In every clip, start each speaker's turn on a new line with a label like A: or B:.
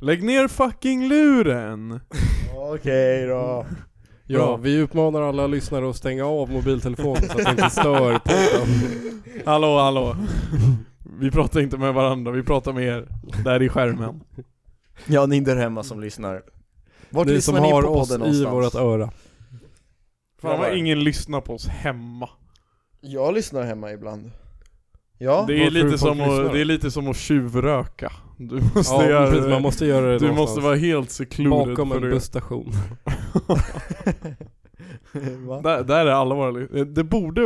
A: Lägg ner fucking luren!
B: Okej då.
C: Ja,
A: Bra.
C: vi uppmanar alla lyssnare att stänga av mobiltelefonen så att det inte stör podden.
A: Hallå, hallå. Vi pratar inte med varandra, vi pratar med er. Där i skärmen.
B: Ja, ni där hemma som lyssnar. Vart
C: Ni
B: lyssnar
C: som har
B: ni på
C: oss
B: podden någonstans?
C: i vårat öra.
A: Fan vad ingen lyssnar på oss hemma.
B: Jag lyssnar hemma ibland. Ja.
A: det, är
C: varför
A: lite
C: folk
A: som
C: lyssnar?
A: att, det är lite som att tjuvröka. Du måste
C: Ja,
A: göra
C: precis,
A: det.
C: man måste göra det
A: Du måste
C: någonstans.
A: vara helt secluded
C: bakom
A: för
C: en
A: det.
C: busstation.
B: Va?
A: Där, där är alla våra lyssnare. Det borde...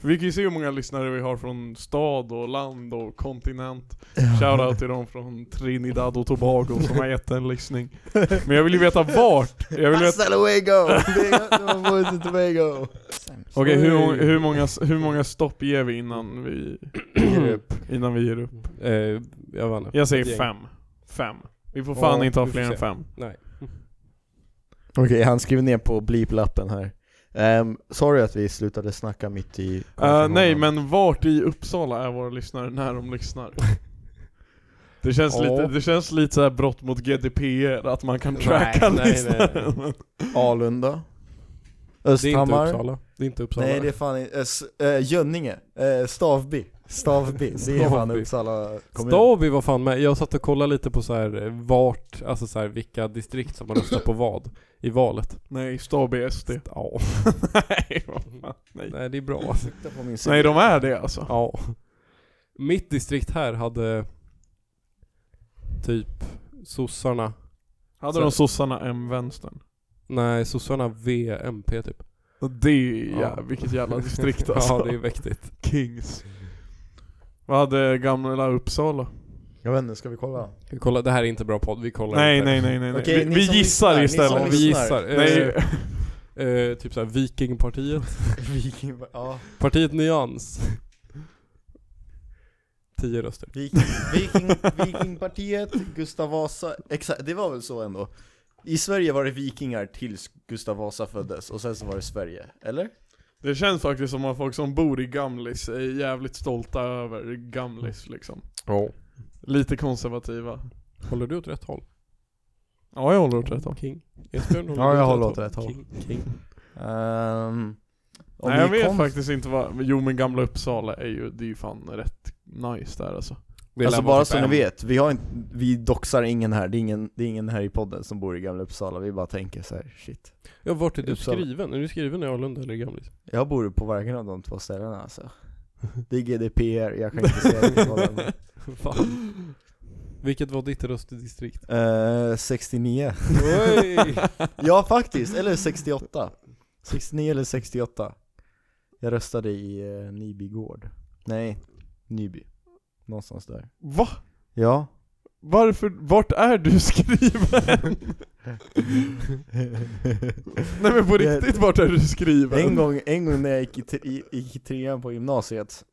A: För vi kan ju se hur många lyssnare vi har från stad och land och kontinent. Shoutout till dem från Trinidad och Tobago som har gett en lyssning. Men jag vill ju veta vart. Jag vill veta...
B: Hasta luego! Boys in Tobago!
A: Okej, hur, hur, många, hur många stopp ger vi innan vi,
B: Ger upp.
A: innan vi ger upp?
C: Eh, jag vann.
A: Jag
C: Ett
A: säger
C: gäng.
A: fem. Fem. Vi får fan
C: Ja,
A: inte ha
C: vi får
A: fler än
C: se.
A: fem.
C: Nej.
B: Okej, han skriver ner på bleep-lappen här. Um, sorry att vi slutade snacka mitt i...
A: Eh, nej, men vart i Uppsala är våra lyssnare när de lyssnar? Det känns,
C: Ja.
A: lite, det känns lite så här brott mot GDPR, att man kan
C: Nej,
A: tracka
C: nej, nej,
A: lyssnaren.
B: Alunda?
C: Det är inte
B: Östhammar?
C: Uppsala. Det är inte Uppsala.
B: Nej, det är fan inte... Äh, Jönninge? Äh, Stavby? Stavby, det är fan
C: Stavby.
B: Uppsala kommun.
C: Stavi var fan med. Jag satt och kollade lite på så här eh, vart, alltså så här vilka distrikt som har röstat på vad i valet.
A: Nej, Staby SD.
C: Ja,
A: nej, vad fan, nej.
C: nej det är bra alltså.
B: Titta på min sida.
A: nej, de är det alltså.
C: Ja. Mitt distrikt här hade typ sossarna,
A: Hade de sossarna M vänstern?
C: nej sossarna VMP typ.
A: Och Det är
C: Ja.
A: ja. vilket jävla distrikt alltså.
C: Ja det är mäktigt.
A: Kings. Vad hade gamla Uppsala?
B: Jag vet inte, ska vi kolla?
C: Vi kollar, det här är inte bra podd, vi kollar
A: Nej,
C: inte.
A: nej, nej, nej. nej.
B: Okej,
A: vi
B: ni
A: vi
B: som
A: gissar
B: lyssnar, ni
C: Ja,
A: istället.
B: som
C: vi
B: lyssnar.
C: gissar. Eh,
A: Nej,
C: Eh, typ såhär Vikingpartiet.
B: Viking... Ja.
C: Partiet Nyans. 10 röster.
B: Viking, Viking, Vikingpartiet, Gustav Vasa, exakt, det var väl så ändå? I Sverige var det vikingar tills Gustav Vasa föddes, och sen så var det Sverige, eller?
A: Det känns faktiskt som att folk som bor i Gamlis är jävligt stolta över Gamlis liksom.
C: Ja.
A: Lite konservativa.
C: Håller du åt rätt håll?
A: Ja, jag håller åt rätt håll.
C: King. Esbjörn, håller
B: Ja,
C: du
B: jag håller åt rätt håll.
C: King. King.
B: Um,
A: Nej jag vet faktiskt inte vad, men jo men Gamla Uppsala är ju, det är ju fan rätt nice där alltså.
C: Det lär
B: Alltså
C: vara
B: bara
C: typ
B: så ni
C: en.
B: vet, vi, har inte, vi doxar ingen här, det är ingen, det är ingen här i podden som bor i Gamla Uppsala, vi bara tänker så här, shit
C: Ja, vart är du
B: Uppsala.
C: skriven? Är du skriven i Arlunda eller i Gamlis?
B: Jag bor på varken av de två ställena alltså Det är GDPR, jag kan inte säga att det var den.
C: Fan. Vilket var ditt röstdistrikt?
B: Eh, 69
C: Oj!
B: Ja faktiskt, eller 68 69 eller 68 Jag röstade i uh, Nybygård Nej, Nyby Någonstans där
A: Va?
B: Ja
A: Varför, vart är du skriven? Nej men på riktigt, vart är du skriven?
B: En gång, en gång när jag gick i, tre, i- gick i trean på gymnasiet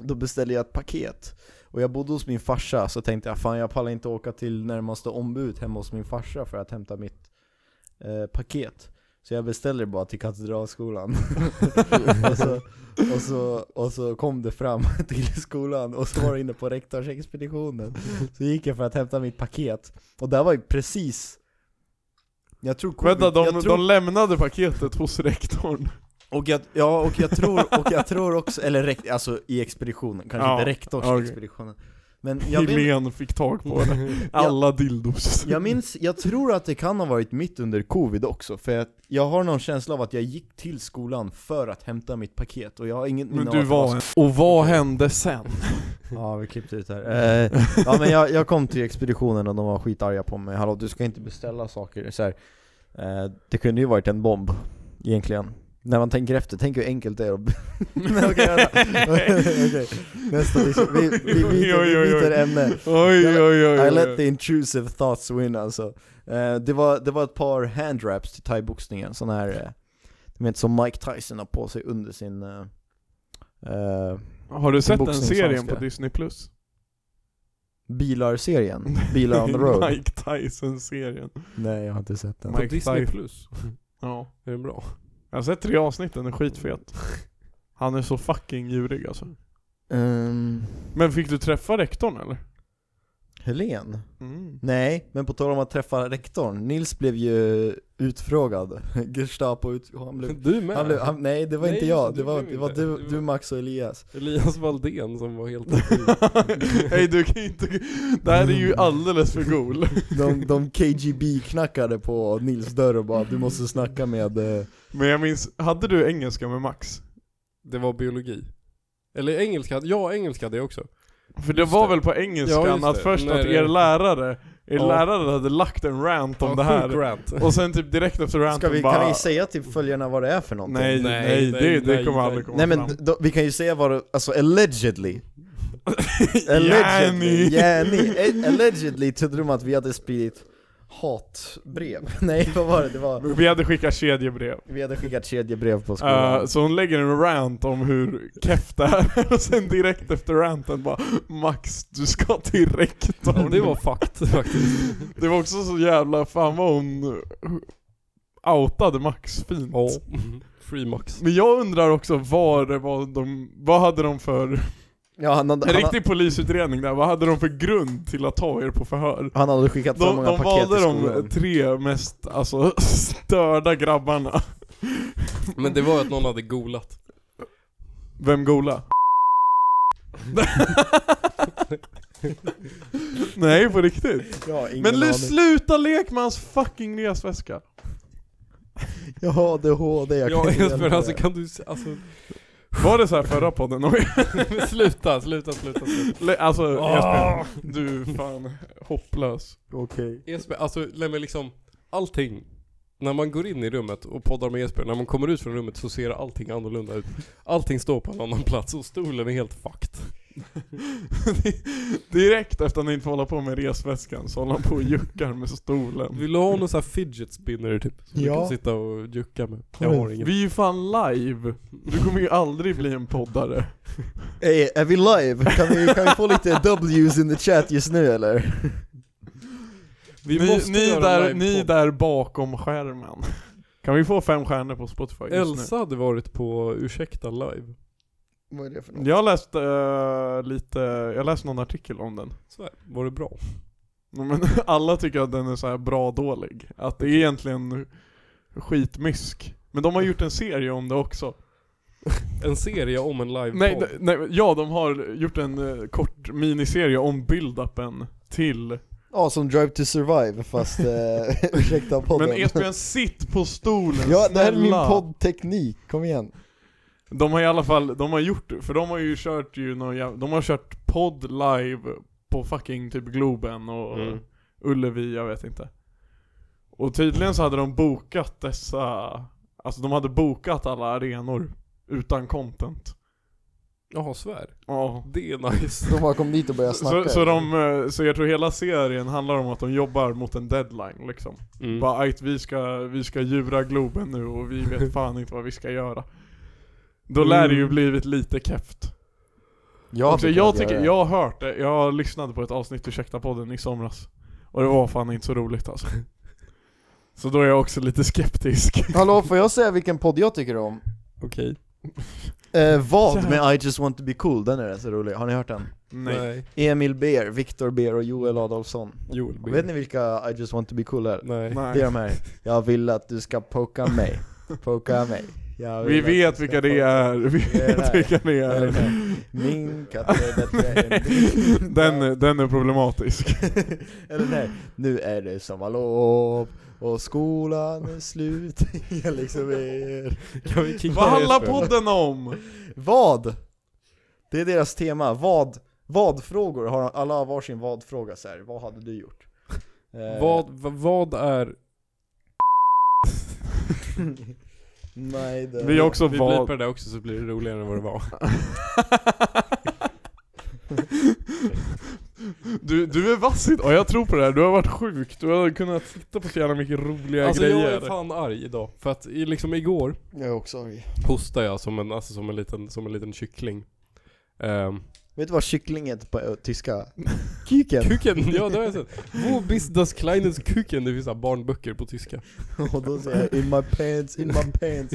B: Då beställde jag ett paket Och jag bodde hos min farsa så tänkte jag fan jag pallar inte åka till närmaste ombud hemma hos min farsa för att hämta mitt eh, paket Så jag beställde bara till Katedralskolan och, så, och, så, och så kom det fram till skolan och så var det inne på rektorsexpeditionen Så gick jag för att hämta mitt paket Och där var ju precis jag tror covid-
A: Vänta, de,
B: jag tror
A: de lämnade paketet hos rektorn.
B: och jag, ja, och jag tror, och jag tror också, eller rek, alltså i expeditionen, kanske
A: Ja,
B: inte rektorsexpeditionen Men jag, min,
A: Helene fick tag på det. Alla dildos.
B: jag minns, jag tror att det kan ha varit mitt under covid också För att jag har någon känsla av att jag gick till skolan för att hämta mitt paket Och jag har ingen
A: men
B: minne av
A: du
B: att det
A: var en... Och vad hände sen?
B: Ja vi klippte ut här eh, Ja men jag, jag kom till expeditionen och de var skitarga på mig Hallå du ska inte beställa saker så här. Eh, Det kunde ju varit en bomb, egentligen När man tänker efter, tänk hur enkelt det är att Nej, okej, vänta. Okej, nästa dis- vi, vi, byter, vi byter ämne
A: Oj, oj, oj, oj.
B: I let the intrusive thoughts win alltså Eh, det, var, det var ett par handraps till thaiboxningen, sån här eh, Du vet som Mike Tyson har på sig under sin eh, eh,
A: Har du sett den
B: boxningssvenska.
A: serien på Disney+. Plus?
B: Bilar-serien, Bilar on the road
A: Mike Tyson-serien.
B: Nej jag har inte sett den
C: På
A: Mike
C: Disney
A: Tyson.
C: plus.
A: Ja.
C: Är den bra?
A: Jag har sett tre avsnitt, den är skitfet. Han är så fucking djurig alltså.
B: Ehm,
A: Men fick du träffa rektorn eller?
B: Helen?
A: Mm.
B: Nej, men på tal om att träffa rektorn, Nils blev ju utfrågad. Gestapo ut... Han blev...
C: Du med?
B: Han blev han, nej, det var
C: Nej,
B: inte
C: just
B: jag.
C: det,
B: Det
C: du
B: var,
C: blev
B: det var
C: inte.
B: du,
C: Du
B: du,
C: var-
B: Max och Elias.
C: Elias Valdén som var helt
A: Hej du kan inte, det här är ju alldeles för cool.
B: De, de KGB-knackade på Nils dörr och bara 'Du måste snacka med... eh,
A: Men jag minns, hade du engelska med Max?
C: Det var biologi. Eller engelska, ja engelska det också.
A: För det
C: Just
A: var
C: det.
A: väl på engelskan
C: Ja, just
A: att
C: det.
A: först
C: Nej,
A: att
C: det-
A: er lärare, er
C: Ja.
A: lärare hade lagt en rant om
C: Ja,
A: det
C: sjuk
A: här.
C: rant.
A: Och sen typ direkt efter
B: Ska
A: ranten
B: vi,
A: bara...
B: kan vi säga till följarna vad det är för någonting?
A: Nej, nej,
C: Nej,
A: det, det
C: nej,
A: kommer
C: nej.
A: aldrig komma
B: Nej men
A: fram.
B: d- då, vi kan ju säga vad det, alltså allegedly
A: Järni.
B: Allegedly, Järni. A- Allegedly trodde de att vi hade spridit hatbrev Nej vad var det? Det var,
A: Vi hade skickat kedjebrev.
B: vi hade skickat kedjebrev på
A: Eh,
B: skolan
A: så hon lägger en rant om hur keft det är, och sen direkt efter ranten bara Max, du ska till rektorn.
C: Det var fakt faktiskt.
A: det var också så jävla, fan vad hon outade Max fint.
C: Ja. Free Max.
A: Men jag undrar också vad det var de, vad hade de för,
B: Ja han hade,
A: en
B: han,
A: riktig polisutredning där, vad hade de för grund till att ta er på förhör?
B: han hade skickat för
A: De,
B: många
A: de
B: paket
A: valde
B: till
A: de
B: skolan
A: tre mest, alltså, störda grabbarna.
C: Men det var att någon hade golat.
A: Vem gola? Nej på riktigt.
B: ja, ingen
A: Men
B: aning.
A: nu sluta lek med hans fucking resväska.
B: Jag har ADHD, jag
C: Ja,
B: kan inte
C: Jesper
B: göra
C: alltså
B: det.
C: kan du, se- alltså,
A: Var det så här förra podden? Oj.
C: men sluta, sluta, sluta, sluta.
A: Le- Alltså
C: Ah.
A: Jesper, du är fan hopplös.
B: Okej
C: Jesper, alltså nej men liksom, allting. När man går in i rummet och poddar med Jesper, när man kommer ut från rummet så ser allting annorlunda ut. Allting står på en annan plats och stolen är helt fucked.
A: Direkt efter att ni inte får hålla på med resväskan så håller han på och juckar med stolen.
C: Vill du ha någon sån här fidget spinner typ? Som
B: Ja.
C: du kan sitta och jucka med? Jag har inget.
A: Vi är ju fan live. Du kommer ju aldrig bli en poddare.
B: Ey, är vi live? Kan vi, kan vi få lite W's in the chat just nu eller?
C: Vi
A: ni,
C: måste
A: ni,
C: göra
A: där,
C: en
A: ni
C: livepodd.
A: där bakom skärmen. Kan vi få fem stjärnor på Spotify just nu?
C: Elsa hade varit på Ursäkta live.
B: Vad är det för något?
A: Jag läste eh, lite, jag läste någon artikel om den.
C: Så här, var det bra?
A: Men alla tycker att den är så här bra dålig. Att det är egentligen skitmysk. Men de har gjort en serie om det också.
C: En serie om en livepodd.
A: Nej, d- nej, ja de har gjort en eh, kort miniserie om build-upen till...
B: Ja, som Drive to Survive fast eh, ursäkta podden.
A: Men E Esbjörn, sitt på stolen!
B: ja, det här är min
A: snälla.
B: poddteknik, kom igen.
A: De har i alla fall, de har gjort för de har ju kört ju någon jäv... de har kört podd live på fucking typ Globen och
C: Mm.
A: Ullevi, jag vet inte. Och tydligen så hade de bokat dessa, alltså de hade bokat alla arenor utan content.
C: Jaha, svär.
A: Ja.
C: Det är nice.
B: De bara kom dit och började snacka.
A: Så, så, de, eh, så jag tror hela serien handlar om att de jobbar mot en deadline liksom.
C: Mm.
A: Bara ajt, vi ska, vi ska djura Globen nu och vi vet fan inte vad vi ska göra. Då lär det ju
C: Mm.
A: blivit lite keft.
B: Jag,
A: Också, jag, tycker, jag har hört det, jag lyssnade på ett avsnitt Ursäkta podden i somras Och det var fan inte så roligt alltså Så då är jag också lite skeptisk
B: Hallå, får jag säga vilken podd jag tycker om?
C: Okej.
B: Eh, vad
A: Ja.
B: med I just want to be cool, den är rätt så rolig. Har ni hört den?
A: Nej,
B: Emil Beer, Viktor Beer och Joel Adolfsson.
C: Joel B.
B: Vet ni vilka I just want to be cool är?
C: Nej.
B: Det är
A: nej.
B: de här. Jag vill att du ska poka mig. Poka mig. Jag vill
A: Vi
B: att du
A: vet vilka
B: ska
A: det
B: poka-
A: är, vi
B: Det är
A: vet
B: det.
A: vilka det
B: Det är det
A: är
B: här. Min katt är bättre än din.
A: Den, den är problematisk
B: Eller nej, nu är det sommarlov och skolan är slut. Jag liksom är...
C: Kan vi kicka
A: Vad handlar
C: Jesper?
A: podden om?
B: Vad? Det är deras tema, vad? Vadfrågor, har alla har varsin vadfråga så här. vad hade du gjort? Eh,
C: Vad, vad, vad är...
B: nej det...
A: Vi har också
C: Vi
A: vad Alltså,
C: blipar det också så blir det roligare än vad det var.
A: du, du är vass idag, jag tror på det här, du har varit sjuk, du har kunnat titta på så jävla mycket roliga
C: Alltså jag är
A: grejer
C: fan arg idag. För att i- liksom igår
B: Jag är också arg.
C: hostade jag som en, alltså som en liten, som en liten kyckling. Um,
B: Vet du vad kyckling heter på ö, tyska? Kyken!
C: kuken, ja det har jag sett. Wo bist das kleines kuken? Det finns så här barnböcker på tyska.
B: och då säger jag in my pants, in my pants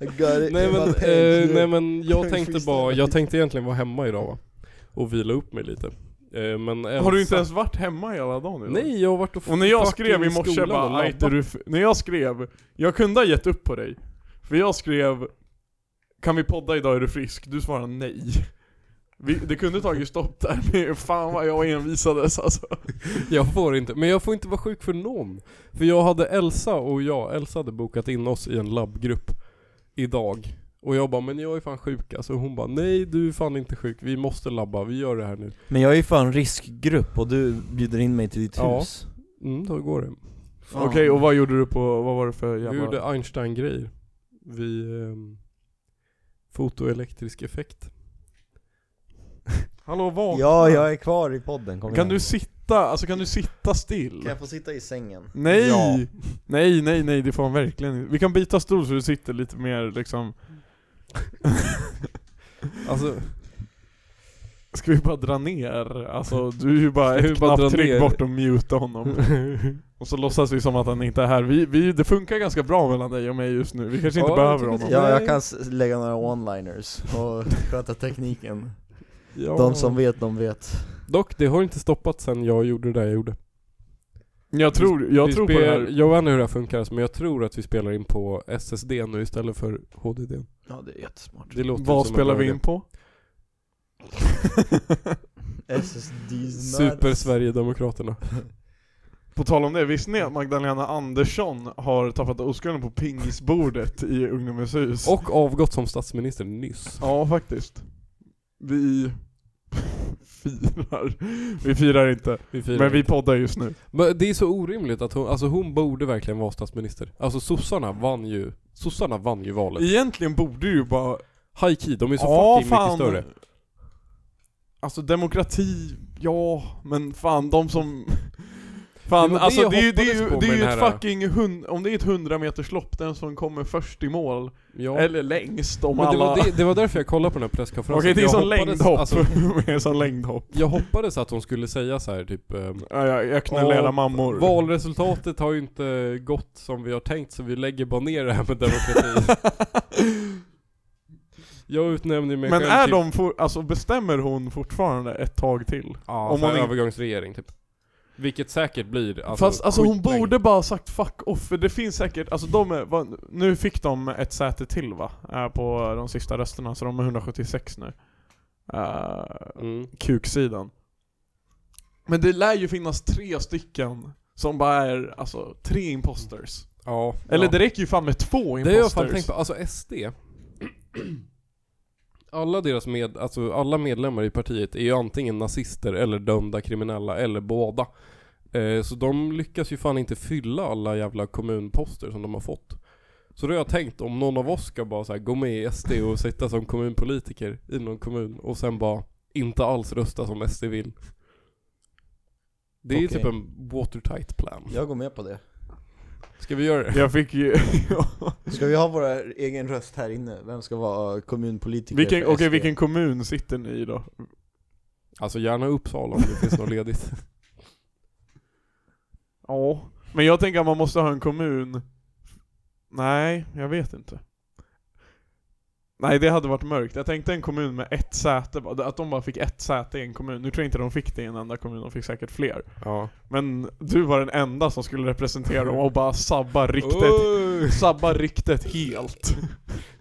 B: I got it
C: Nej
B: in my
C: men,
B: pants
C: eh,
B: yeah.
C: nej men jag
B: Schysst.
C: tänkte bara, jag tänkte egentligen vara hemma idag va? Och vila upp mig lite. Eh, Men även
A: Har du
C: sa-
A: inte ens varit hemma hela dagen idag?
C: Nej, jag har varit och
A: Och när jag
C: fucking
A: skrev i morse
C: skolan och
A: bara, "Aj,
C: labbat."
A: du, f-" när jag skrev, jag kunde ha gett upp på dig. För jag skrev, kan vi podda idag, är du frisk? Du svarade nej. Vi, det kunde tagit stopp där, men fan vad jag envisades alltså.
C: Jag får inte, men jag får inte vara sjuk för någon. För jag hade Elsa och jag, Elsa hade bokat in oss i en labbgrupp idag. Och jag bara, men jag är fan sjuk alltså. Hon bara, nej du är fan inte sjuk, vi måste labba, vi gör det här nu.
D: Men jag är ju fan riskgrupp och du bjuder in mig till ditt
C: Ja.
D: hus.
C: Mm, då går det.
A: Okej, och vad gjorde du på, vad var det för
C: Vi
A: jävla...
C: gjorde Einstein-grejer. Vi, ehm, fotoelektrisk effekt.
A: Hallå vakna!
D: Ja, jag är kvar i podden, kom
A: Kan
D: igen.
A: du sitta, alltså kan du sitta still?
B: Kan jag få sitta i sängen?
A: Nej!
D: Ja.
A: Nej, nej, nej, det får man verkligen inte. Vi kan byta stol så du sitter lite mer liksom...
C: Alltså,
A: Ska vi bara dra ner? Alltså du är ju bara
C: Ska vi
A: ett
C: bara dra ner?
A: knapptryck bort och muta honom. Och så låtsas vi som att han inte är här. Vi, vi, det funkar ganska bra mellan dig och mig just nu. Vi kanske inte
C: Ja,
A: behöver
C: jag
A: honom.
C: tycker
B: Ja,
C: Nej.
B: jag kan s- lägga några one-liners och sköta tekniken.
C: ja.
B: De som vet, de vet.
C: Dock, det har inte stoppat sen jag gjorde det där jag gjorde.
A: Jag tror, jag
C: vi
A: tror på
C: spel-
A: det här.
C: Jag vet inte hur det här funkar alltså, men jag tror att vi spelar in på SSD nu istället för HDD.
B: Ja, det är jättesmart.
C: Det låter
A: Vad
C: som en
A: spelar
C: bra
A: vi
C: idé.
A: in på?
B: SSD's
C: Super-Sverigedemokraterna.
A: På tal om det, visste ni att Magdalena Andersson har tappat oskulden på pingisbordet i Ungdomens hus?
C: Och avgått som statsminister nyss.
A: Ja, faktiskt. Vi firar. Vi firar inte.
C: Vi firar
A: Men vi
C: inte.
A: poddar just nu.
C: Men det är så orimligt att hon, alltså hon borde verkligen vara statsminister. Alltså sossarna vann ju, sossarna vann ju valet.
A: Egentligen borde ju bara...
C: High key, de är så fucking mycket större.
A: Alltså demokrati, ja, men fan de som... Fan,
C: Det var det
A: alltså
C: jag
A: det är ju, det är
C: hoppades på
A: ju, det är
C: med
A: ju
C: den
A: ett
C: här-
A: fucking hund, om det är ett 100 meters lopp, den som kommer först i mål,
C: Ja.
A: eller längst om
C: men det,
A: alla...
C: var det, det var därför jag kollade på den här presskonferensen.
A: Okej, det är
C: Jag
A: som
C: hoppades-
A: längdhopp.
C: Alltså,
A: det är som längdhopp.
C: jag hoppades att hon skulle säga så här typ ehm,
A: Ja, jag, jag knullar
C: Ja,
A: era mammor.
C: Valresultatet har ju inte gått som vi har tänkt så vi lägger bara ner det här med demokrati. jag utnämnde mig
A: Men
C: själv
A: är
C: till...
A: de for, alltså bestämmer hon fortfarande ett tag till?
C: Ja,
A: om
C: så här
A: hon in-
C: övergångsregering typ. Vilket säkert blir alltså,
A: Fast alltså hon
C: skitlänge.
A: borde bara sagt 'fuck off' för det finns säkert, alltså de är, vad, nu fick de ett säte till va? Eh, På de sista rösterna, så de är 176 nu. Uh,
C: Mm.
A: kuksidan. Men det lär ju finnas tre stycken som bara är, alltså, tre imposters.
C: Ja.
A: Eller
C: ja.
A: det räcker ju fan med två
C: Det har jag fan
A: imposters.
C: tänkt på, alltså SD alla deras med, alltså alla medlemmar i partiet är ju antingen nazister eller dömda kriminella eller båda. Eh, så de lyckas ju fan inte fylla alla jävla kommunposter som de har fått. Så då har jag tänkt om någon av oss ska bara så här, gå med i SD och sitta som kommunpolitiker i någon kommun och sen bara inte alls rösta som SD vill. Det är ju
B: Okej.
C: typ en watertight plan.
B: Jag går med på det.
C: Ska vi göra det?
A: Jag fick ju...
B: Ska vi ha våra egen röst här inne? Vem ska vara kommunpolitiker
A: vilken,
B: för
A: Okej,
B: SD?
A: vilken kommun sitter ni i då?
C: Alltså gärna Uppsala om det finns något ledigt.
A: Ja, men jag tänker att man måste ha en kommun. Nej, jag vet inte. Nej, det hade varit mörkt. Jag tänkte en kommun med ett säte, bara- att de bara fick ett säte i en kommun. Nu tror jag inte de fick det i en enda kommun, de fick säkert fler.
C: Ja.
A: Men du var den enda som skulle representera dem och bara sabba ryktet,
C: Oj!
A: sabba ryktet helt.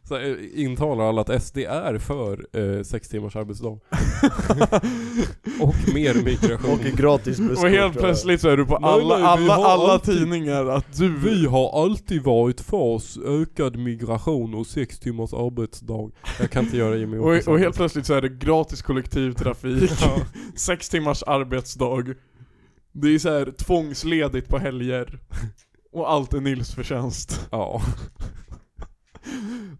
C: Så eh, intalar alla att SD är för eh, sex timmars arbetsdag. Och mer migration.
B: Och ett gratis busskort
A: Och helt
B: tror jag.
A: plötsligt så är du på
C: Nej,
A: alla,
C: nej, vi
A: alla,
C: har
A: alla
C: alltid-
A: tidningar att du...
C: Vi har alltid varit för oss ökad migration och sex timmars arbetsdag. Jag kan inte göra Jimmy
A: Och,
C: Åkesson.
A: och helt plötsligt så är det gratis kollektivtrafik, sex timmars arbetsdag, det är så här tvångsledigt på helger, och allt är Nils förtjänst.
C: Ja,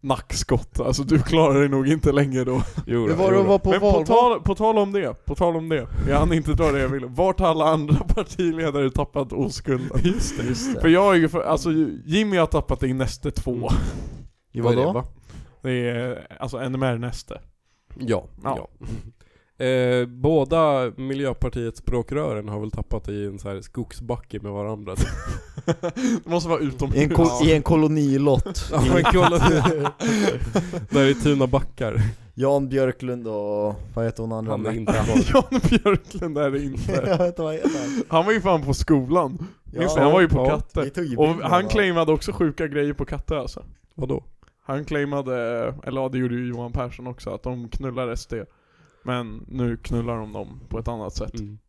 A: Nackskott, alltså du klarar dig nog inte längre då.
C: jo
B: Hur
C: då,
B: var det
C: jo
B: att
C: då.
B: vara på
A: Men på
B: valvakt?
A: tal, på tal om det, på tal om det, jag hann inte dra det jag ville. Vart har alla andra partiledare tappat oskulden?
B: Just det, just det.
A: För jag är ju för, alltså Jimmy har tappat det i näste två.
B: Mm.
C: Det
B: Vadå?
C: det, va?
A: Det är alltså NMR näste.
C: Ja, ja.
A: Ja.
C: Eh, båda Miljöpartiets språkrören har väl tappat i en så här skogsbacke med varandra. typ.
A: Det måste vara utomhus.
B: I en, ko- I en kolonilott.
C: Ja men kolla Där i Tuna backar.
B: Jan Björklund och, vad heter hon andra?
C: Han är
B: Märta.
C: inte kvar.
A: Jan Björklund är det inte.
B: jag vet inte vad han heter.
A: Han var ju fan på skolan. Minns ni? Han var ju på katter.
B: Vi tog ju
A: Och
B: bilden
A: han
B: av-
A: claimade också sjuka grejer på katter alltså.
C: Vadå?
A: Han claimade, eller ja, det gjorde ju Johan Persson också, att de knullar SD. Men nu knullar de dem på ett annat sätt.
C: Mm.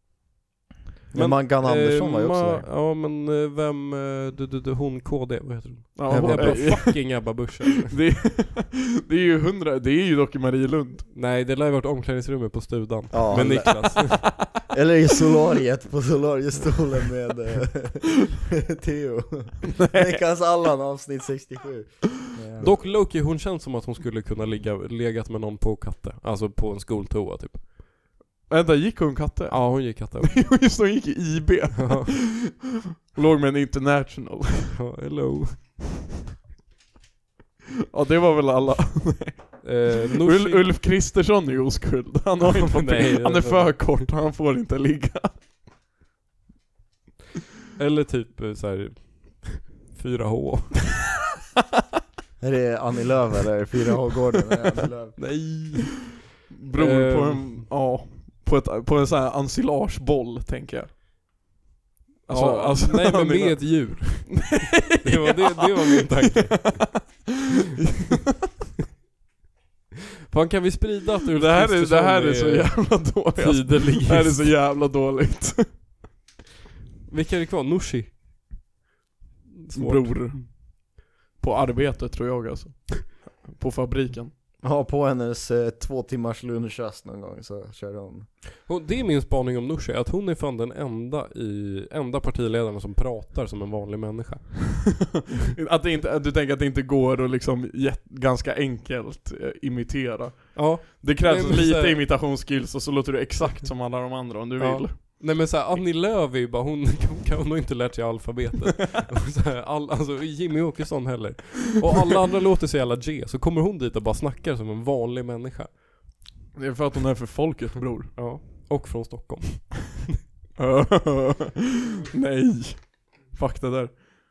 B: Men
A: eh,
B: Mangan Andersson var ju också
C: Eh, ma-
B: där.
C: Ja men eh, vem, eh, du, du, du, hon KD, vad heter hon?
A: Ja,
B: Ebba-
A: eh,
C: Ebba fucking Ebba Busch alltså.
A: det, det är ju hundra, det är ju dock i Marielund.
C: Nej det lär ju varit omklädningsrummet på Studan.
B: Ja,
C: Med
B: eller-
C: Niklas.
B: Eller i solariet, på solariestolen med eh, Theo Veckans Allan avsnitt 67 Ja.
C: Dock Loki, hon känns som att hon skulle kunna ligga, legat med någon på katte. Alltså på en skoltoa typ.
A: Vänta, gick hon katte?
C: Ja hon gick katte.
A: Just hon gick i IB.
C: Ja.
A: Och Låg med en international.
C: Ja, Hello.
A: Ja det var väl alla.
C: Eh, Nooshi-
A: Ul- Ulf Kristersson är ju oskuld. Han, har inte fått,
C: Nej,
A: han är
C: det-
A: för kort, han får inte ligga.
C: Eller typ eh, såhär 4H.
B: Är det Annie Lööf eller 4H-gården? Är det Annie Lööf?
C: Nej.
A: Beror på
C: Ehm.
A: en, ja, på, ett, på en sån här ensilageboll tänker jag. Alltså-
C: ja,
A: alltså-
C: nej men med ett djur. det, var, det, det var min tanke. Fan kan vi sprida att Ulf
A: Det här är, det här är så
C: Kristersson
A: jävla dåligt.
C: Tidelig
A: Det här är så jävla dåligt.
C: Vilka är det kvar? Nooshi? Svårt.
A: Bror. På arbetet tror jag alltså. På fabriken.
B: Ja, på hennes eh, två timmars lunchrast någon gång så körde hon
C: Hon, det är min spaning om Nooshi, att hon är fan den enda, i, enda partiledaren som pratar som en vanlig människa.
A: Att det inte, att du tänker att det inte går att liksom jätt, ganska enkelt eh, imitera.
C: Ja,
A: Det krävs
C: Nej, men så
A: lite
C: här-
A: imitationsskills och så låter du exakt som alla de andra om du
C: Ja.
A: vill.
C: nej men såhär Annie Lööf är ju bara, hon kan- kan hon har inte lärt sig alfabetet. Och så här, all, alltså Jimmy Åkesson heller. Och alla andra låter så jävla G, så kommer hon dit och bara snackar som en vanlig människa.
A: Det är för att hon är för folket bror.
C: Ja. Och från Stockholm.
A: Nej. Fuck det där.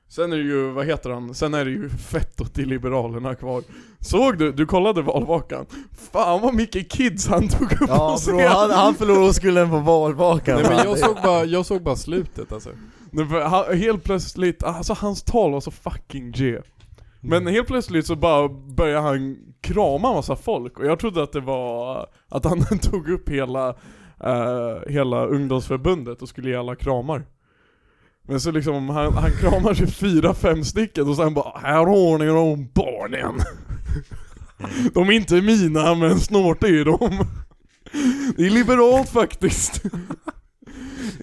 A: Sen är det ju, vad heter han? Sen är det ju Fetto till Liberalerna kvar. Såg du? Du kollade valvakan? Fan vad mycket kids han tog upp
B: Ja,
A: på scen!
B: bro, han, han förlorade skulden på valvakan
C: Nej men
B: va?
C: jag såg bara, jag såg bara slutet alltså.
A: Nej, för han, helt plötsligt, alltså hans tal var så fucking G. Men helt plötsligt så bara började han krama massa folk och jag trodde att det var att han tog upp hela, eh, hela ungdomsförbundet och skulle ge alla kramar. Men så liksom, han, han kramar sig fyra, fem stycken och sen bara 'Här har ni de barnen' De är inte mina men snart är de. Det är liberalt faktiskt.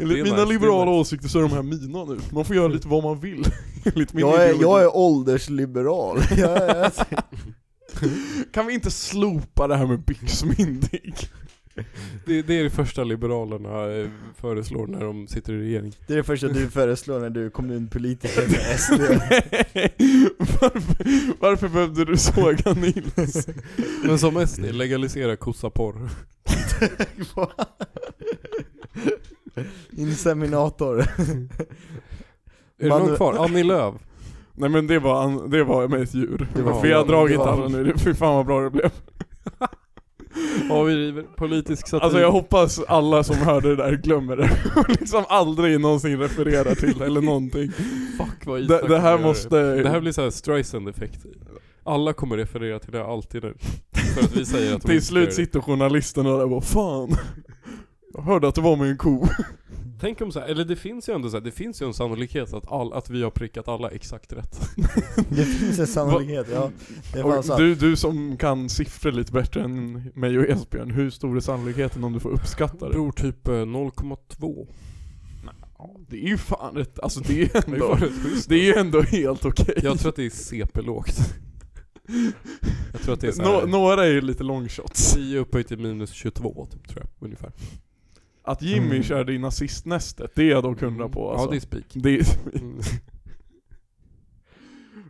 A: Enligt
C: Det
A: mina
C: är nice, det är
A: liberala
C: nice. Mm.
A: åsikter så är de här mina nu. Man får göra lite vad man vill. Enligt min
B: Jag är,
A: ideologi.
B: jag är åldersliberal jag är, alltså,
A: Kan vi inte slopa det här med byxmyndig?
C: Det, det är det första Liberalerna eh, föreslår när de sitter i regering.
B: Det är det första du föreslår när du är kommunpolitiker med SD
A: Nej, varför, varför behövde du såga Nils?
C: Men som SD, legalisera kossaporr.
B: Inseminator
C: Är det
B: Man-
C: någon kvar? Annie Lööf?
A: Nej men det var, an- det var med ett djur.
B: Det var-
A: vi har dragit
B: det var-
A: alla nu, fy fan vad bra det blev.
C: Ja vi river. Politisk satir.
A: Alltså jag hoppas alla som hörde det där glömmer det och liksom aldrig någonsin refererar till det eller någonting.
C: Fuck vad Isak
A: Det, det här
C: kommer göra.
A: måste...
C: Det här blir såhär Streisand-effekt. Alla kommer referera till det alltid nu. För att vi säger att de
A: Till
C: inte
A: slut
C: ska göra
A: sitter journalisterna där och bara fan. Jag hörde att det var med en ko.
C: det. Tänk om såhär, eller det finns ju ändå såhär, det finns ju en sannolikhet att, all, att vi har prickat alla exakt rätt.
B: Det finns en sannolikhet, ja Det är fan
A: Och
B: sant
A: du, du som kan siffror lite bättre än mig och Esbjörn, hur stor är sannolikheten om du får uppskatta det?
C: Bror typ eh, 0,2.
A: Ja, Det är ju fan ett, alltså det är
C: Det
A: ändå,
C: var rätt schysst.
A: det är ju ändå helt okej.
C: Jag tror att det är CP-lågt. Jag tror att det är såhär,
A: Nå, några är ju lite longshots.
C: 10 upphöjt till minus 22 typ tror jag, ungefär.
A: Att Jimmy
B: Mm.
A: körde i nazistnästet, det är jag dock hundra på alltså.
C: Mm. Ja det är spik.
A: det är,
C: Mm.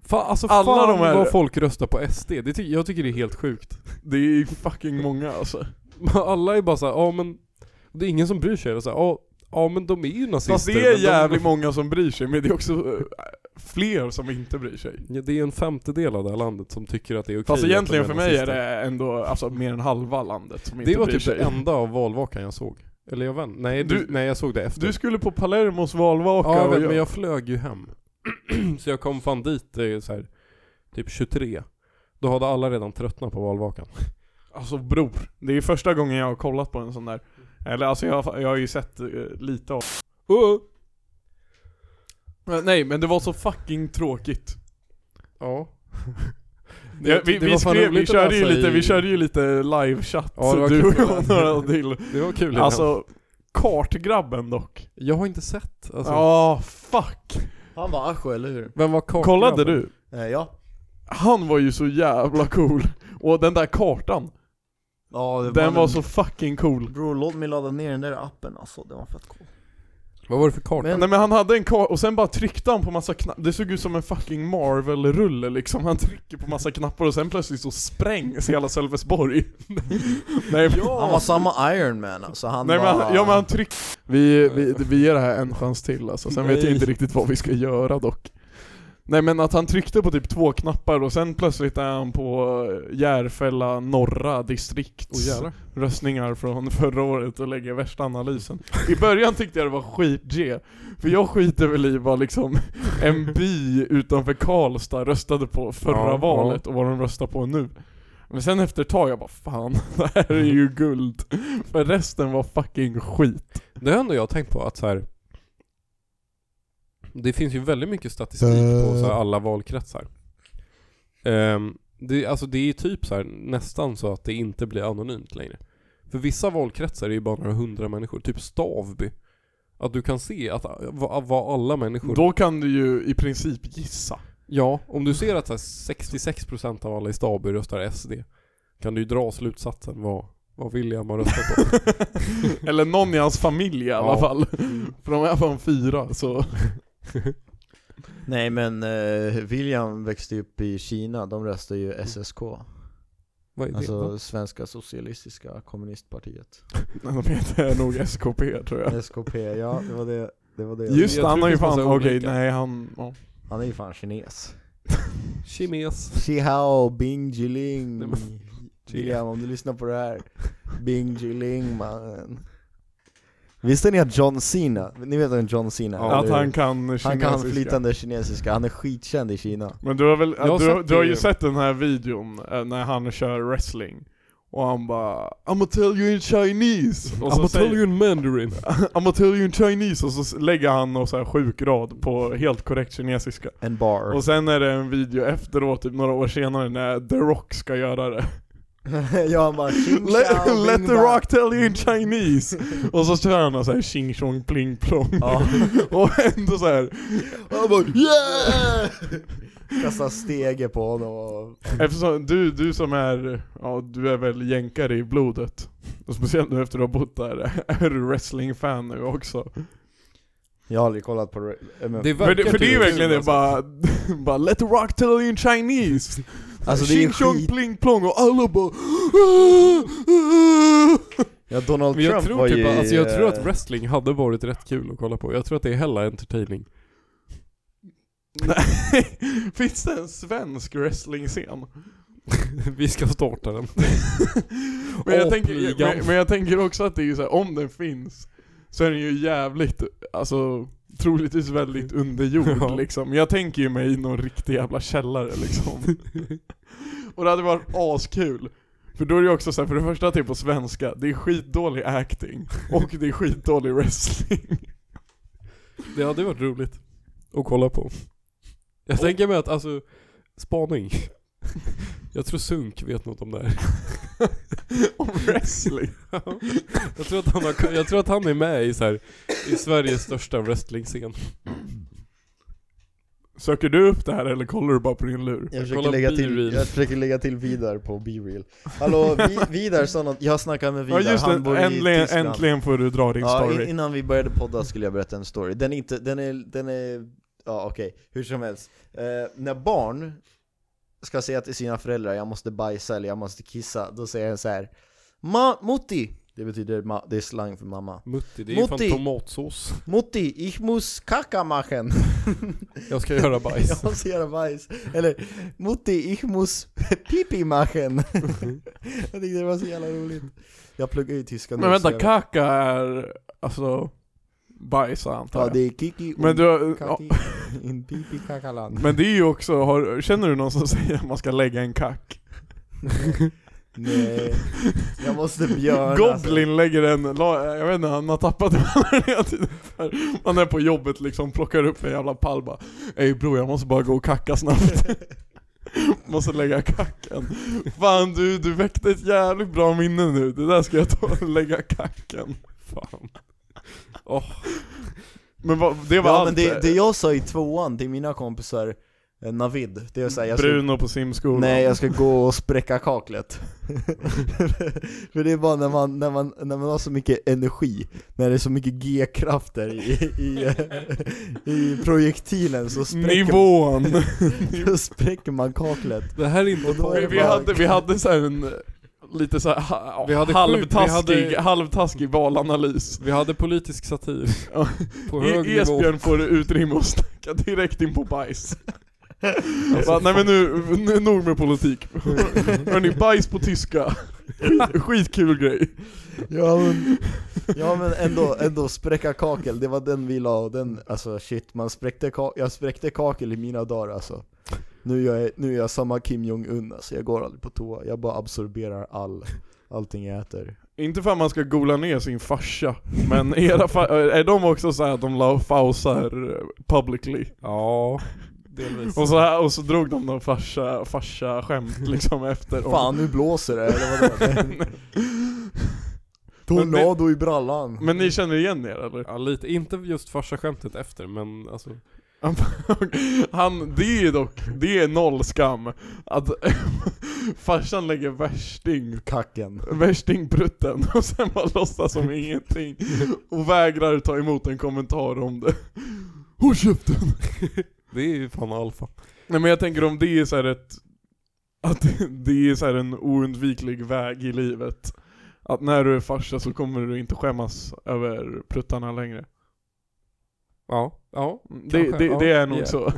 C: Fan, alltså
A: Alla
C: fan
A: de här-
C: vad folk röstar på SD. Det ty- jag tycker det är helt sjukt.
A: det är fucking många alltså.
C: Alla är bara såhär, ja men Det är ingen som bryr sig, eller så här, ja, ja men de är ju nazister
A: Fast det är
C: men de-
A: jävligt många som bryr sig, men det är också eh, fler som inte bryr sig.
C: Ja, det är en femtedel av det här landet som tycker att det är okej
A: Fast
C: att
A: egentligen
C: de
A: för mig är
C: nazister.
A: det ändå alltså, mer än halva landet som inte
C: Det var
A: bryr
C: typ det
A: sig.
C: enda av valvakan jag såg. Eller jag vann. Nej, du,
A: Du-
C: nej jag såg det efter.
A: Du skulle på Palermos valvaka
C: ja, jag
A: och
C: vet, men jag flög ju hem. så jag kom fan dit eh, så här, typ 23. Då hade alla redan tröttnat på valvakan.
A: Alltså bror, det är första gången jag har kollat på en sån där. Eller alltså jag, jag har ju sett eh, lite av... Uh! Men Nej men det var så fucking tråkigt.
C: Ja.
A: Ja, vi, vi,
C: Det var fan
A: skrev, vi,
C: roligt att
A: körde ju
C: läsa
A: lite,
C: i-
A: vi körde ju lite livechatt,
C: Ja, det var
A: du och
C: kul.
A: jag och några till.
C: Det var kul. Alltså,
A: Alltså, kartgrabben dock.
C: jag har inte sett. Alltså,
A: Ja, fuck.
B: Han var Acho, eller hur?
C: Vem var kartgrabben?
A: Kollade du?
B: Eh, ja.
A: Han var ju så jävla cool. Och den där kartan,
B: ja det
A: den var
B: en-
A: så fucking cool.
B: Bror, låt mig ladda ner den där appen alltså, den var fett cool.
C: Vad var det för karta?
B: Men-
A: Nej men han hade en karta, och sen bara tryckte han på massa knappar, det såg ut som en fucking Marvel-rulle liksom. Han trycker på massa knappar och sen plötsligt så sprängs hela Sölvesborg. Nej, men-
B: Han var samma Iron Man alltså, han
A: Nej men
B: var...
A: han, ja men han tryck... vi, vi, vi ger det här en chans till alltså, sen vet jag
C: Nej.
A: inte riktigt vad vi ska göra dock Nej men att han tryckte på typ två knappar och sen plötsligt är han på eh, Järfälla norra
C: Åh,
A: distrikts
C: jävlar.
A: röstningar från förra året och lägger värsta analysen I början tyckte jag det var skit-G, för jag skiter väl i vad liksom en by utanför Karlstad röstade på förra
C: Ja,
A: valet och vad de röstar på nu men sen efter ett tag, jag bara fan, det här är ju guld. För resten var fucking skit.
C: Det har ändå jag tänkt på att så här. Det finns ju väldigt mycket statistik på
B: Eh.
C: så här, alla valkretsar. Ehm, det, alltså det är ju typ så här, nästan så att det inte blir anonymt längre. För vissa valkretsar är ju bara några hundra människor, typ Stavby. Att du kan se att äh, vad vad alla människor...
A: Då kan du ju i princip gissa.
C: Ja, om du ser att så här, 66% av alla i Stavby röstar SD. Kan du ju dra slutsatsen vad, vad William har röstat på.
A: Eller någon i hans familj i alla
C: Ja.
A: fall. För de är fan fyra så.
B: Nej men eh, William växte upp i Kina, de röstar ju SSK
C: Vad
A: Mm.
C: är det?
B: Alltså Svenska Socialistiska Kommunistpartiet
A: Men De heter nog SKP tror jag.
B: SKP, ja det var det, det var det
A: Just
C: Jag
A: det, han
C: tror
A: har ju
C: det finns
A: fan,
C: massa
A: okej
C: olika.
A: nej han, ja.
B: Han är ju fan kines
C: Kines.
B: Xihao Bing Jiling
C: Nej,
B: William om du lyssnar på det här Bing Jiling man Visste ni att John Cena, ni vet vem John Cena är?
A: Att
B: eller
A: han
B: hur?
A: kan
B: han kan
A: kinesiska.
B: flytande kinesiska, han är skitkänd i Kina
A: Men du har väl,
C: Jag har
A: du, har-
C: sett
A: du har ju
C: det.
A: sett den här videon eh, när han kör wrestling. Och han bara 'I'mma tell you in Chinese' och så
C: I'ma
A: säger-
C: tell you in mandarin.
A: I'm gonna tell you in Chinese och så s- lägger han någon så här sjuk rad på helt korrekt kinesiska.
B: En bar
A: Och sen är det en video efteråt, typ några år senare, när The Rock ska göra det.
B: Ja han bara "Xing
A: Let,
B: Xiao,
A: let
B: Bing
A: The
B: Bang."
A: Rock tell you in Chinese! och så kör han så här ching chong pling plong.
B: Ja.
A: och ändå så här.
B: Och bara yeah! Kastar stege på honom och...
A: Eftersom du, du som är, ja du är väl jänkare i blodet. Och speciellt nu efter att du har bott där, är du wrestling-fan nu också?
B: Jag har aldrig kollat på det, men...
C: Det
A: För det, för det är ju
C: typ-
A: verkligen det, bara, bara Let the rock tell you in Chinese!
B: Alltså det är
A: Ching
B: ju
A: chong
B: skit...
A: pling plong och alla bara
B: Ja Donald
C: Men jag
B: Trump
C: tror
B: var
C: typ
B: ju
C: att- alltså jag
B: i,
C: tror att
B: eh,
C: wrestling hade varit rätt kul att kolla på. Jag tror att det är hella entertaining.
A: Nej, finns det en svensk wrestling-scen?
C: Vi ska starta den.
A: Men jag, tänker,
C: Apligan.
A: men, men jag tänker också att det är ju så här, om den finns så är den ju jävligt, alltså troligtvis väldigt underjord
C: Ja.
A: liksom. Jag tänker ju mig i någon riktig jävla källare liksom. Och det hade varit askul. För då är det ju också så här, för det första att det är på svenska, det är skitdålig acting och det är skitdålig wrestling.
C: Det hade varit roligt att kolla på. Jag tänker mig att alltså, spaning. Jag tror Sunk vet något om det här.
A: Om wrestling.
C: Jag tror att han, har, jag tror att han är med i, så här, i Sveriges största wrestlingscen.
A: Söker du upp det här eller kollar du bara på din lur?
B: Jag
C: Kolla
B: försöker, lägga till,
C: B-reel.
B: jag försöker lägga till Vidar på B-real Hallå, vi, Vidar sa något, jag snackade med
A: Ja
B: Vidar,
A: just
B: han bor
A: det,
B: i
A: äntligen,
B: Tyskland
A: äntligen får du dra din
B: Ja,
A: story.
B: in- innan vi började podda skulle jag berätta en story. Den är inte, den är, den är, ja okej, hur som helst. Eh, när barn ska säga till sina föräldrar jag måste bajsa eller jag måste kissa, då säger den så här Ma, Mutti! Det betyder, ma- det är slang för mamma.
C: Mutti, det är ju fan
B: Mutti!
C: tomatsås.
B: Mutti, ich muss kaka machen!
C: Jag ska göra bajs.
B: Jag ser bajs. Eller, Mutti, ich muss pipi machen! jag tyckte det var så jävla roligt. Jag pluggar ju tyska nu.
A: Men
B: så
A: vänta,
B: jag-
A: kaka är alltså bajs antar
B: Ja,
A: jag.
B: det är kiki
A: Men du, ja,
B: kaki in pipi kakaland.
A: men det är ju också, har, känner du någon som säger att man ska lägga en kack?
B: Nej, jag måste björna. alltså.
A: Goblin lägger en, la- jag vet inte, han har tappat det hela tiden. Man är på jobbet liksom, plockar upp en jävla pall bara Ey bror jag måste bara gå och kacka snabbt. måste lägga kacken. Fan du, du väckte ett jävligt bra minne nu. Det där ska jag ta och lägga kacken.
C: Fan.
A: Men vad, det var
B: ja,
A: allt. eh,
B: men det, det jag sa i tvåan till mina kompisar, eh, Navid, det är såhär jag ska,
A: Bruno på simskolan.
B: alltså- Nej jag ska gå och spräcka kaklet För det är bara när man, när, man, när man har så mycket energi, när det är så mycket G-krafter i, i, eh, i projektilen så spräcker,
A: Nivån!
B: så spräcker man kaklet
C: Det här är inte
B: Och då är
A: vi,
B: det
A: vi,
B: bara-
A: hade, vi hade så här en eh, lite så här, ha,
C: Vi hade sjukt-
A: halvtaskig,
C: vi hade-
A: halvtaskig valanalys.
C: Vi hade politisk satir.
A: Ja.
C: På hög
A: I,
C: nivå.
A: Esbjörn får du utrymme att snacka direkt in på bajs. Bara, nej men nu, nu, nog med politik. Hörni, bajs på tyska. Skit, skitkul grej.
B: Ja men, ja, men ändå, ändå spräcka kakel, det var den vi la och den, alltså shit, man spräckte ka- jag spräckte kakel i mina dagar alltså Nu är jag, nu är jag samma Kim Jong-Un alltså, jag går aldrig på toa, jag bara absorberar all, allting jag äter
A: Inte för att man ska gola ner sin farsa, men era fa- eh, är de också så här att de la fausar eh, publicly?
C: Ja, delvis.
A: Och så, här, och så drog de någon farsa, farsa skämt liksom efter
B: Fan nu blåser det, eller vadå? Tornado i brallan!
A: Men ni känner igen er eller?
C: Ja, lite. Inte just första skämtet efter, men alltså.
A: Han, det är dock, det är noll skam att farsan lägger värsting,
B: Kacken
A: värstingprutten och sen bara låtsas som ingenting och vägrar ta emot en kommentar om det. Håll käften!
C: Det är ju fan alfa.
A: Nej men jag tänker om det är så här ett, att det är så här en oundviklig väg i livet. Att när du är farsa så kommer du inte skämmas över pruttarna längre.
C: Ja, ja.
A: Det,
C: Kanske,
A: det,
C: ja.
A: det är nog
C: Yeah.
A: så.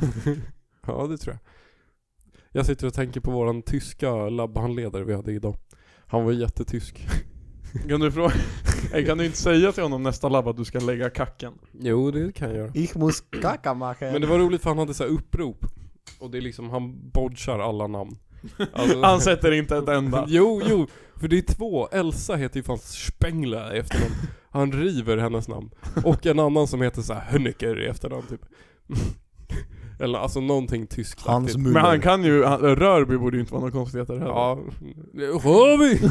C: Ja, det tror jag. Jag sitter och tänker på våran tyska labbhandledare vi hade idag. Han var jättetysk.
A: Kan du fråga? Nej, Kan du inte säga till honom nästa labb att du ska lägga kacken?
C: Jo, det kan jag göra.
B: Ich muss kaka machen!
C: Men det var roligt för han hade så här upprop. Och det är liksom, han bodgar alla namn. Alltså-
A: Han sätter inte ett enda.
C: Jo, jo. För det är två. Elsa heter ju fan Spengler i efternamn. Han river hennes namn. Och en annan som heter så här Hönecker i efternamn typ. Eller alltså någonting Typ. tyskt.
B: Hans
A: Men han
B: muller
A: kan ju, han, Rörby borde ju inte vara någon konstigheter heller.
C: Ja. Hör vi?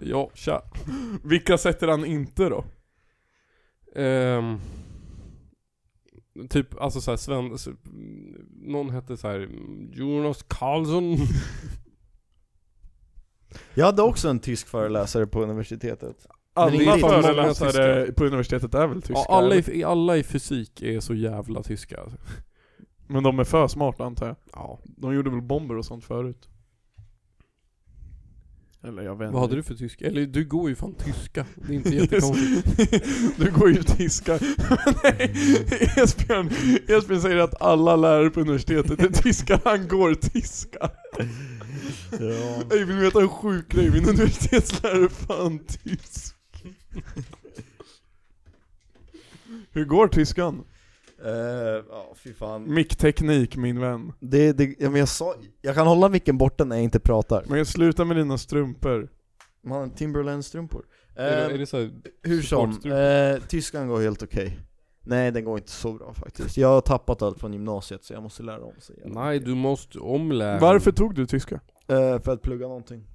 C: Ja, tja.
A: Vilka sätter han inte då?
C: Ehm, typ, alltså såhär Sven... Så, någon hette såhär Jonas Karlsson.
B: Jag hade också en tysk föreläsare på universitetet Men
A: Alla
B: inte fan många
A: föreläsare på universitetet är väl tyskar?
C: Ja, alla, i, alla i fysik är så jävla tyska. alltså.
A: Men de är för smarta antar jag.
C: Ja.
A: De gjorde väl bomber och sånt förut? Eller jag vet
C: Vad hade du för tyska? Eller du går ju fan tyska. Det är inte jättekonstigt.
A: Du går ju tyska. Nej, Esbjörn, Esbjörn säger att alla lärare på universitetet är tyskar, han går tyska.
B: ja.
A: Jag vill ni veta en sjuk grej? Min universitetslärare är fan tysk. Hur går tyskan?
B: Uh, ja, fy fan
A: Mickteknik min vän.
B: Det, det, ja, men jag, sa, jag kan hålla micken borta när jag inte pratar.
A: Men sluta med dina strumpor.
B: Man, Timberland-strumpor.
C: är,
B: Eh,
C: det, är det såhär...
B: hur som, eh, tyskan går helt okej. Nej, den går inte så bra faktiskt. Jag har tappat allt från gymnasiet så jag måste lära om sig. igen.
C: Nej, du måste
B: Ehm.
C: omlära.
A: Varför tog du tyska?
B: Eh, för att plugga någonting.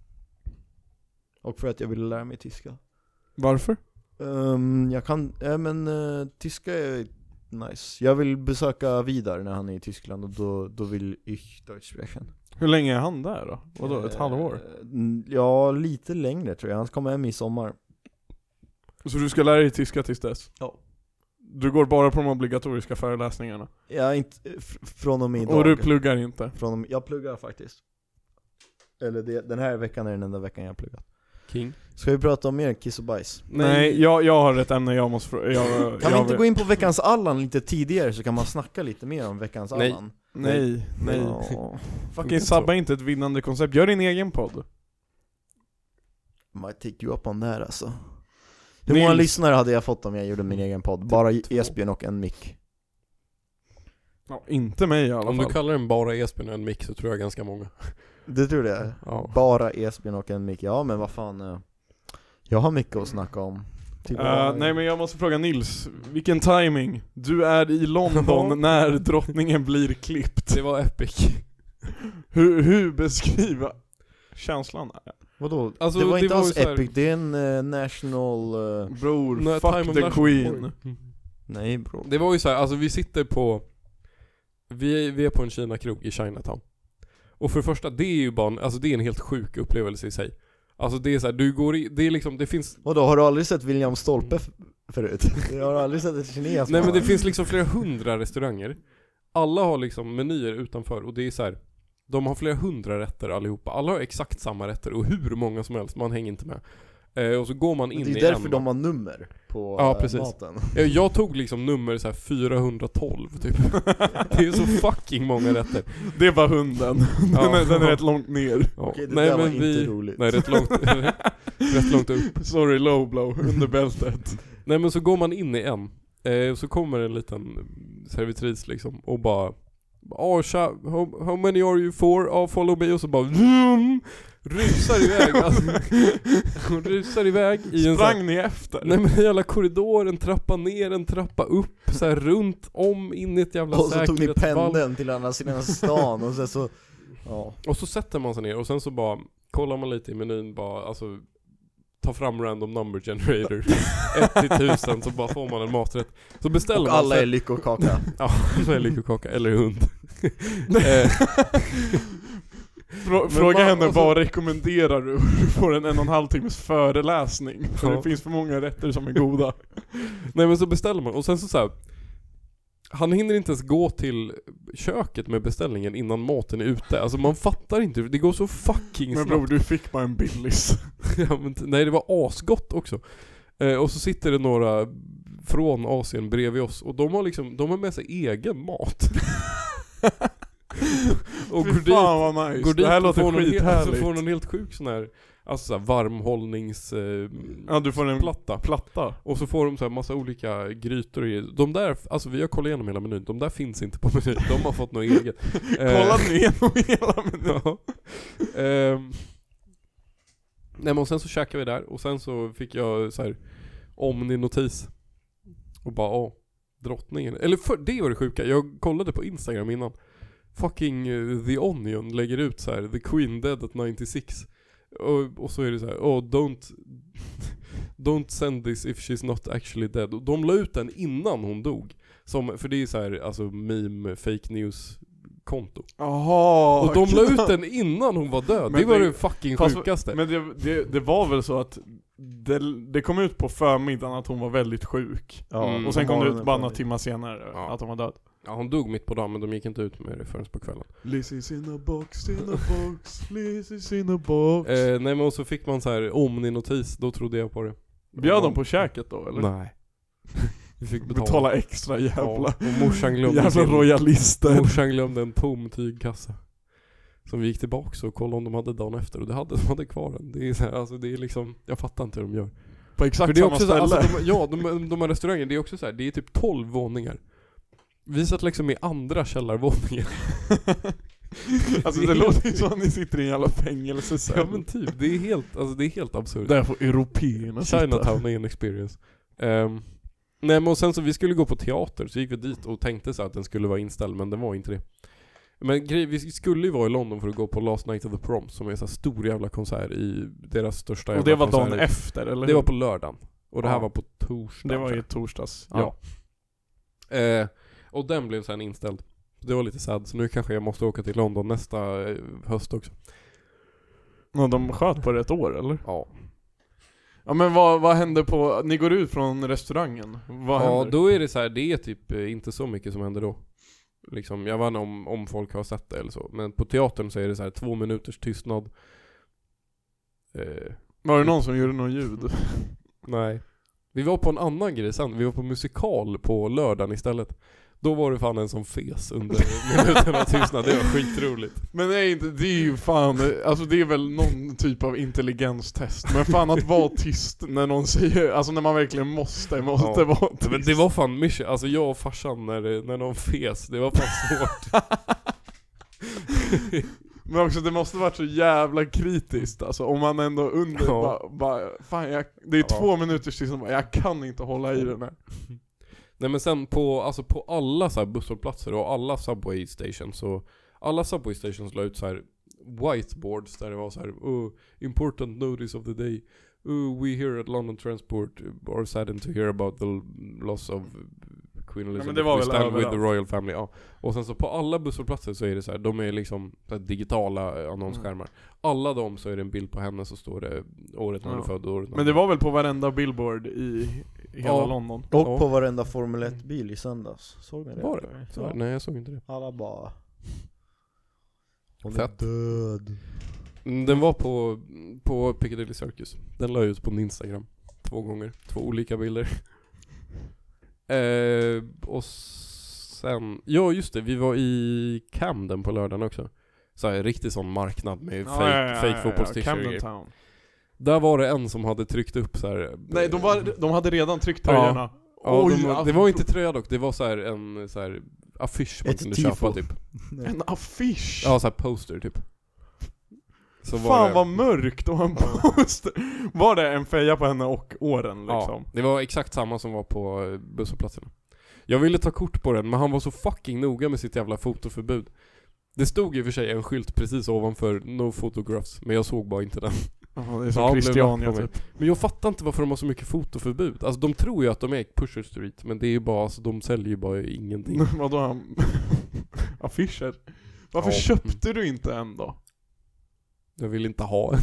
B: Och för att jag ville lära mig tyska.
A: Varför?
B: Ehm, jag kan, eh, men eh, tyska är nice. Jag vill besöka Vidar när han är i Tyskland och då, då vill ich Deutsch sprechen.
A: Hur länge är han där då? Vadå, ett
B: Eh,
A: halvår?
B: n- Ja, lite längre tror jag. Han kommer hem i sommar.
A: Så du ska lära dig tyska tills dess?
B: Ja.
A: Du går bara på de obligatoriska föreläsningarna?
B: Jag är inte, fr- från och med idag.
A: Och du pluggar inte?
B: från och med, jag pluggar faktiskt. Eller det, den här veckan är den enda veckan jag har pluggat.
C: King.
B: Ska vi prata om mer än kiss och bajs?
A: Nej, jag, jag har ett ämne jag måste fråga. Jag,
B: Kan vi
A: jag
B: inte gå in på veckans Allan lite tidigare så kan man snacka lite mer om veckans
C: Nej.
B: Allan?
A: Nej, nej.
B: Ja.
A: Fucking sabba inte ett vinnande koncept. Gör din egen podd.
B: Might take you up on that alltså. Hur
A: Nils. Typ
B: många lyssnare hade jag fått om jag gjorde min egen podd? Bara Esbjörn och en mick.
A: Ja, inte mig i alla
C: Om
A: fall.
C: du kallar den bara Esbjörn och en mick så tror jag ganska många.
B: Det tror jag.
C: Ja.
B: Bara Esbjörn och en mick. Ja men vad fan. eh, Jag har mycket att snacka om. Typ-
A: Eh, nej men jag måste fråga Nils, vilken timing? Du är i London när drottningen blir klippt.
C: Det var epic.
A: Hur, hur beskriva känslan?
B: Vadå?
C: Alltså,
B: det var
C: det
B: inte
C: var
B: alls
C: ju så här-
B: epic, det är en eh, national... eh,
A: Bror,
C: Nej, Time
A: fuck
C: of
A: the
C: Life-
A: queen.
C: Oj.
B: nej bro.
C: Det var ju så här, alltså vi sitter på vi är, vi är på en Kina-krog i Chinatown. Och för det första, det är ju bara en, alltså det är en helt sjuk upplevelse i sig. Alltså det är så här, du går i, det är liksom, det finns
B: Vadå, har du aldrig sett William Stolpe f- förut? Jag har aldrig sett ett kines
C: Nej men det finns liksom flera hundra restauranger. Alla har liksom menyer utanför och det är så här. De har flera hundra rätter allihopa. Alla har exakt samma rätter och hur många som helst, man hänger inte med. Eh, och så går man in
B: Det är
C: i
B: därför
C: en-
B: de har nummer på
C: Ja,
B: eh,
C: precis.
B: maten.
C: jag, jag tog liksom nummer så här 412 typ. det är så fucking många rätter.
A: Det var hunden. Den, är, den är rätt långt ner.
C: Ja.
B: Okej det där var inte roligt.
C: Nej rätt långt, rätt långt upp.
A: Sorry low blow, under bältet.
C: Nej men så går man in i en, eh, och så kommer en liten servitris liksom och bara Oh, tja, how, how many are you for? Oh, follow me och så bara vroom, rusar iväg alltså, Hon rusar iväg i en sån här-
A: Sprang ni efter?
C: Nej men en jävla korridor, en trappa ner, en trappa upp, så här runt om in i ett jävla
B: Och så tog ni
C: säkerhetsvalv.
B: pendeln till andra sidan stan och sen så, ja.
C: Och så sätter man sig ner och sen så bara kollar man lite i menyn bara, alltså ta fram random number generator 1 till 1000 så bara får man en maträtt. Så beställer
B: Och
C: man
B: alla
C: så-
B: är lyckokaka.
C: Ja, så är det lyckokaka eller hund. Eh,
A: Frå, fråga
C: man-
A: henne,
C: alltså-
A: vad rekommenderar du? Du får en en och en halv timmes föreläsning. För
C: Ja.
A: det finns för många rätter som är goda.
C: nej men så beställer man och sen så, så här. Han hinner inte ens gå till köket med beställningen innan maten är ute. Alltså man fattar inte, det går så fucking
A: Men
C: snabbt.
A: bror, du fick bara en Billys.
C: ja, men, t- nej det var asgott också. Eh, och så sitter det några från Asien bredvid oss och de har liksom, de har med sig egen mat. och
A: Fy
C: går dit
A: fan vad nice.
C: Går dit
A: det här
C: och får
A: låter
C: någon helt-
A: skithärligt.
C: Alltså får någon helt sjuk sån här, alltså så här varmhållnings... Eh,
A: Ja du får en
C: platta.
A: platta.
C: Och så får de så här massa olika grytor och grejer. De där, alltså vi har kollat igenom hela menyn, de där finns inte på menyn, de har fått något eget. Eh,
A: Kolla ni igenom hela menyn?
C: ja. Ehm. Nej men och sen så käkade vi där och sen så fick jag så här Omni-notis. Och bara åh, drottningen. Eller för, det var det sjuka, jag kollade på Instagram innan. Fucking eh, The Onion lägger ut så här The Queen Dead at 96. Och, och så är det så här, oh don't Don't send this if she's not actually dead. Och de la ut den innan hon dog. Som, för det är så här, alltså meme, fake news konto.
A: Jaha.
C: Och de la ut den innan hon var död,
A: Men
C: det var
A: det-
C: det fucking
A: fast-
C: sjukaste.
A: Men det, det, det var väl så att det, det kom ut på förmiddagen att hon var väldigt sjuk.
B: Ja,
C: Mm.
A: Och sen kom det ut
B: morgonen
A: bara
B: på
A: några
B: det.
A: timmar senare
C: Ja.
A: att hon var död.
C: Ja, hon dog mitt på dagen men de gick inte ut med det förrän på kvällen.
A: Liz is in a box, in a box, Liz is in a box.
C: Eh, nej men och så fick man så här omni-notis, då trodde jag på det.
A: Bjöd de på käket då eller?
C: Nej. Vi fick betala.
A: Betala extra jävla,
C: Ja, och morsan glömde
A: jävla
C: sin-
A: royalister.
C: Morsan glömde en tom tygkassa. Som vi gick tillbaka och kollade om de hade dagen efter och det hade de hade kvar den. Det är, så här, alltså, det är liksom, jag fattar inte hur de gör.
A: På
C: För
A: exakt
C: det är
A: samma
C: också så,
A: ställe.
C: här, alltså, de, ja, de, de här restaurangerna, det är också så här, det är typ 12 våningar. Vi satt liksom i andra källarvåningen.
A: alltså
C: Det
A: det
C: är-
A: låter ju som att ni sitter i en jävla fängelsecell.
C: Ja men typ, det är helt, alltså det är helt absurt.
A: Där får européerna
C: Chinatown är en experience. Ehm, nej men och sen så, vi skulle gå på teater, så gick vi dit och tänkte så här att den skulle vara inställd, men den var inte det. Men grej, vi skulle ju vara i London för att gå på Last Night of the Prom, som är en så här stor jävla konsert i deras största
A: Och
C: jävla
A: det var
C: konsert.
A: dagen efter eller
C: Det
A: hur?
C: var på lördagen. Och det här
A: Ja.
C: var på torsdagen.
A: Det var
C: tror
A: ju
C: jag.
A: torsdags.
C: Ja. Eh, och den blev sen inställd. Det var lite sad, så nu kanske jag måste åka till London nästa eh, höst också.
A: Ja, de sköt på det ett år eller?
C: Ja.
A: Ja men vad, vad hände på, ni går ut från restaurangen, vad
C: ja,
A: händer?
C: då är det så här, det är typ eh, inte så mycket som händer då. Liksom, jag vet inte om, om folk har sett det eller så. Men på teatern så är det så här två minuters tystnad. Eh,
A: Var det någon som gjorde något ljud?
C: nej. Vi var på en annan grej sen. Vi var på musikal på lördagen istället. Då var det fan en som fes under minuten av tystnad. Det var skitroligt.
A: Men det är inte, det är ju fan, alltså det är väl någon typ av intelligenstest. Men fan att vara tyst när någon säger, alltså när man verkligen måste, måste
C: Ja.
A: vara tyst.
C: Men det var fan mission. Alltså jag och farsan när, det- när någon fes, det var fan svårt.
A: Men också det måste varit så jävla kritiskt alltså, om man ändå under
C: Ja.
A: bara, bara, fan jag, det är
C: Ja.
A: två minuters tystnad, bara, jag kan inte hålla i den här.
C: Typ. Nej men sen på, alltså på alla så här busshållplatser och alla subway stations så alla subway stations la ut så här whiteboards där det var så här oh, important notice of the day. Oh, we here at London Transport are saddened to hear about the loss of Queen Elizabeth.
A: det var
C: We
A: väl
C: stand with the
A: överallt.
C: royal family. Ja. Och sen så på alla busshållplatser så är det så här, de är liksom så här digitala eh,
A: Mm.
C: annonsskärmar. Alla de så är det en bild på henne så står det eh, året när hon är
A: Ja.
C: född och året när
A: Men
C: hon
A: det
C: är-
A: var väl på varenda billboard i hela
C: Ja.
A: London?
B: Och
C: Ja.
B: på varenda Formel 1-bil i söndags. Såg ni det?
C: Var det? Så,
B: Ja.
C: Nej jag såg inte det.
B: Alla bara... Hon är
C: Fett.
B: död.
C: Mm, Den var på, på Piccadilly Circus. Den la jag ut på min Instagram. Två gånger. Två olika bilder. eh, och sen, ja just det, vi var i Camden på lördagen också. Så här, riktig sån marknad med fake, fake fotbolls-t-shirt och
A: Camden
C: grejer.
A: Town.
C: Där var det en som hade tryckt upp så här.
A: Nej, de, var, de hade redan tryckt
C: Ja.
A: tröjorna.
C: Ja,
A: Oj,
C: de, var- det
A: alltså,
C: var inte tröja dock, det var så här en så här, affisch man
B: Ett
C: kunde
B: tifo.
C: köpa typ.
A: En affisch!
C: Ja, så här poster typ. Så var
A: Fan
C: det-
A: vad mörkt och en poster. Var det en feja på henne och åren liksom?
C: Ja, det var exakt samma som var på eh, busshållplatsen. Jag ville ta kort på den, men han var så fucking noga med sitt jävla fotoförbud. Det stod i och för sig en skylt precis ovanför 'No photographs' men jag såg bara inte den.
A: Ja, det är som
C: Ja, blev
A: Christiania
C: lack på mig.
A: typ.
C: Men jag fattar inte varför de har så mycket fotoförbud. Alltså de tror ju att de är Pusher Street, men det är ju bara, alltså de säljer ju bara ingenting.
A: Vadå han? Affischer? Varför
C: Ja.
A: köpte du inte en då?
C: Jag vill inte ha en.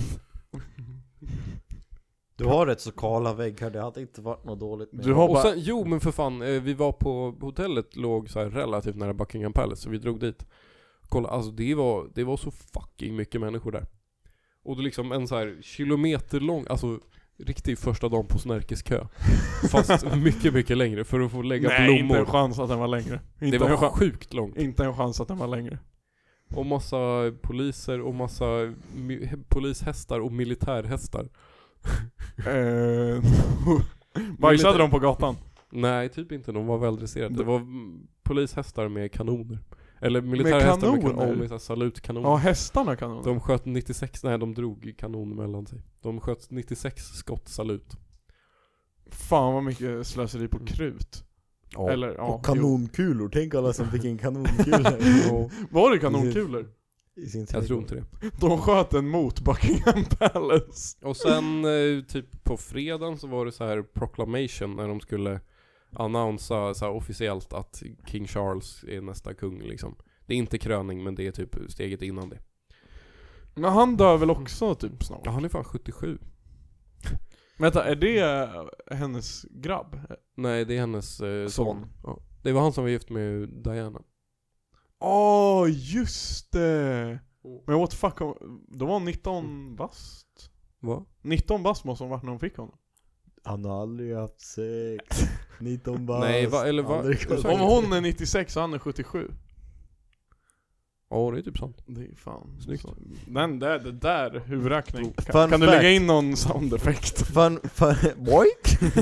B: Du har rätt så kala väggar, det hade inte varit något dåligt med
A: Du har
C: Och
A: bara...
C: sen, jo men för fan, eh, vi var på hotellet, låg så här relativt nära Buckingham Palace, så vi drog dit. Kolla, alltså det var, det var så fucking mycket människor där. Och det liksom en så här kilometerlång, alltså riktig första dagen på Snärkeskö. Fast mycket, mycket längre för att få lägga
A: Nej, inte en
C: blommor.
A: chans att den var längre.
C: Det
A: Inte, en
C: var
A: chans,
C: sjukt långt.
A: inte en chans att den var längre.
C: Och massa poliser och massa mi- polishästar och militärhästar.
A: Eh, Bajsade de på gatan?
C: Nej, typ inte. De var väldresserade. Det var mm, polishästar med kanoner. Eller
A: Med
C: militärhästar med
A: kanoner?
C: kanoner. Med, med salutkanoner.
A: Ja, hästarna kan de.
C: De sköt 96, nej de drog kanon mellan sig. De sköt 96 skott salut.
A: Fan vad mycket slöseri på krut. Eller ja,
B: Och kanonkulor, tänk alla som fick en kanonkula
C: Ja,
A: jo. Var det kanonkulor?
B: i sin
C: jag tror inte det.
A: De sköt en mot Buckingham Palace.
C: Och sen eh, typ på fredagen så var det så här proclamation när de skulle annonsa så här officiellt att King Charles är nästa kung liksom. Det är inte kröning men det är typ steget innan det.
A: Men han dör väl också typ snart?
C: Ja han är fan 77.
A: Vänta, är det eh, hennes grabb?
C: Nej det är hennes eh, son.
A: Son.
C: Ja. Det var han som var gift med Diana.
A: Åh, just det! Men what the fuck, hon- då var hon 19 bast?
C: Va?
A: 19 bast måste hon varit när hon fick honom.
B: Han har aldrig haft sex, 19 bast,
C: Nej, va- eller va-
B: aldrig kollat.
C: Ursäkta.
A: Om hon är 96 och han är 77.
C: Ja det är typ sant.
A: Det är fan
C: Snyggt.
A: Så, den där, det där huvudräkning. Kan,
B: Fun
A: kan du
B: fact.
A: lägga in någon soundeffekt?
B: Fun, fun, boink!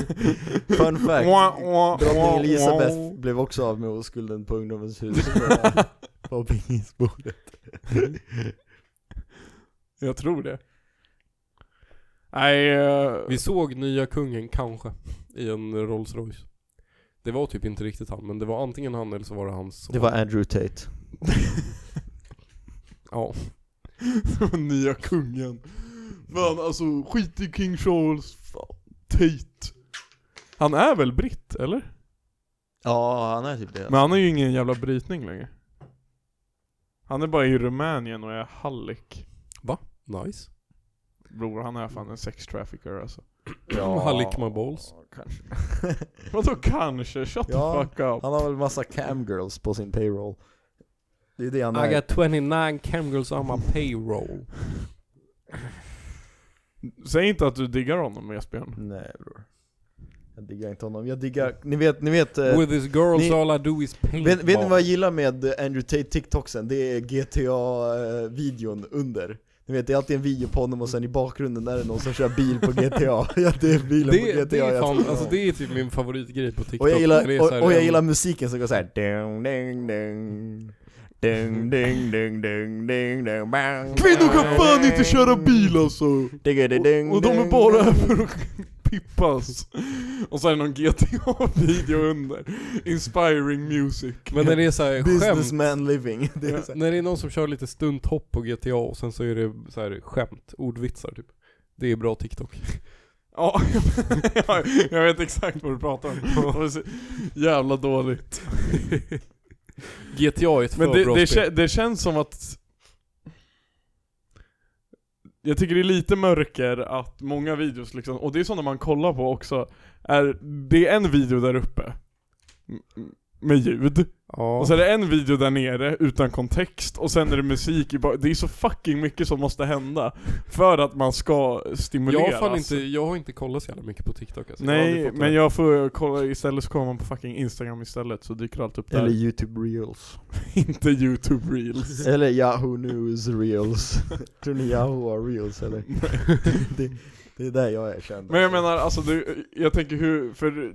B: fun fact,
A: Wah, wah, wah,
B: drottning
A: wah.
B: Elisabeth blev också av med oskulden på ungdomens hus på pingisbordet
A: Jag tror det. Nej, eh,
C: Vi såg nya kungen kanske i en Rolls Royce. Det var typ inte riktigt han, men det var antingen han eller så var det hans son.
B: Det var Andrew Tate
C: Ja.
A: nya kungen. Fan alltså, skit i King Charles. Fan, Tate. Han är väl britt, eller?
B: Ja, han är typ det
A: Men han har ju ingen jävla brytning längre. Han är bara i Rumänien och är hallick.
C: Nice.
A: bror han är fan en sex trafficker alltså.
C: Hallik my balls.
A: Kanske. Vadå kanske? Shut
B: Ja,
A: the fuck up.
B: Han har väl massa camgirls på sin payroll. Det är det han
C: I
B: är.
C: got 29 camgirls on my payroll.
A: Säg inte att du diggar honom Esbjörn.
B: Nej bror. Jag diggar inte honom. Jag diggar, ni vet, ni vet. eh,
C: With these girls
B: ni-
C: all I do is paint
B: Vet, vet ni
C: balls.
B: vad jag gillar med Andrew Tate TikToksen? Det är GTA-videon under. Ni vet, det är alltid en video på honom och sen i bakgrunden är det någon som kör bil på GTA. ja, det är bilen på
C: det,
B: GTA.
C: det, är
B: jag
C: fan,
B: tror.
C: alltså, det är typ min favoritgrej på TikTok.
B: och jag
C: Det är
B: gillar,
C: så här
B: och, och jag
C: en-
B: gillar musiken som går såhär ding ding ding ding ding ding ding ding ding bang
A: Kvinnor kan fan inte köra bil alltså!
B: Ding-a-ding-ding.
A: Och, och de är bara här för att pippas. Och så är det någon GTA-video under. Inspiring music.
C: Men när det är såhär skämt.
B: Businessman living det är så här,
C: När det är någon som kör lite stunthopp på GTA och sen så är det så här skämt, ordvitsar typ. Det är bra TikTok.
A: Ja, jag vet exakt vad du pratar om. Det var så jävla dåligt.
C: GTA är ett
A: Men
C: för
A: det,
C: bra
A: det,
C: spel.
A: kä- det känns som att... Jag tycker det är lite mörker att många videos liksom, och det är sådana man kollar på också, är, det är en video där uppe. m- Med ljud.
C: Ja.
A: Och sen är det en video där nere utan kontext, och sen är det musik i ba- Det är så fucking mycket som måste hända för att man ska
C: jag,
A: stimuleras.
C: har fan inte, jag har inte kollat så jävla mycket på TikTok alltså. har aldrig
A: Nej,
C: fått det.
A: men jag får kolla istället så kommer man på fucking Instagram istället så dyker allt upp där.
B: Eller youtube reels
A: inte youtube reels.
B: Eller Yahoo News reels Tror ni Yahoo har reels eller? det, det är där jag är känd
A: Men jag
B: alltså.
A: menar alltså, du, jag tänker hur, för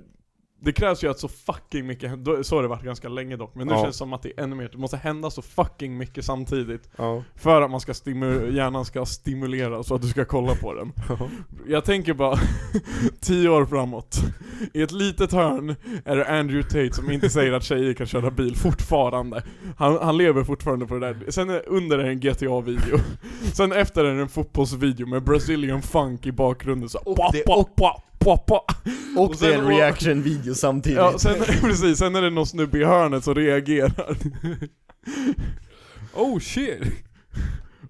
A: det krävs ju att så fucking mycket händer, så har det varit ganska länge dock, men nu
C: Ja.
A: känns det som att det är ännu mer, det måste hända så fucking mycket samtidigt
C: Ja.
A: för att man ska stimu- hjärnan ska stimuleras så att du ska kolla på den. Jag tänker bara, tio år framåt. I ett litet hörn är det Andrew Tate som inte säger att tjejer kan köra bil fortfarande. Han, han lever fortfarande på det där. Sen är, under är det en GTA-video. Sen efter är det en fotbollsvideo med Brazilian funk i bakgrunden så
B: Och
A: pa,
B: det-
A: pa, pa, pa, pa.
B: Och,
A: och
B: det är
A: sen-
B: en reaction video samtidigt
A: Ja, sen, precis, sen är det någon snubbe i hörnet som reagerar.
C: Oh shit!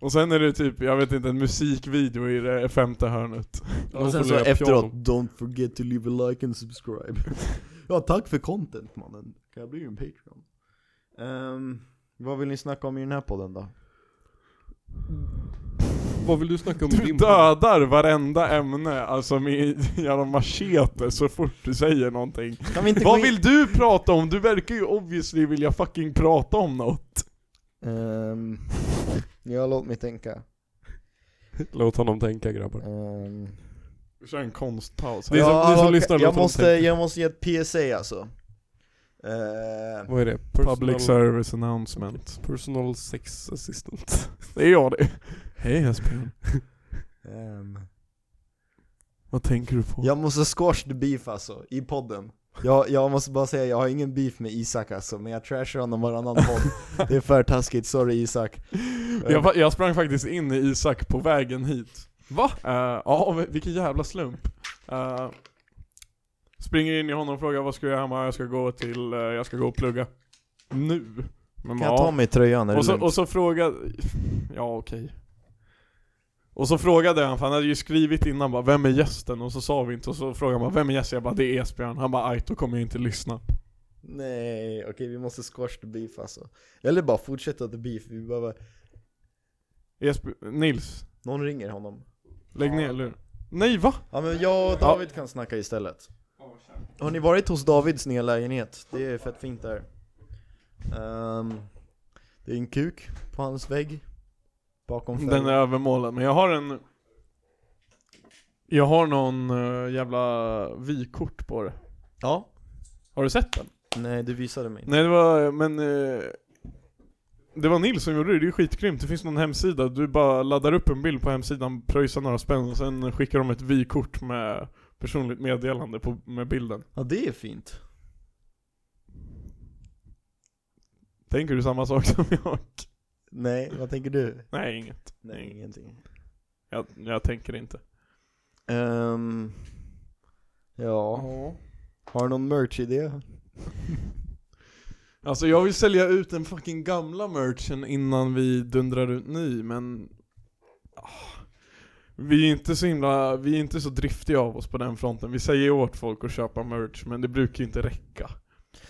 A: Och sen är det typ, jag vet inte, en musikvideo i det femte hörnet.
B: Och sen så efteråt, don't forget to leave a like and subscribe Ja tack för content mannen, kan jag bli en Patreon? Ehm, vad vill ni snacka om i den här podden då?
C: Vad vill du snacka om i
A: Du
C: din
A: dödar varenda ämne, alltså med jävla machete så fort du säger någonting.
B: Kan vi inte
A: Vad
B: gå in-
A: vill du prata om? Du verkar ju obviously vilja fucking prata om något.
B: Ehm, ja låt mig tänka
C: Låt honom tänka grabbar.
B: Ehm,
A: Kör en konstpaus.
C: Det är som-
B: ja,
C: det är som
B: okej,
C: lyssnar, låt
B: jag
C: dem
B: måste,
C: tänka.
B: jag måste ge ett PSA alltså Ehm,
C: Vad är det?
A: Public service announcement.
C: Personal sex assistant.
A: Det är jag det. Hej Esbjörn.
B: ehm,
A: Vad tänker du på?
B: Jag måste squash the beef alltså, i podden jag, jag måste bara säga, jag har ingen beef med Isak alltså, men jag trashar honom varannan podd Det är för taskigt, sorry Isak Eh,
A: Jag, fa- jag sprang faktiskt in i Isak på vägen hit.
C: Va?
A: Eh, Ja, vil- vilken jävla slump. Eh, springer in i honom och frågar vad ska jag göra hemma? Jag ska gå till, eh, jag ska gå och plugga. Nu. Men
B: Kan
A: ja.
B: jag ta mig tröjan? Är
A: Och
B: det
A: så,
B: lugnt?
A: och så frågade... Ja, okej. Och så frågade han, för han hade ju skrivit innan bara 'Vem är gästen?' och så sa vi inte och så frågade han bara 'Vem är gästen?' Jag bara 'Det är Esbjörn' Han bara 'Aj, då kommer jag inte lyssna'
B: Nej, okej vi måste squash the beef alltså Eller bara fortsätta the beef, vi behöver...
A: Esbjörn, Nils,
B: Någon ringer honom
A: lägg ner eller Nej va?
B: Ja men jag och David kan snacka istället Har ni varit hos Davids nya lägenhet? Det är fett fint där Ehm, Det är en kuk på hans vägg Bakom
A: Den
B: färgen.
A: är övermålad, men jag har en... Jag har någon eh, jävla vykort på det
B: Ja,
A: Har du sett den?
B: nej du visade mig
A: Nej det var, men... eh, Det var Nils som gjorde det, det är ju skitgrymt. Det finns någon hemsida, du bara laddar upp en bild på hemsidan, pröjsar några spänn och sen skickar de ett vykort med personligt meddelande på, med bilden.
B: Ja det är fint
A: Tänker du samma sak som jag?
B: Nej, vad tänker du?
A: Nej, inget. Nej,
B: ingenting
A: Jag, jag tänker inte.
B: Ehm, Ja, har du någon merch-idé?
A: Alltså jag vill sälja ut den fucking gamla merchen innan vi dundrar ut ny, men... ah. Vi är inte så himla, vi är inte så driftiga av oss på den fronten. Vi säger åt folk att köpa merch, men det brukar ju inte räcka.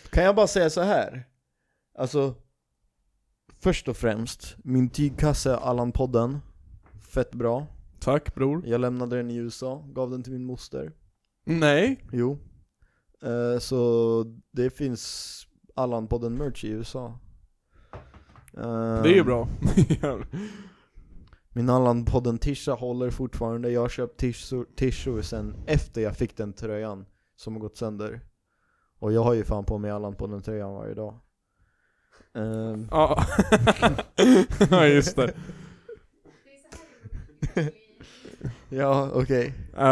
B: Kan jag bara säga så här? Alltså, först och främst, min tygkasse Allan-podden, fett bra.
A: Tack bror.
B: Jag lämnade den i USA, gav den till min moster.
A: Mm. Nej.
B: Jo. Eh, så det finns Allan-podden merch i USA. Eh,
A: Det är ju bra.
B: Min Allan-podden tisha håller fortfarande, jag har köpt tishor, tishor sen efter jag fick den tröjan som har gått sönder. Och jag har ju fan på mig Allan-podden tröjan varje dag. Ehm,
A: Ja. ja just det.
B: ja, okej.
A: Eh,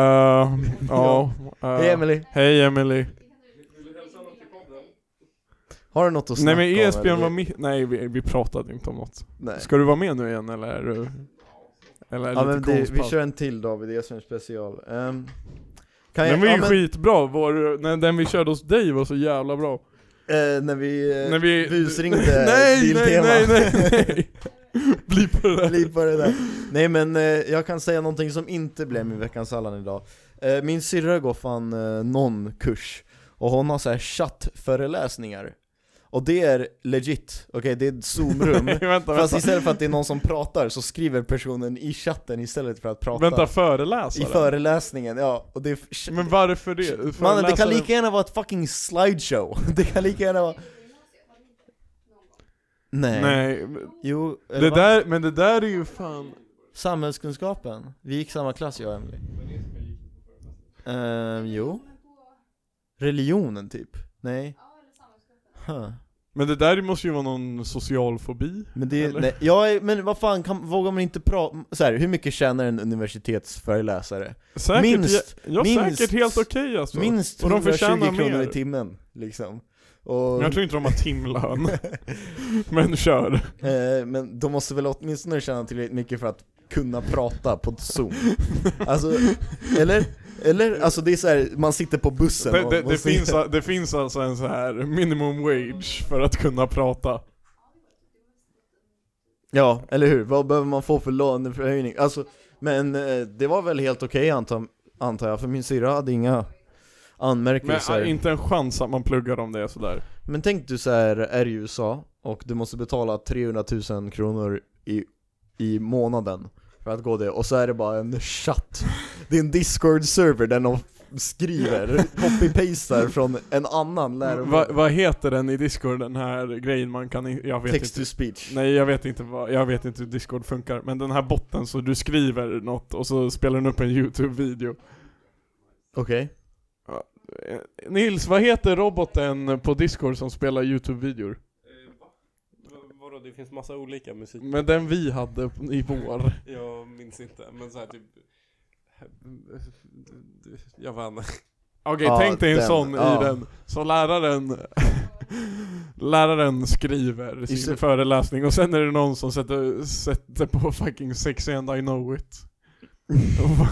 A: ja. eh,
B: Hej Emily.
A: Hej Emily.
B: Har du något att
A: Nej
B: snacka
A: men E
B: om?
A: Esbjörn var
B: eller?
A: mitt, nej vi, vi pratade inte om något.
B: Nej.
A: Ska du vara med nu igen eller? är du- Eller är
B: Ja,
A: det
B: men
A: lite
B: det, vi
A: konstpaus?
B: kör en till David Esbjörn special. Ehm, kan
A: Den var ju
B: ja, men,
A: skitbra, Vår, när den vi körde hos dig var så jävla bra.
B: eh, när vi, eh,
A: När vi...
B: busringde
A: nej, nej,
B: Biltema.
A: nej, nej, nej! Blipa det där.
B: Blipa det där. Nej men eh, jag kan säga någonting som inte blev min veckans Allan idag. Eh, min syrra går fan eh, någon kurs, och hon har så här chattföreläsningar. Och det är legit, okej det är ett zoomrum.
A: Nej, vänta,
B: Fast
A: vänta.
B: istället för att det är någon som pratar så skriver personen i chatten istället för att prata.
A: Vänta,
B: I
A: föreläsare?
B: föreläsningen, ja. Och det är ch-
A: Men varför det?
B: Mannen, det kan
A: Föreläsare-
B: lika gärna vara ett fucking slideshow. Det kan lika gärna vara... Nej.
A: Nej,
B: Jo, eller
A: det
B: va?
A: där, men det där är ju fan...
B: Samhällskunskapen. Vi gick samma klass jag och Emily. Ehm, jo. Religionen typ? Nej. Huh.
A: Men det där måste ju vara någon social fobi.
B: Men det,
A: Eller?
B: nej, jag är, men vad fan, kan, vågar man inte prata, så här, hur mycket tjänar en universitetsföreläsare?
A: Säkert,
B: Minst-
A: ja,
B: minst-
A: säkert helt okej alltså.
B: Minst
A: Och de
B: 120
A: förtjänar
B: kronor
A: mer.
B: i timmen, liksom. Och,
A: Men jag tror inte de har timlön. men kör.
B: Eh, men de måste väl åtminstone känna tillräckligt mycket för att kunna prata på zoom. Alltså, eller? Eller? Alltså det är så här, man sitter på bussen
A: Det,
B: och
A: det,
B: och
A: det,
B: ser-
A: finns, det finns alltså en så här minimum wage för att kunna prata.
B: Ja, eller hur? Vad behöver man få för löneförhöjning? Alltså, men eh, det var väl helt okej antar, antar jag, för min syrra hade inga
A: Men
B: anmärkelser.
A: äh,
B: Men,
A: inte en chans att man pluggar om det är sådär.
B: tänk du så här, är i USA och du måste betala 300 000 kronor i, i månaden för att gå det, och så är det bara en chatt. Det är en discord-server där de skriver, copy-pastar från en annan lärare.
A: Va, vad heter den i Discord, den här grejen man kan... i- Jag vet
B: Text to
A: inte.
B: speech.
A: Nej jag vet inte vad, jag vet inte hur Discord funkar, men den här botten så du skriver något och så spelar den upp en YouTube-video.
B: Okej.
A: Eh, Nils, vad heter roboten på Discord som spelar YouTube-videor?
C: Eh, Vadå, det finns massa olika musik.
A: Men den vi hade i vår.
C: Jag minns inte, men så här typ... Jag vann.
A: Okej,
B: Ja,
A: tänk dig en
B: den,
A: sån
B: ja.
A: i den. Så läraren, läraren skriver sin
B: Istället-
A: föreläsning och sen är det någon som sätter, sätter på fucking sexy and I know it. Och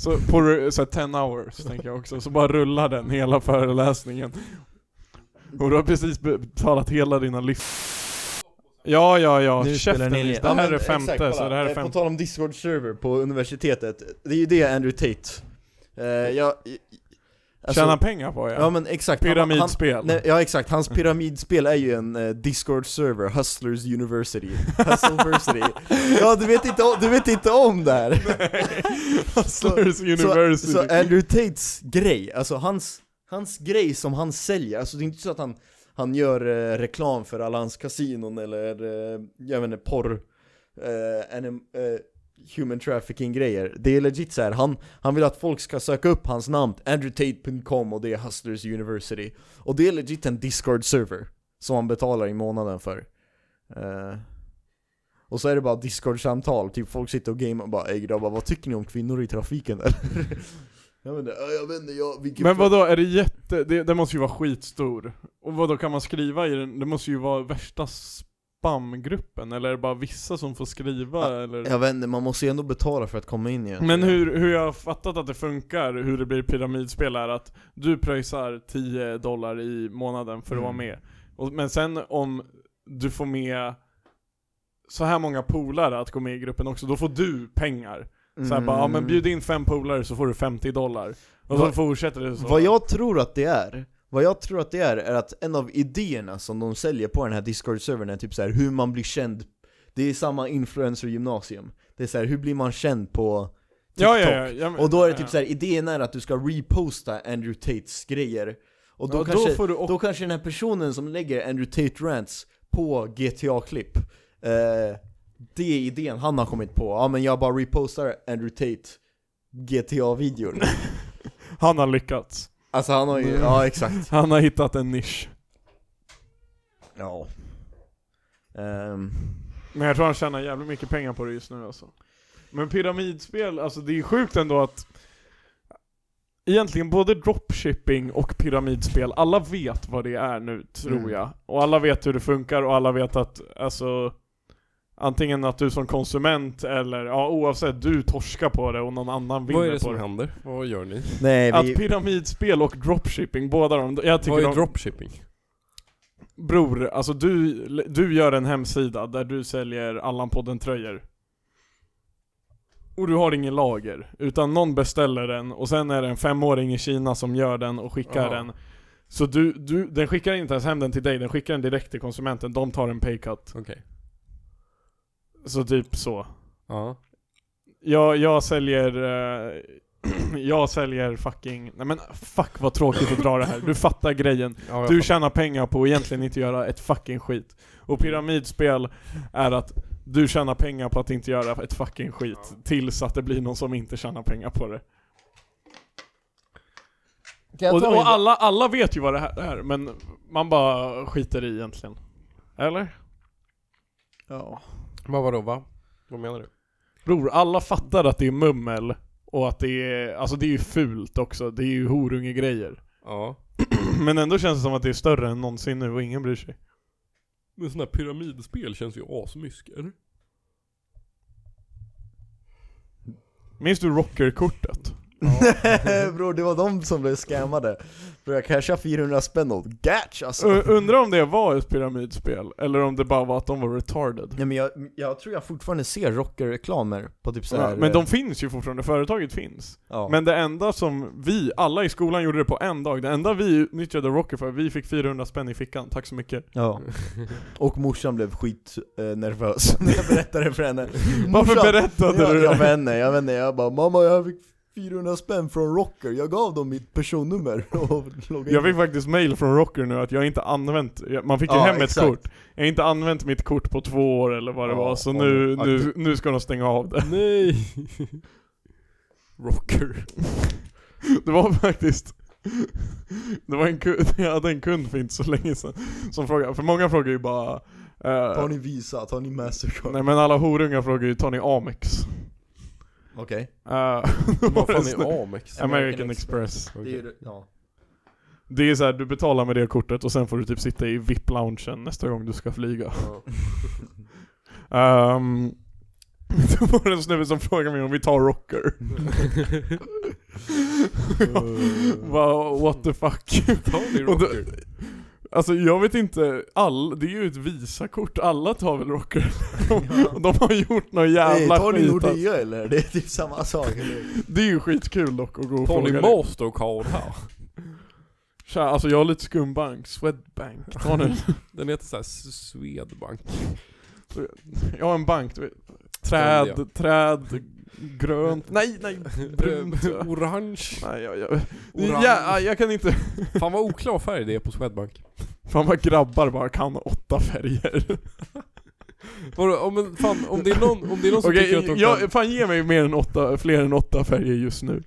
A: så på re- så här 10 hours tänker jag också, så bara rullar den hela föreläsningen. Och du har precis betalat hela dina liv. Ja, ja, ja,
B: Nu spelar
A: käften
B: ni
A: Nils.
B: ner.
A: Det
B: Ja,
A: här
B: men
A: är femte,
B: exakt, kolla.
A: så det här är
B: Eh, På
A: femte.
B: tal om Discord-server på universitetet, det är ju det Andrew Tate eh, jag, i- i- alltså-
A: Tjäna pengar på
B: Ja
A: ja.
B: men exakt Han- han,
A: Pyramidspel.
B: nej, Ja exakt, hans pyramidspel är ju en eh, Discord-server, Hustlers University Hustleversity Ja du vet inte om, du vet inte om det här!
A: Hustlers
B: Så,
A: University.
B: så Andrew Tates grej, alltså hans, hans grej som han säljer, alltså det är inte så att han, han gör eh, reklam för alla hans kasinon eller, eh, jag vet inte, porr, eh, anim, eh, human trafficking grejer. Det är legit så här. Han, han vill att folk ska söka upp hans namn, andrewtate.com och det är Hustlers University. Och det är legit en Discord-server som han betalar i månaden för. Eh, och så är det bara discord-samtal, typ folk sitter och gamear och bara Ey grabbar, vad tycker ni om kvinnor i trafiken eller? jag vet inte, "Ja, jag vet inte, jag, vilken
A: Men vad då är det jätte, det, den måste ju vara skitstor. Och vad då kan man skriva i den? Det måste ju vara värsta spamgruppen, eller är det bara vissa som får skriva
B: Ja,
A: eller?
B: Jag vet inte, man måste ju ändå betala för att komma in igen
A: Men hur, hur jag har fattat att det funkar, hur det blir pyramidspel är att du pröjsar 10 dollar i månaden för att
B: Mm.
A: vara med. Och, men sen om du får med så här många polare att gå med i gruppen också, då får du pengar.
B: Mm.
A: Så här bara, ja men bjud in fem polare så får du 50 dollar. Och så
B: Vad-
A: fortsätter det så.
B: Vad jag tror att det är, vad jag tror att det är, är att en av idéerna som de säljer på den här discord-servern är typ så här hur man blir känd Det är samma influencer-gymnasium Det är så här hur blir man känd på TikTok?
A: ja, ja, ja, ja, men-
B: Och då är det
A: ja,
B: typ
A: ja.
B: så här idén är att du ska reposta Andrew Tates grejer Och då,
A: Ja,
B: kanske,
A: då får du
B: då kanske den här personen som lägger Andrew Tate rants på GTA-klipp eh, Det är idén han har kommit på, ja men jag bara repostar Andrew Tate GTA-videor
A: Han har lyckats.
B: Alltså han har ju,
A: Mm.
B: ja exakt
A: Han har hittat en nisch.
B: Ja. Ehm,
A: Men jag tror han tjänar jävligt mycket pengar på det just nu alltså. Men pyramidspel, alltså det är sjukt ändå att Egentligen både dropshipping och pyramidspel, alla vet vad det är nu tror
B: Mm.
A: jag. Och alla vet hur det funkar och alla vet att, alltså Antingen att du som konsument eller, ja oavsett, du torskar på det och någon annan vinner
C: Vad är det
A: på
C: som
A: det.
C: händer? Vad gör ni?
B: nej,
A: Att pyramidspel och dropshipping, båda de, jag tycker
C: Vad är
A: de,
C: dropshipping?
A: Bror, alltså du, du gör en hemsida där du säljer Allan-podden-tröjor. Och du har ingen lager, utan någon beställer den och sen är det en femåring i Kina som gör den och skickar
C: Aha.
A: den. Så du, du, den skickar inte ens hem den till dig, den skickar den direkt till konsumenten, de tar en paycut.
C: Okej.
A: Så typ så.
C: Ja.
A: Jag, jag säljer, eh, jag säljer fucking, nej men fuck vad tråkigt att dra det här, du fattar grejen.
C: ja jag
A: Du
C: fattar.
A: tjänar pengar på att egentligen inte göra ett fucking skit. Och pyramidspel är att du tjänar pengar på att inte göra ett fucking skit. Tills att det blir någon som inte tjänar pengar på det. Och, och alla, alla vet ju vad det här är, men man bara skiter i egentligen. Eller?
B: ja.
C: Vad vadå va? Vad menar du?
A: Bror, alla fattar att det är mummel och att det är, alltså det är ju fult också, det är ju horungegrejer.
C: Ja.
A: Men ändå känns det som att det är större än någonsin nu och ingen bryr sig.
C: Men sådana här pyramidspel känns ju asmysk, eller?
A: Minns du rockerkortet?
B: Bror, det var de som blev scammade. Bror jag cashade 400 spänn åt Gatch alltså.
A: U- Undrar om det var ett pyramidspel, eller om det bara var att de var retarded.
B: Nej men jag, jag tror jag fortfarande ser rockerreklamer på typ så här.
A: Ja, men de finns ju fortfarande, företaget finns.
B: ja.
A: Men det enda som vi, alla i skolan gjorde det på en dag, det enda vi utnyttjade Rocker för, vi fick 400 spänn i fickan, tack så mycket.
B: ja. Och morsan blev skitnervös eh, nervös när jag berättade för henne.
A: Varför
B: Morsan-
A: berättade
B: jag,
A: du
B: Jag
A: det?
B: vet inte, jag vet inte. Jag bara 'Mamma jag fick 400 spänn från Rocker, jag gav dem mitt personnummer och loggade in."
A: Jag fick faktiskt mail från Rocker nu att jag inte använt, jag- man fick ju
B: Ja,
A: hem ett
B: exakt.
A: kort. Jag har inte använt mitt kort på två år eller vad det
B: Ja,
A: var, så
B: ja,
A: nu,
B: ja.
A: nu, nu ska de stänga av det.
C: Nej! Rocker.
A: Det var faktiskt det var en kund, Jag hade en kund för inte så länge sedan Som frågade, för många frågar ju bara eh,
B: Tar ni Visa? Tar ni Mastercard?
A: Nej men alla horungar frågar ju, tar ni Amex?
B: Okej.
A: Eh,
C: Vad fan
A: snö-
C: är Amex?
A: American Express
B: Det är ju- ja.
A: Det är så här, du betalar med det kortet och sen får du typ sitta i VIP-loungen nästa gång du ska flyga
C: Ja.
A: um, Då var det en snubbe som frågade mig om vi tar rocker
C: Mm.
A: Bara, What the fuck
C: Tar ni
A: Och då-
C: rocker?
A: Alltså jag vet inte, all, det är ju ett visakort, alla tar väl rocker? De, de har gjort någon
B: Nej,
A: jävla
B: tar ni
A: skit alltså.
B: Nordea eller? Det är typ samma sak.
A: Det är ju skitkul dock att gå och
C: Tar
A: fråga
C: ni
A: det.
C: Mastercard här?
A: Tja, alltså jag har lite skumbank, Swedbank, tar ni?
C: Den heter såhär Swedbank.
A: Jag har en bank, du vet.
C: Skandia.
A: Träd, träd, grönt, nej nej, brunt
C: Orange.
A: Nej jag, jag,
C: Orange.
A: ja, jag kan inte
C: Fan vad oklar färg det är på Swedbank.
A: Fan vad grabbar bara kan åtta färger
C: Vadå, om, en- fan, om det är någon, om det är någon som
A: Okej,
C: tycker att de kan...
A: jag, fan ge mig mer än åtta, fler än åtta färger just nu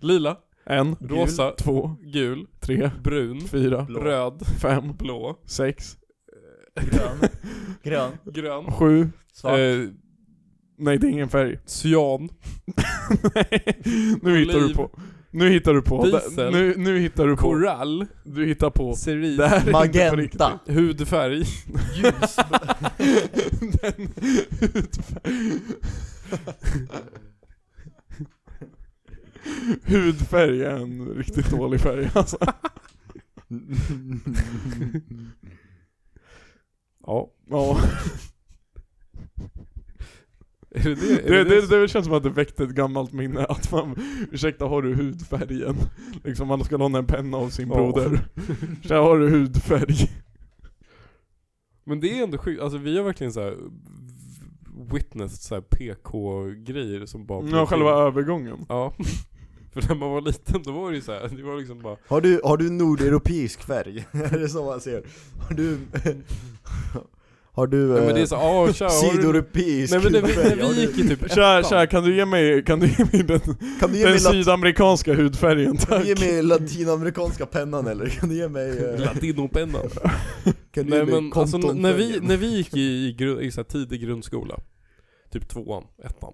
C: Lila,
A: En,
C: rosa,
A: två,
C: gul,
A: tre,
C: brun,
A: fyra,
C: röd,
A: fem,
C: blå,
A: sex,
B: Grön. Grön.
C: grön,
A: sju,
B: Svart.
C: eh,
A: nej det är ingen färg.
C: cyan.
A: Nej, nu hittar du
C: Oliv.
A: på. Nu hittar du på.
C: Diesel.
A: Nu, nu hittar du på.
C: Korall,
A: Du hittar på.
C: ceris,
A: Det här är inte på riktigt.
B: Magenta.
C: hudfärg,
A: Den hudfärg. Hudfärg är en riktigt dålig färg alltså.
C: ja,
A: Ja.
C: Är det det? Är
A: Det,
C: det,
A: det, det känns som att det väckte ett gammalt minne att man, ursäkta har du hudfärgen? Liksom man ska låna en penna av sin
C: Ja.
A: broder. Så här, har du hudfärg?
C: Men det är ändå sjukt, alltså vi har verkligen så här witnessed så här PK-grejer som bara...
A: Ja, själva övergången.
C: Ja. För när man var liten då var det ju så här, det var liksom bara...
B: Har du, har du nordeuropeisk färg? är det så man ser? Har du... har du...
C: Nej men det är
B: eh,
C: så, ja tja, har du...
B: Sydeuropeisk
C: Nej men när vi,
B: hudfärg?
C: när
B: Har
C: vi
B: du-
C: gick i typ
A: Tja,
C: ettan.
A: tja, kan du ge mig, kan du ge mig den,
B: Kan du ge
A: den
B: mig, lat-
A: sydamerikanska hudfärgen
B: kan du
A: tack?
B: ge mig latinamerikanska pennan eller? Kan du ge mig... eh,
C: Latinopennan.
B: Kan du ge
C: Nej
B: mig
C: men alltså
B: konton
C: när
B: för
C: vi,
B: den?
C: när vi gick i, i, gru- i så här tidig grundskola, typ tvåan, ettan.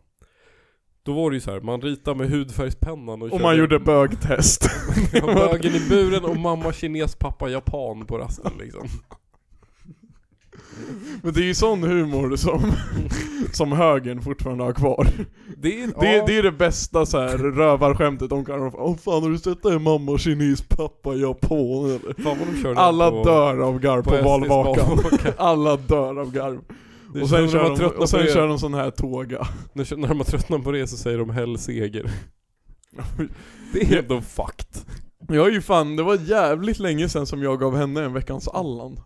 C: Då var det ju så här, man ritade med hudfärgspennan och
A: Och man gjorde bögtest.
C: Ja, Bögen i buren och mamma kines, pappa japan på rasten liksom.
A: Men det är ju sån humor som, som högern fortfarande har kvar.
C: Det är,
A: Det,
C: ja,
A: är- det är det bästa så här rövarskämtet de kan Åh fan har du sett det här mamma kines, pappa japan eller?
C: fan vad de kör nu
A: Alla
C: på,
A: dör av garv på,
C: SDs
A: valvakan.
C: valvaka.
A: Alla dör av garv.
C: Det
A: Och sen,
C: känns som när
A: kör
C: man
A: de,
C: tröttnar
A: och sen
C: på det.
A: kör de sån här tåga.
C: När, kö- när man tröttnar på det så säger de hell seger. Det är ändå fucked.
A: Jag är ju fan, det var jävligt länge sen som jag gav henne en veckans Allan.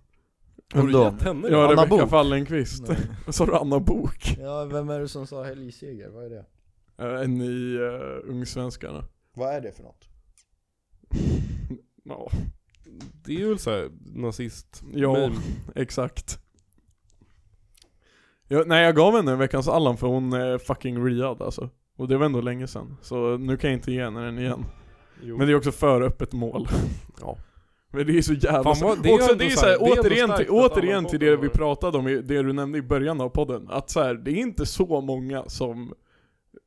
C: Har du
B: Ändå.
C: gett henne det?
A: Ja,
B: Anna
A: Rebecka
B: Bok.
A: Fallenkvist.
B: Nej.
A: Sa du Anna Bok?
B: Ja, vem är det som sa helgseger? Vad är det?
A: Eh, En i uh, Ungsvenskarna.
B: Vad är det för något?
A: Ja,
C: Det är väl såhär nazist
A: Ja.
C: meme.
A: exakt. Jag, nej jag gav henne en veckans Allan för hon är fucking riad alltså. Och det var ändå länge sen. Så nu kan jag inte ge henne den igen.
C: Jo.
A: Men det är också för öppet mål.
C: Ja.
A: Men det är så jävla...
C: Fan, vad-
A: det
C: det är
A: också,
C: ändå
A: det är
C: så
A: så här,
C: här- det är ändå
A: återigen,
C: starkt
A: till,
C: att
A: återigen
C: alla
A: till det vi
C: poddar-
A: pratade om, i- det du nämnde i början av podden. Att så här, det är inte så många som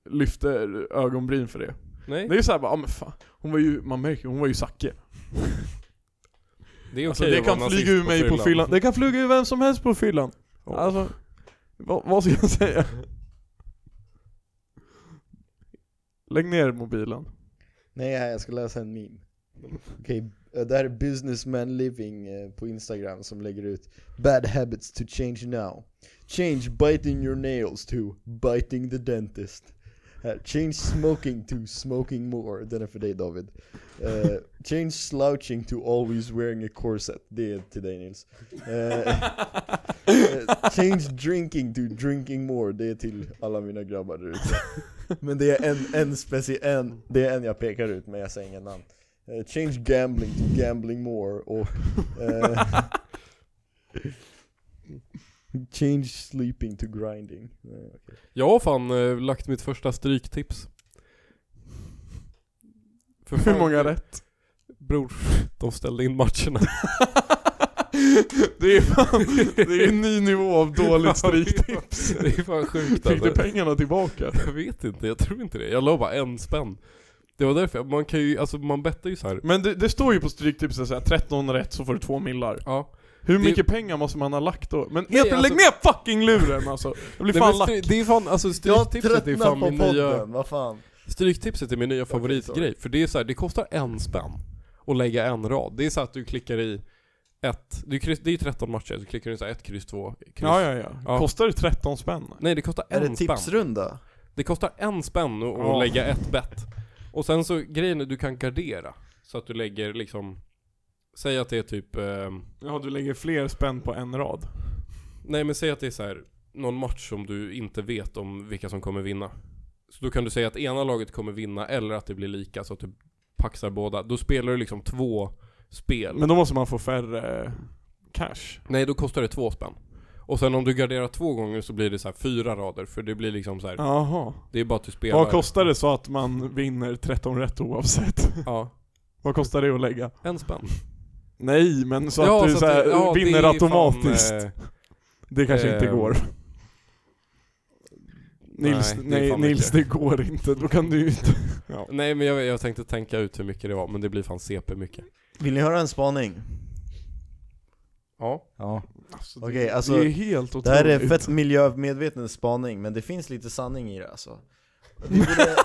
A: lyfter ögonbryn för det.
C: Nej,
A: Det är såhär bara, ja men fan. Hon var ju, man märker hon var ju Zacke.
C: det är okej
A: Alltså, det
C: att vara
A: kan
C: nazist
A: flyga ur mig på
C: fyllan.
A: fyllan. Det kan flyga ur vem som helst på fyllan.
C: Ja.
A: Alltså, vad, vad ska jag säga? Lägg ner mobilen.
B: Nej, här, jag ska läsa en meme. Okej, eh, det här är Businessman Living eh, på Instagram som lägger ut Bad habits to change now. Change biting your nails to biting the dentist. Här, change smoking to smoking more. Den är för dig David. Eh, change slouching to always wearing a corset. Det är till dig Nils. Eh, Eh, change drinking to drinking more, det är till alla mina grabbar där ute. Men det är en, en speci- en, det är en jag pekar ut men jag säger ingen namn. Eh, change gambling to gambling more och... eh, change sleeping to grinding. Eh, okej.
C: Jag har fan eh, lagt mitt första stryktips. För
A: Hur
C: fan, eh,
A: många rätt?
C: Bror, de ställde in matcherna.
A: det är fan, det är en ny nivå av dåligt stryktips.
C: Det är fan sjukt
A: Fick du
C: alltså.
A: pengarna tillbaka?
C: Jag vet inte, jag tror inte det. Jag la bara en spänn. Det var därför, man kan ju, alltså man bettar ju så här.
A: Men det, det står ju på stryktipset såhär, 13 rätt så får du två millar.
C: Ja.
A: Hur
C: Det-
A: mycket pengar måste man ha lagt då? Men
C: Nej,
A: Edvin, lägg
C: alltså-
A: ner fucking luren alltså! Jag blir
C: Nej,
A: fan
C: men
A: lack.
C: stry- det är fan, alltså
B: Jag
C: stryktipset är
B: tröttnar
C: fan
B: på
C: min
B: podden,
C: nya,
B: vad fan.
C: stryktipset är min nya favoritgrej.
B: sorry.
C: För det är så här, det kostar en spänn att lägga en rad. Det är så att du klickar i ett, du, kryss- det är ju 13 matcher, så klickar du i så här ett kryss, två, kryss.
A: Ja, ja, ja,
C: Ja.
A: Kostar det 13 spänn?
C: Nej det kostar
B: Är
C: en
B: det
C: spänn.
B: tipsrunda?
C: Det kostar en spänn att att
A: Ja.
C: lägga ett bett. Och sen så grejen är du kan gardera. Så att du lägger liksom, säg att det är typ, eh,
A: Ja, du lägger fler spänn på en rad.
C: nej men säg att det är så här någon match som du inte vet om vilka som kommer vinna. Så då kan du säga att ena laget kommer vinna eller att det blir lika så att du paxar båda. Då spelar du liksom två spel.
A: Men då måste man få färre eh, cash.
C: Nej då kostar det två spänn. Och sen om du garderar två gånger så blir det så här fyra rader för det blir liksom så här.
A: Jaha.
C: det är bara att du spelar.
A: Vad kostar det så att man vinner 13 rätt oavsett?
C: Ja,
A: Vad kostar det att lägga?
C: en spänn.
A: Nej, men så att
C: ja,
A: du så här,
C: det- ja, det är
A: vinner
C: fan,
A: automatiskt.
C: eh,
A: det kanske inte
C: ehm,
A: går. Nils,
C: det är
A: nej,
C: fan
A: Nils
C: mycket.
A: det går inte. Då kan du ju inte... Ja.
C: Nej men jag, jag tänkte tänka ut hur mycket det var, men det blir fan CP mycket.
B: Vill ni höra en spaning?
C: Ja.
B: Ja.
A: Alltså,
B: Okej,
A: det,
B: alltså,
A: det är helt otroligt.
B: Det här är fett miljömedveten spaning, men det finns lite sanning i det alltså. Vi borde...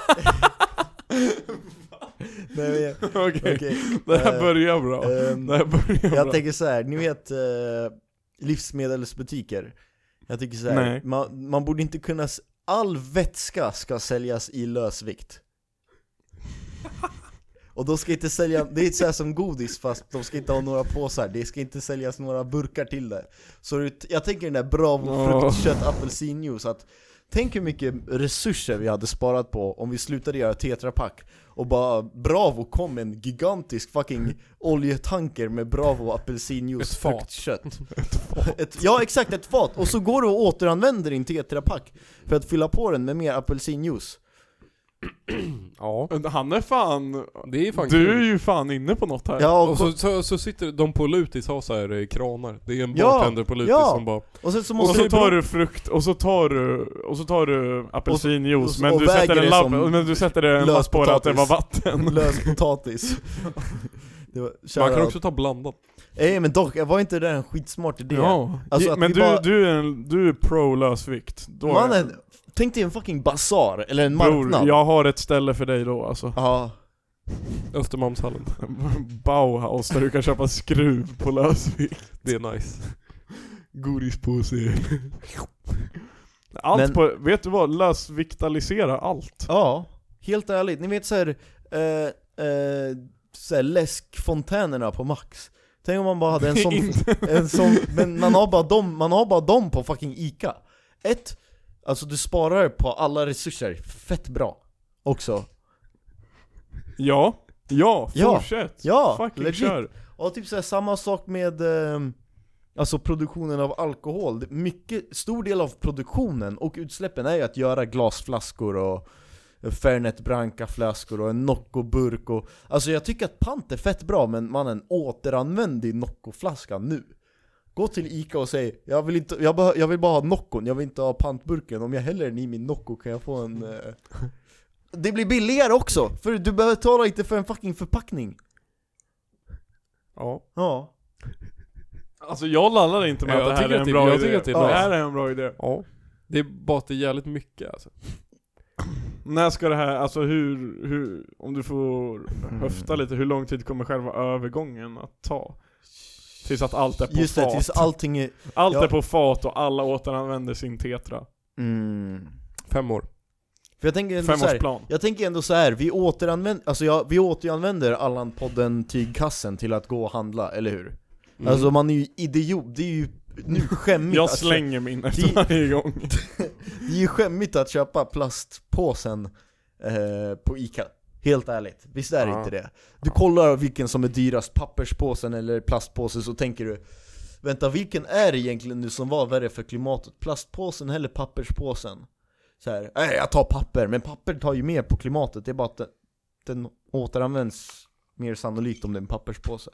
B: Nej, men,
A: Okej,
B: okej.
A: det här
B: Eh,
A: börjar bra.
B: ehm,
A: det här börjar
B: Jag
A: bra.
B: tänker så här, ni vet eh, livsmedelsbutiker. Jag tycker så här,
A: Nej.
B: man, man borde inte kunna s- all vätska ska säljas i lösvikt. Och de ska inte sälja, det är så här som godis fast de ska inte ha några påsar, det ska inte säljas några burkar till det. Så det- jag tänker den där Bravo
A: Ja.
B: fruktkött apelsinjuice, att tänk hur mycket resurser vi hade sparat på om vi slutade göra tetrapack och bara Bravo kom med en gigantisk fucking oljetanker med Bravo apelsinjuice
C: Ett fat.
B: fruktkött. Ett, ja exakt, ett fat! Och så går du och återanvänder din tetrapack för att fylla på den med mer apelsinjuice.
C: Ja,
A: Han är fan...
C: det är fan
A: Du
C: kul.
A: är ju fan inne på något här.
B: Ja,
C: Och
B: och,
C: så, så, så sitter de på Lutis har så här eh, kranar. Det är en
B: Ja,
C: bartender på Lutis
B: ja.
C: som bara
B: och sen så
A: Och
B: måste
A: så
B: du...
A: tar du frukt, och så tar du, och så tar du
B: och
A: apelsinjuice,
B: så-
A: men,
B: och
A: du sätter
B: väger
A: en
B: det
A: lapp,
B: som
A: men du sätter en
B: lös
A: lapp på det att det var
B: potatis.
A: vatten.
B: Lös potatis. Det var,
C: Man kan
B: shoutout.
C: också ta blandat.
B: Nej men dock, var inte det där en skitsmart idé?
A: Ja.
B: Alltså att
A: men
B: vi
A: du,
B: bara-
A: du, är en, du är pro lösvikt. Då är-
B: Mannen, tänk dig en fucking basar, eller en
A: Bror,
B: marknad.
A: jag har ett ställe för dig då alltså.
B: Ja.
C: Östermalmshallen.
A: Bauhaus där du kan köpa skruv på lösvikt.
C: Det är nice.
A: Godispåse. Allt
B: Men-
A: på, vet du vad? Lösviktalisera allt.
B: Ja, helt ärligt. Ni vet såhär, eh, eh, så här läskfontänerna på Max. Tänk om man bara hade en sån, en sån men man har, bara dem, man har bara dem på fucking Ica. Ett, alltså du sparar på alla resurser fett bra. Också.
A: Ja, ja,
B: Ja.
A: fortsätt.
B: Ja,
A: Fucking
B: legit.
A: kör.
B: Och typ så här, samma sak med eh, alltså produktionen av alkohol. Det- Mycket, stor del av produktionen och utsläppen är ju att göra glasflaskor och Fernet Branca-flaskor och en Nocco-burk och... Alltså jag tycker att pant är fett bra, men mannen, återanvänd din Nocco-flaska nu! Gå till Ica och säg jag vill, inte, jag, behö- jag vill bara ha Noccon, jag vill inte ha pantburken, om jag häller den i min Nocco kan jag få en... Eh... Det blir billigare också! För du behöver betala inte för en fucking förpackning!
C: Ja.
B: Ja.
A: Alltså jag lallar inte med
C: Ja,
A: att det
C: jag
A: här
C: tycker
A: är
C: att
A: en
C: det-
A: bra
C: jag
A: idé.
C: tycker att det är
A: det
C: nice.
A: här är en bra idé.
C: ja. Det är bara att det är jävligt mycket alltså.
A: När ska det här, alltså hur, hur, om du får höfta lite, hur lång tid kommer själva övergången att ta? Tills att allt är på
B: Just
A: fat.
B: det, tills allting är...
A: Allt
B: ja.
A: är på fat och alla återanvänder sin tetra.
B: Mm.
C: Fem år.
B: För jag tänker ändå så här,
A: Femårsplan.
B: jag tänker ändå så här, vi återanvänder, alltså jag, vi återanvänder Allan-podden tygkassen till att gå och handla, eller hur?
C: Mm.
B: Alltså man är ju idiot, det är ju nu skämmigt
A: Jag
B: att kö-
A: slänger min
B: Ti-
A: efter varje gång.
B: Det är ju skämmigt att köpa plastpåsen eh, på Ica, helt ärligt. Visst är det
C: Ja.
B: inte det? Du kollar vilken som är dyrast, papperspåsen eller plastpåsen, så tänker du Vänta, vilken är det egentligen nu som var värre för klimatet? Plastpåsen eller papperspåsen? Så här, nej jag tar papper, men papper tar ju mer på klimatet, det är bara att den, den återanvänds mer sannolikt om det är en papperspåse.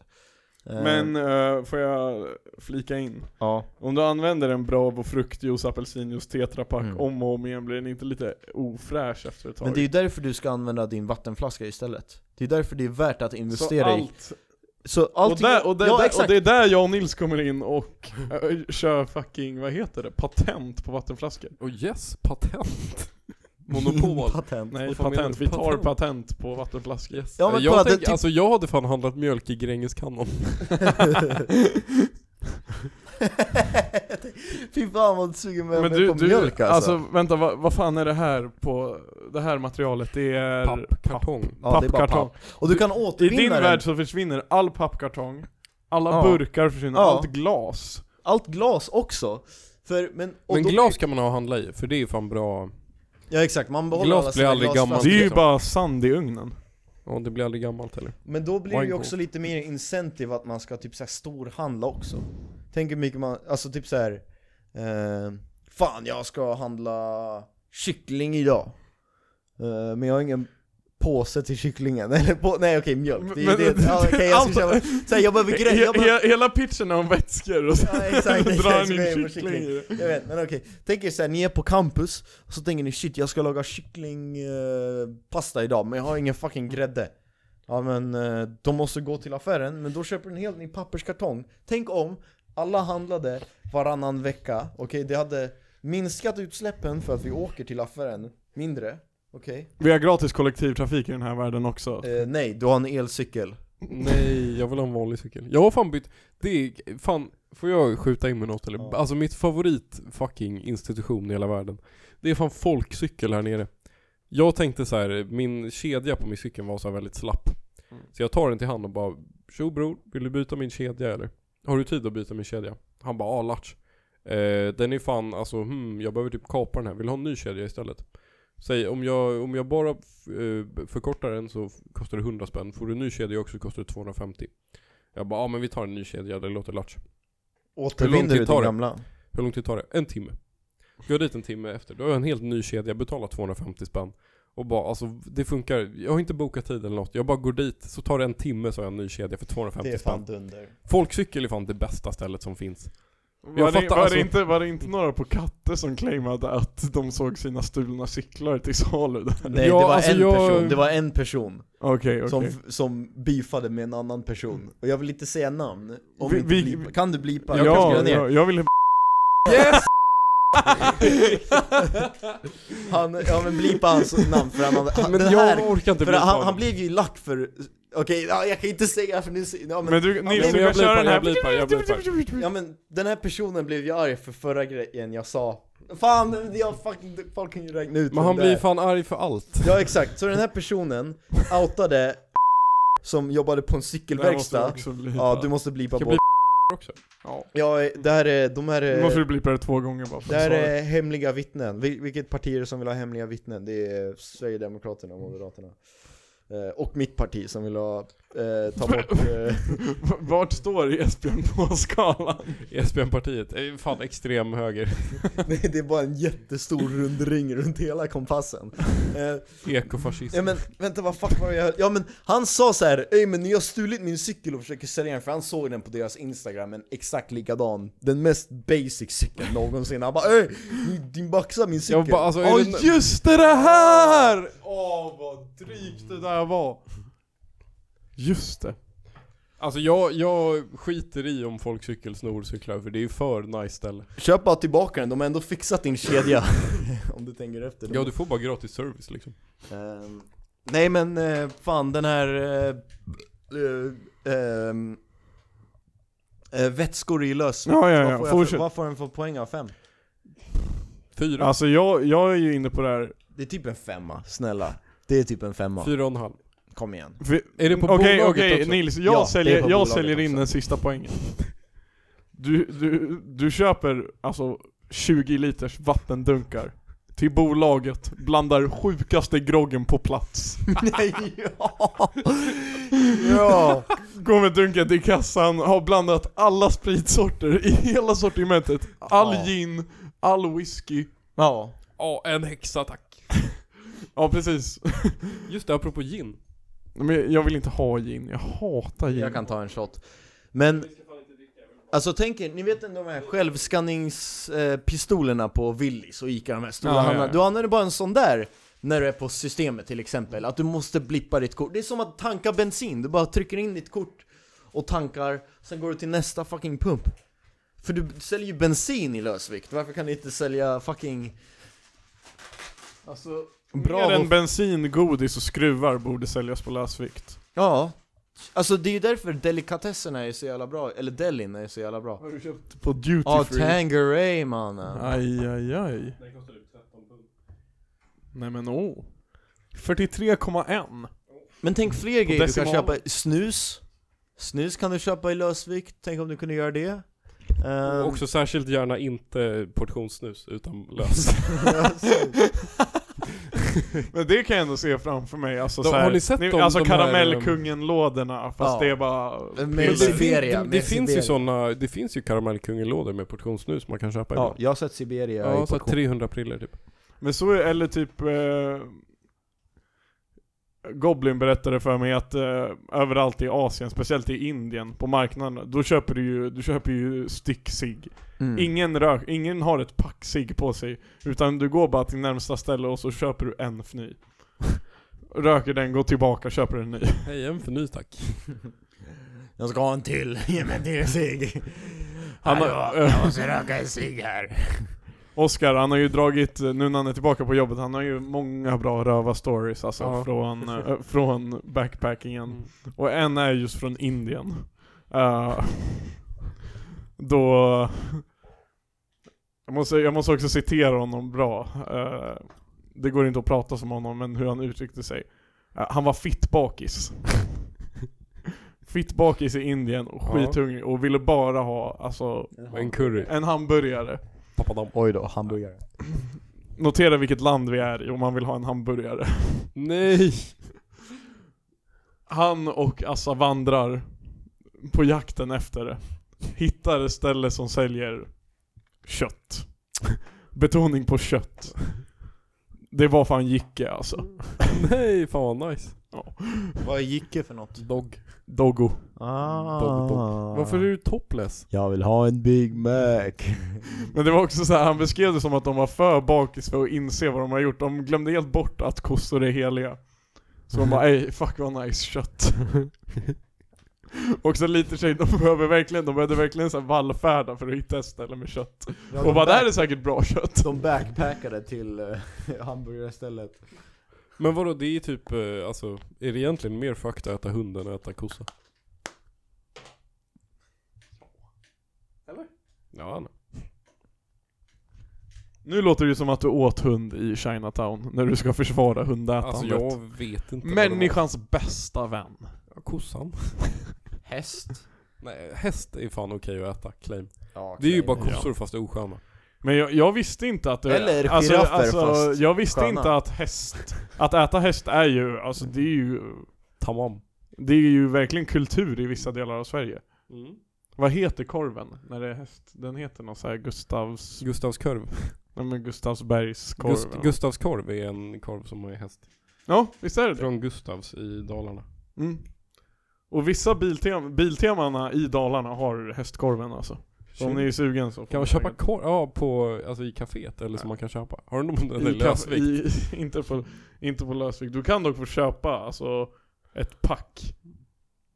B: Eh,
A: Men eh, får jag flika in?
B: ja.
A: Om du använder en Bravo fruktjuice, apelsinjuice, tetrapack
B: Mm.
A: om och om igen, blir den inte lite ofräsch efter ett tag?
B: Men det är ju därför du ska använda din vattenflaska istället. Det är därför det är värt att
A: Så
B: investera i
A: allt,
B: Så
A: och,
B: allting,
A: där, och, där,
B: ja,
A: där, och
B: exakt.
A: det är där jag och Nils kommer in och eh, kör fucking, vad heter det? Patent på vattenflaskor.
C: Och yes, patent. Monopol.
B: Patent.
A: Nej,
C: fan menar
A: patent.
C: du?
A: Vi tar
C: Patent.
A: patent på vattenflaskor.
C: Yes.
B: Ja, men
C: jag,
B: kolla, det
C: tänker-
B: typ-
C: alltså, jag hade fan handlat mjölk i Gränges kanon.
B: Fy fan vad sugen med
A: Men
B: mig
A: du,
B: på
A: du,
B: mjölk
A: alltså.
B: alltså.
A: vänta, vad, vad fan är det här på, det här materialet? Det är
C: Papp, kartong.
B: Ja, det är bara
A: pappkartong.
B: Och du kan
A: I din
B: återvinna den.
A: värld så försvinner all pappkartong, alla
B: Ja.
A: burkar försvinner,
B: Ja.
A: allt glas.
B: Allt glas också. För, men, och
C: Men
B: då-
C: glas kan man ha och handla i, för det är ju fan bra.
B: Ja exakt, man behåller
C: Glas
B: alla
C: blir
B: sina
C: aldrig
B: glasflaskor.
A: Det är ju
C: liksom.
A: bara sand i ugnen.
C: Ja, det blir aldrig gammalt heller.
B: Men då blir det ju
C: Wine
B: också lite mer incentive att man ska typ såhär storhandla också. Tänk hur mycket man, alltså typ så här. Eh, fan jag ska handla kyckling idag. Eh, men jag har ingen påse till kycklingen, eller på, nej okej mjölk. Det är ju
A: Men-
B: det, ja, okej jag ska
A: allt-
B: köpa, såhär, jag behöver grejer, jag
A: He,
B: behöver
A: he, hela pitchen är om vätskor och sen
B: Ja, exakt,
A: drar
B: exakt,
A: han
B: så går jag in på
A: in
B: kyckling.
A: kyckling i det.
B: Jag vet, men okej. Tänk er såhär, ni är på campus, och så tänker ni shit jag ska laga kycklingpasta eh, pasta idag, men jag har ingen fucking grädde. Ja men eh, de måste gå till affären, men då köper du en helt ny papperskartong. Tänk om alla handlade varannan vecka, okej det hade minskat utsläppen för att vi åker till affären mindre. Okej?
A: Vi har gratis kollektivtrafik i den här världen också.
B: Eh, nej, du har en elcykel.
C: Nej, jag vill ha en vanlig cykel. Jag har fan bytt, det är fan Får jag skjuta in med något eller?
B: Ja.
C: Alltså mitt favorit fucking institution i hela världen. Det är fan folkcykel här nere. Jag tänkte så här, min kedja på min cykel var så här väldigt slapp.
A: Mm.
C: Så jag tar den till han och bara Tjo bror, vill du byta min kedja eller? Har du tid att byta min kedja? Han bara ah latch. Eh, den är fan alltså hmm, jag behöver typ kapa den här. Vill du ha en ny kedja istället? Säg om jag, om jag bara f- eh, förkortar den så f- kostar det 100 spänn. Får du en ny kedja också kostar det 250. Jag bara ah men vi tar en ny kedja, det låter latch. Hur lång
B: Återvinner
C: tid
B: du
C: tar
B: din
C: det?
B: gamla?
C: Hur lång tid tar det? En timme. Går jag dit en timme efter, då har jag en helt ny kedja, betalat 250 spänn. Och bara, alltså det funkar. Jag har inte bokat tid eller något. Jag bara går dit, så tar det en timme så har jag en ny kedja för 250 spänn.
B: dunder.
C: Folkcykel är fan det bästa stället som finns.
A: Var, det,
C: fattar
A: var,
C: alltså-
A: det inte, var det inte några på Katte som claimade att de såg sina stulna cyklar till salu där?
B: Nej
C: Ja,
B: det var
C: alltså
B: en
C: jag-
B: person, det var en person
A: Okej, okej.
B: som, som beefade med en annan person Och jag vill inte säga namn, om
A: Vi-
B: vi, inte
A: vi-
B: blipa. kan du blipa?
A: Ja,
B: Jag kan skriva
A: ja,
B: ner.
A: jag ville
C: Yes!
B: Han, ja men blipa hans namn för han, hade- han
C: Men
B: det här,
C: jag orkar inte
B: för
C: bli
B: han,
C: tagen.
B: han blev ju lack för, okej ja, jag kan inte säga för nu, ja men,
A: Men du, Nils
C: men
A: du
C: jag
A: kan
C: blir
A: köra
C: på-
A: den här
C: jag blir på- jag blir
B: ja men den här personen blev ju arg för förra grejen jag sa Fan, jag fucking, folk kan ju räkna ut
C: Men
B: vem
C: han
B: det
C: blir
B: är.
C: fan arg för allt.
B: Ja exakt, så den här personen outade som jobbade på en cykelverkstad Ja, du måste blipa
C: Ska
B: bort
C: också.
B: Ja, eh, det här är, de här
A: Nu måste du
B: är,
A: blipa det två gånger bara för
B: det
A: att
B: här
A: svara.
B: är hemliga vittnen Vil- Vilket parti är det som vill ha hemliga vittnen? Det är Sverigedemokraterna och Moderaterna Eh, Och mitt parti som vill ha, eh, ta bort eh,
A: V- Vart står Esbjörn på skalan?
C: ESPN-partiet är ju fan extrem höger.
B: Nej det är bara en jättestor rund ring runt hela kompassen Eh,
C: Ekofascism.
B: Ja men vänta vad fuck var det jag hörde? Ja men han sa så här, Ey, men jag har stulit min cykel och försöker sälja den för han såg den på deras instagram, en exakt likadan Den mest basic cykeln någonsin, han bara Ey, din baxa min cykel
C: jag bara, alltså,
A: Ja
C: är det...
A: just det, det här! Åh vad drygt det där var. Just det.
C: alltså jag, jag skiter i om folk cykel snor cyklar för det är ju för nice ställe.
B: Köp bara tillbaka den, de har ändå fixat din kedja Om du tänker efter
C: Ja du får bara gratis service liksom.
B: Ehm, Nej men eh, fan den här eh, eh, ehm, eh, Vätskor i löss
A: Ja, ja, ja.
B: Vad får jag för-
A: Fortsätt.
B: Vad får den för poäng av fem?
C: Fyra.
A: Alltså jag, jag är ju inne på det här.
B: Det är typ en femma, snälla Det är typ en femma,
C: Fyra och en halv.
B: kom igen
A: Vi-
C: Är det på
A: Okej,
C: bolaget
A: okej
C: också?
A: Nils, jag
B: Ja, det är på
A: säljer, jag
B: bolaget
A: säljer in
B: också.
A: den sista poängen. Du, du, du köper alltså 20 liters vattendunkar till bolaget, blandar sjukaste groggen på plats.
B: ja! ja!
A: Går med dunken till kassan, har blandat alla spritsorter i hela sortimentet. All
B: Ja.
A: gin, all whisky.
B: Ja.
C: Ja, en häxa tack.
A: Ja precis.
C: Just det, apropå gin.
A: Men jag vill inte ha gin, jag hatar gin.
B: Jag kan ta en shot. Men, alltså tänk er, ni vet ändå de här självskanningspistolerna på Willys och Ica, de här stora
A: Ja, ja, ja.
B: handlarna. Du använder bara en sån där när du är på systemet till exempel, att du måste blippa ditt kort. Det är som att tanka bensin, du bara trycker in ditt kort och tankar, sen går du till nästa fucking pump. För du säljer ju bensin i lösvikt, varför kan du inte sälja fucking... Alltså,
A: Mer än bensin, godis och skruvar borde säljas på läsvikt.
B: Ja, alltså det är ju därför delikatesserna är så jävla bra, eller delin är så jävla bra
A: Har du köpt på duty
B: Ja,
A: free?
B: Tangeray mannen!
A: Aj, aj, aj.
C: Den kostar typ 13 pund.
A: Nej men åh. Oh. 43,1.
B: Men tänk fler grejer du kan
A: decimal.
B: köpa, snus Snus kan du köpa i lösvikt, tänk om du kunde göra det Ehm,
C: Också särskilt gärna inte portionssnus utan lös.
A: Men det kan jag ändå se framför mig, alltså
C: De-
A: så här,
C: har ni sett de-
A: Alltså
C: de här,
A: karamellkungen-lådorna, fast
B: Ja.
A: det är bara...
B: Men
C: Men det,
B: Siberia,
C: fin- det, det
B: med
C: finns
B: Siberia.
C: ju sådana, det finns ju karamellkungelådor med portionssnus man kan köpa
B: Ja,
C: ibland.
B: jag har sett Siberia
C: Ja,
B: i
C: så här
B: portion
C: 300 priller typ.
A: Men så, är- eller typ... Eh, Goblin berättade för mig att eh, överallt i Asien, speciellt i Indien, på marknaderna, då köper du ju, du köper ju sticksig.
B: mm.
A: Ingen rök, ingen har ett pack cigg på sig, utan du går bara till närmsta ställe och så köper du en fny. Röker den, går tillbaka, köper en ny.
C: Hej, en för ny tack.
B: Jag ska ha en till, ge mig en till cigg!
A: Han har-
B: Hallå, jag måste röka en cigg här!
A: Oskar, han har ju dragit, nu när han är tillbaka på jobbet, han har ju många bra röva-stories alltså
C: Ja.
A: från, eh, från backpackingen.
C: Mm.
A: Och en är just från Indien. Eh, då... Jag måste, jag måste också citera honom bra. Eh, det går inte att prata som honom, men hur han uttryckte sig. Eh, han var fittbakis. fittbakis i Indien och
C: Ja.
A: skithungrig och ville bara ha, alltså,
C: En curry.
A: en hamburgare.
C: Papadam.
B: Oj då, hamburgare.
A: Notera vilket land vi är i om man vill ha en hamburgare.
C: Nej!
A: Han och Assa vandrar på jakten efter det. Hittar ett ställe som säljer kött. Betoning på kött. Det var fan Jicke alltså.
C: Nej, fan vad nice.
B: Vad gick det för något?
C: Dog.
A: Doggo.
B: Ah.
C: Dog, Varför är du topless?
B: Jag vill ha en Big Mac.
A: Men det var också så här, han beskrev det som att de var för bakis för att inse vad de har gjort. De glömde helt bort att kossor är heliga. Så de bara ey, fuck vad nice kött. Och så lite tjej, de behöver verkligen, de behövde verkligen så här vallfärda för att hitta ett ställe med kött. Och bara det här är säkert bra kött.
B: De backpackade till eh, hamburgarstället.
C: Men vadå, det är typ, eh, alltså, är det egentligen mer fucked att äta hund än att äta kossa?
A: Eller?
C: Ja, nej.
A: Nu låter det ju som att du åt hund i Chinatown när du ska försvara hundätandet.
C: Alltså jag vet inte vad det var.
A: Människans bästa vän.
C: Ja, Kossan.
B: Häst?
C: Nej, häst är fan okej att äta, claim.
B: Ja,
C: Det är ju
B: okej.
C: bara kossor fast osköna.
A: Men jag, jag visste inte att det,
B: Eller
A: alltså,
B: giraffer,
A: alltså,
B: fast
A: Jag visste
B: sköna.
A: inte att häst, att äta häst är ju, alltså det är ju,
C: Tamam.
A: det är ju verkligen kultur i vissa delar av Sverige.
C: Mm.
A: Vad heter korven när det är häst? Den heter något så här Gustavs,
C: Gustavs korv.
A: nej men Gustavsbergskorven.
C: Gust, Gustavs korv är en korv som är häst.
A: ja, visst är det det?
C: Från Gustavs i Dalarna.
A: Mm. Och vissa biltem, biltemana i Dalarna har hästkorven alltså. Så om ni är sugen så får
C: Kan
A: ni
C: man köpa
A: säkert-
C: korv? Ja, på, alltså i kaféet eller som man kan köpa. Har du någon Alltså, den där
A: I kaff-
C: lösvikt?
A: i- inte, på, inte på lösvikt. Du kan dock få köpa alltså, ett pack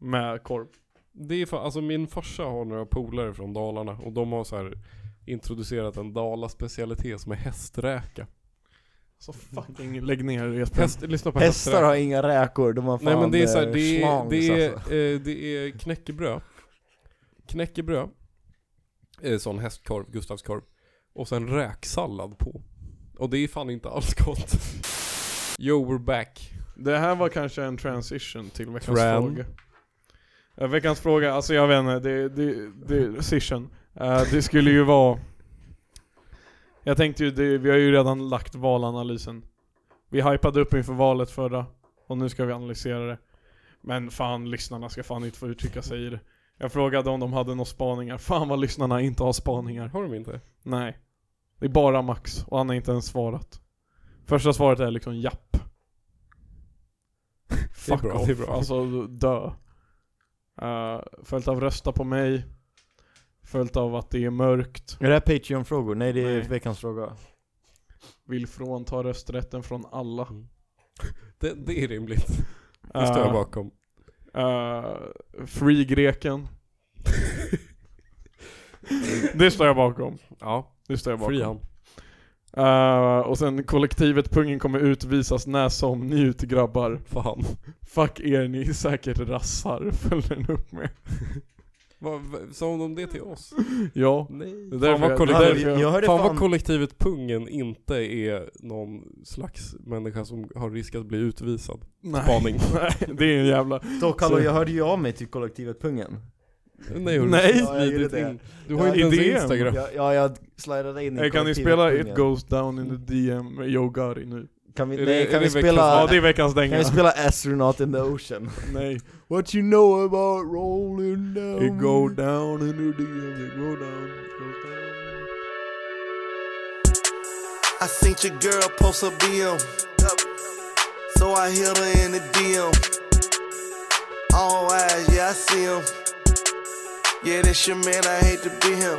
A: med korv.
C: Det är fan, alltså min farsa har några polare från Dalarna och de har så här introducerat en dalaspecialitet som är hästräka.
A: Så fucking lägg ner respen.
C: Häst, lyssna på
B: Hästar
C: hästräka.
B: har inga räkor, de har fan
C: Nej men det är så här,
B: eh,
C: det är,
B: schlangs,
C: det är,
B: alltså.
C: eh, det är knäckebröd. Knäckebröd. Eh, sån hästkorv, Gustavskorv. Och sen räksallad på. Och det är fan inte alls gott. Yo we're back.
A: Det här var kanske en transition till veckans
C: Tran.
A: fråga. Eh, veckans fråga, alltså jag vet inte, det, det, det, session. Eh, det skulle ju vara... Jag tänkte ju, det, vi har ju redan lagt valanalysen. Vi hypade upp inför valet förra, och nu ska vi analysera det. Men fan, lyssnarna ska fan inte få uttrycka sig i det. Jag frågade om de hade några spaningar, fan vad lyssnarna inte har spaningar.
C: Har de inte?
A: Nej. Det är bara Max, och han har inte ens svarat. Första svaret är liksom japp. Fuck
C: bra,
A: off,
C: det är bra.
A: alltså dö. Eh, följt av rösta på mig. Följt av att det är mörkt.
B: Är det här Patreon-frågor? Nej det är
A: Nej.
B: veckans fråga.
A: Vill frånta rösträtten från alla.
C: Det, det är rimligt. Det står jag
A: Uh,
C: bakom.
A: eh, free greken. det står jag bakom.
C: Ja,
A: Det står jag bakom.
C: free han.
A: Eh, och sen kollektivet pungen kommer utvisas när som njut grabbar.
C: Fan.
A: Fuck er, ni är säkert rassar, följde den upp med.
C: Vad- vad- Sa de det till oss?
A: Ja.
C: Nej.
A: Det är
C: Fan
A: därför
C: vad,
A: jag-
C: kollektiv...
A: det är därför
B: jag, jag hörde
C: fan
B: fan,
C: vad kollektivet Pungen inte är någon slags människa som har risk att bli utvisad. Spaning.
A: Nej, det är en jävla...
B: Dock hallå,
A: Så-
B: jag hörde ju av mig till kollektivet Pungen.
C: Nej, hon
A: Nej.
B: Ja, jag gjorde det.
C: in. Du har
B: Ja,
C: inte ens
A: idén.
C: Instagram.
B: Ja, ja jag slidade in i
A: Eh, kan ni
B: kollektivet
A: spela
B: Pungen.
A: It Goes Down in the DM med Yo Gotti nu?
B: Kan vi,
C: Är det-
B: nej,
C: är
B: kan
C: det
B: vi
C: veckans-
A: Ja,
B: spela...
A: det är veckans dänga.
B: Kan vi spela Astronaut in the Ocean?
A: Nej.
B: What you know about rolling down?
A: It go down in the DM, it go down, it goes down.
E: I seen your girl post a BM. So I hit her in the DM. All eyes, yeah, I see him. Yeah, that's your man, I hate to be him.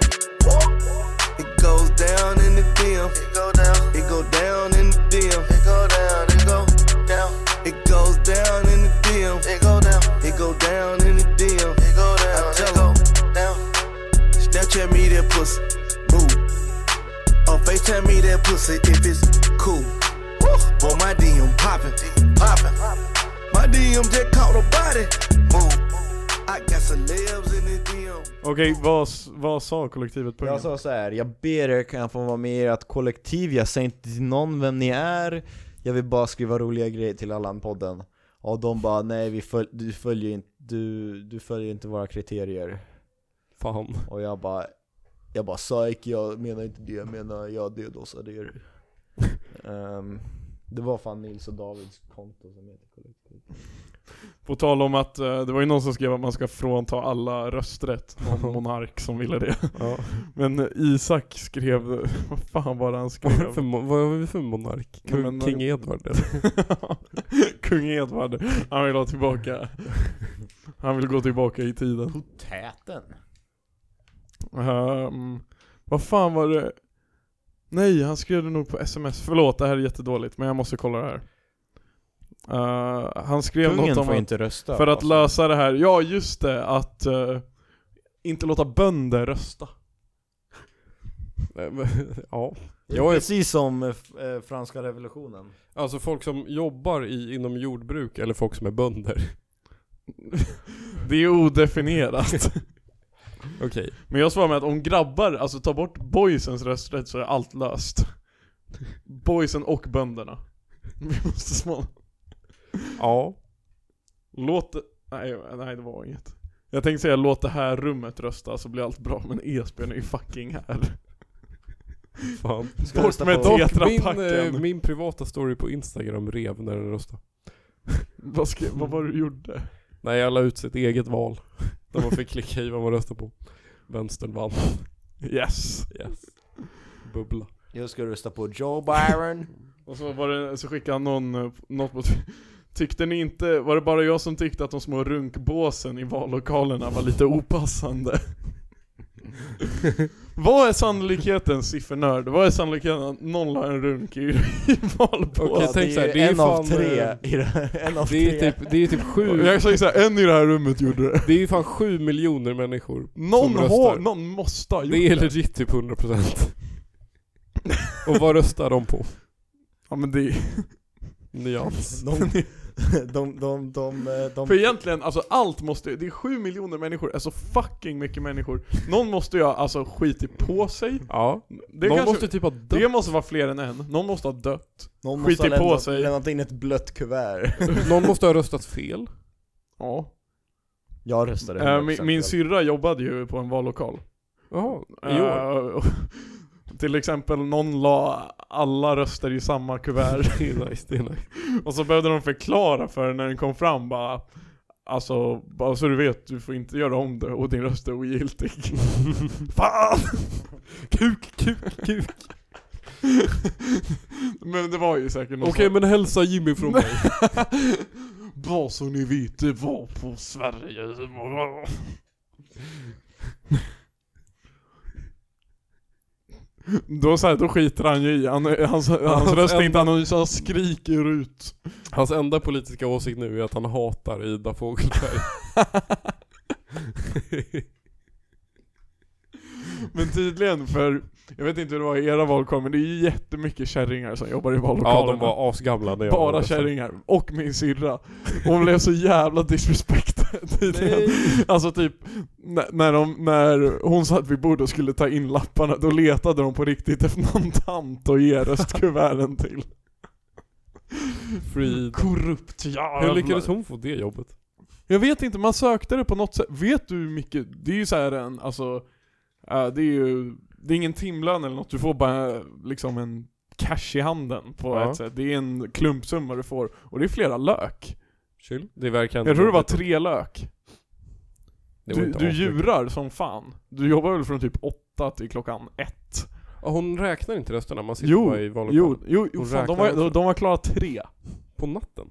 E: It goes down in the DM. It go down. It go down in the DM. It go down, it go down. It goes down in the DM. It go down. It go down in the DM. It go down. I tell it go down. Snapchat me that pussy. Move. On FaceTime me that pussy if it's cool. Boy, my DM poppin', poppin'. My DM just caught a body. Move. I I got celebs in the DM.
A: Okej, vad, s- vad sa kollektivet på
B: Jag
A: Ungern?
B: sa så här, jag ber er kan jag få vara med i ert kollektiv, jag säger inte till någon vem ni är Jag vill bara skriva roliga grejer till Allan-podden Och de bara, nej vi föl- du, följer inte, du, du följer inte våra kriterier
C: Fan.
B: Och jag bara, jag bara psyk, jag menar inte det, jag menar jag dödosade er um, Det var fan Nils och Davids konto som heter kollektiv
A: På tal om att eh, det var ju någon som skrev att man ska frånta alla rösträtt. Någon monark som ville det.
C: Ja.
A: Men eh, Isak skrev, vad fan var det han
C: Vad är det
A: skrev?
C: för mo- vad är vi för monark?
A: Nej,
C: Kung,
A: men-
C: King Edward eller?
A: Kung Edvard, han vill ha tillbaka Han vill gå tillbaka i tiden
B: Potäten!
A: Ehm, Vad fan var det? Nej, han skrev det nog på sms, förlåt det här är jättedåligt men jag måste kolla det här Eh, Han skrev
B: Kungen
A: något om
B: får
A: att,
B: inte rösta
A: för att
B: alltså.
A: lösa det här, ja just det, att eh, inte låta bönder rösta
C: Nej, men- ja.
B: Det är
C: Jag är-
B: Precis som eh, f- eh, franska revolutionen
C: Alltså folk som jobbar i, inom jordbruk eller folk som är bönder.
A: Det är odefinierat
C: Okej.
A: Men jag svarar med att om grabbar, alltså tar bort boysens rösträtt så är allt löst. Boysen och bönderna. Vi måste smala.
C: Ja.
A: Låt det... Nej, nej det var inget. Jag tänkte säga låt det här rummet rösta så blir allt bra, men Esbjörn är ju fucking här.
C: Fan.
B: Ska
A: Bort
B: rösta
A: med
B: på-
A: Dock,
C: Dock, min,
A: Tetrapacken.
C: eh, min privata story på Instagram rev när den röstade.
A: Vad, ska, vad var det du gjorde?
C: Nej, jag la ut sitt eget val. Där man fick klicka i vad man röstade på. Vänstern vann.
A: Yes.
C: Yes. Bubbla.
B: Jag ska rösta på Joe Byron
A: Och så var det, så skickade han någon, eh, något på... Tyckte ni inte, var det bara jag som tyckte att de små runkbåsen i vallokalerna var lite opassande? Vad är sannolikheten, siffernörd, vad är sannolikheten att någon la en runk i, i
C: Okej,
A: valpåsen?
C: tänk så här, det är
B: en av
C: fan, eh,
B: tre i det här, en av
C: Det
B: tre.
C: är typ, det är typ sju,
A: Jag säger såhär, en i det här rummet gjorde det.
C: det är ju fan sju miljoner människor.
A: Någon
C: Som röstar.
A: har, någon måste ha gjort
C: Det är
A: det.
C: legit typ 100%. Och vad röstar de på?
A: Ja men det är,
C: Nyans.
B: de, de, de, de, eh, de,
A: för egentligen, alltså allt måste ju- det är sju miljoner människor, alltså fucking mycket människor. Någon måste ju ha, alltså skitit på sig.
C: Ja.
A: Det,
C: Någon
A: kanske,
C: måste typ ha dött.
A: det måste vara fler än en, någon måste ha dött.
B: någon
A: skiter
B: måste ha
A: på
B: lämnat,
A: sig.
B: lämnat in ett blött kuvert
C: Någon måste ha röstat fel.
A: Ja.
B: Jag röstade
A: Eh, min, min syrra jobbade ju på en vallokal.
C: Jaha, i år.
A: Eh, till exempel någon la alla röster i samma kuvert.
C: Det är nice, det är nice.
A: och så behövde de förklara för när den kom fram bara Alltså, bara så du vet, du får inte göra om det och din röst är ogiltig. Fan!
C: Kuk, kuk, kuk.
A: Men det var ju säkert någon
C: Okej men hälsa Jimmy från mig.
A: Bara så ni vet, det var på Sverige imorgon. Då, så här, då skiter han ju i, han, hans, hans röst är inte anonym så han skriker ut.
C: Hans enda politiska åsikt nu är att han hatar Ida Fågelberg.
A: Men tydligen för, jag vet inte hur det var i era valkår men det är ju jättemycket kärringar som jobbar i vallokalerna.
C: ja de var asgamla när jag
A: Bara
C: röstade.
A: kärringar, och min syrra. Hon blev så jävla disrespected tydligen. Alltså typ, när, när, de, när hon satt vid bordet och skulle ta in lapparna, då letade de på riktigt efter någon tant att ge röstkuverten till.
C: Free Ida.
A: Korrupt jävlar.
C: Hur lyckades hon få det jobbet?
A: Jag vet inte, man sökte det på något sätt. Vet du hur mycket, det är ju så här en, alltså, eh, det är ju, det är ingen timlön eller något, du får bara eh, liksom en cash i handen på
C: Ja.
A: ett sätt. Det är en klumpsumma du får, och det är flera lök.
C: Chill. Det verkar inte
A: Jag tror det var
C: jobbigt.
A: tre lök.
C: Det var
A: Du,
C: inte
A: du
C: asmycket.
A: djurar som fan. Du jobbar väl från typ åtta till klockan ett?
C: Ja, Hon räknar inte rösterna, man sitter
A: Jo,
C: bara i vallokalen.
A: Jo, jo, jo
C: Hon
A: fan, de,
C: räknar
A: var,
C: också.
A: de, de var klara tre.
C: På natten?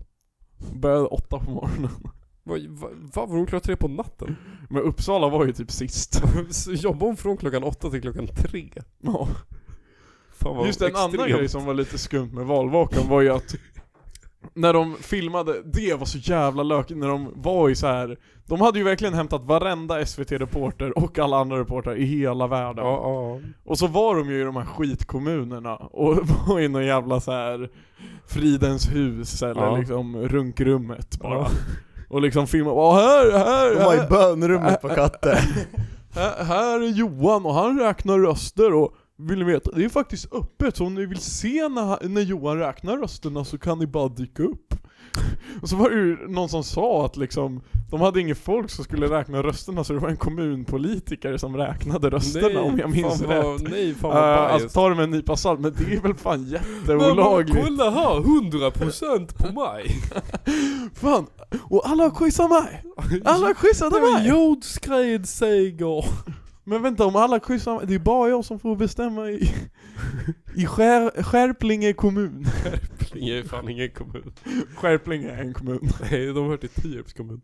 A: Började åtta på morgonen.
C: Va, va, va, var hon klar tre på natten?
A: Men Uppsala var ju typ sist.
C: Så Jobbade hon från klockan åtta till klockan tre?
A: Ja.
C: Fan vad
A: Just en annan
C: extremt.
A: grej som var lite skumt med valvakan var ju att när de filmade, det var så jävla lökigt när de var i så här. De hade ju verkligen hämtat varenda SVT-reporter och alla andra reportrar i hela världen.
C: Ja, ja.
A: Och så var de ju i de här skitkommunerna och var i någon jävla så här Fridens hus eller
C: Ja.
A: liksom runkrummet bara.
C: Ja.
A: Och liksom filma, "Åh, här, här,
B: De har ju
A: här,
B: bönerummet på katten.
A: här, här är Johan och han räknar röster och vill ni veta, det är faktiskt öppet så om ni vill se när, han- när Johan räknar rösterna så kan ni bara dyka upp. Och så var det ju någon som sa att liksom, de hade inget folk som skulle räkna rösterna så det var en kommunpolitiker som räknade rösterna om jag minns
C: fan
A: rätt.
C: vad, Nej fan
A: Uh,
C: vad
A: alltså
C: biased.
A: ta det med en nypa salt, men det är väl fan
C: Men vad-
A: jätteolagligt?
C: kolla här, 100% på mig!
A: Fan, och alla quizar mig! Alla
C: Det
A: quizade
C: var
A: mig!
C: jordskredsseger!
A: Men vänta, om alla quizar mig, det är bara jag som får bestämma i, i skär, Skärplinge kommun.
C: Inge är fan ingen kommun.
A: Skärplinge är en kommun.
C: Nej, de hör till Tierps kommun.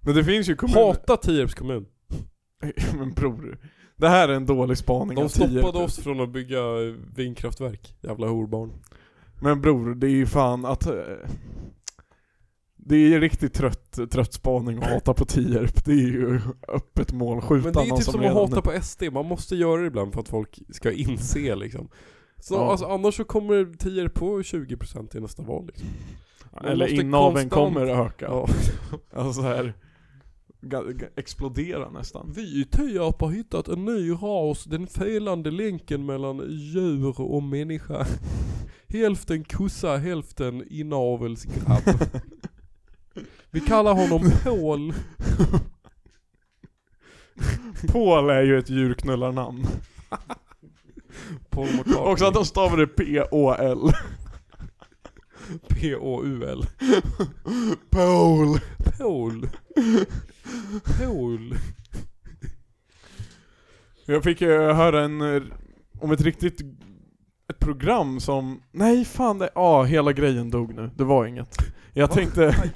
A: Men det finns ju kommuner...
C: Hata Tierps kommun.
A: Men bror, det här är en dålig spaning av typ.
C: De stoppade
A: Tierp.
C: oss från att bygga eh, vindkraftverk. Jävla horbarn.
A: Men bror, det är ju fan att... eh, Det är ju riktigt trött, trött spaning att hata på Tierp. Det är ju öppet mål, skjuta
C: Men det är
A: någon
C: typ som att
A: redan
C: hata på SD, man måste göra det ibland för att folk ska inse liksom. Så
A: Ja.
C: alltså, annars så kommer Tierp på 20% i nästa val liksom. Man
A: Eller
C: måste
A: inaveln
C: konstant-
A: kommer att öka.
C: Ja.
A: Alltså så här ga- ga- explodera nästan.
C: Vi i Tierp har hittat en ny ras, den felande länken mellan djur och människa. Hälften kossa, hälften inavelsgrabb. Vi kallar honom Paul.
A: Paul är ju ett djurknullarnamn.
C: Paul McCartney.
A: Också att de stavar det P-O-L.
C: P-O-U-L.
A: Paul!
C: Paul. Paul.
A: Jag fick eh, höra en, eh, om ett riktigt, ett program som, nej fan det, ja ah, hela grejen dog nu, det var inget. Jag tänkte,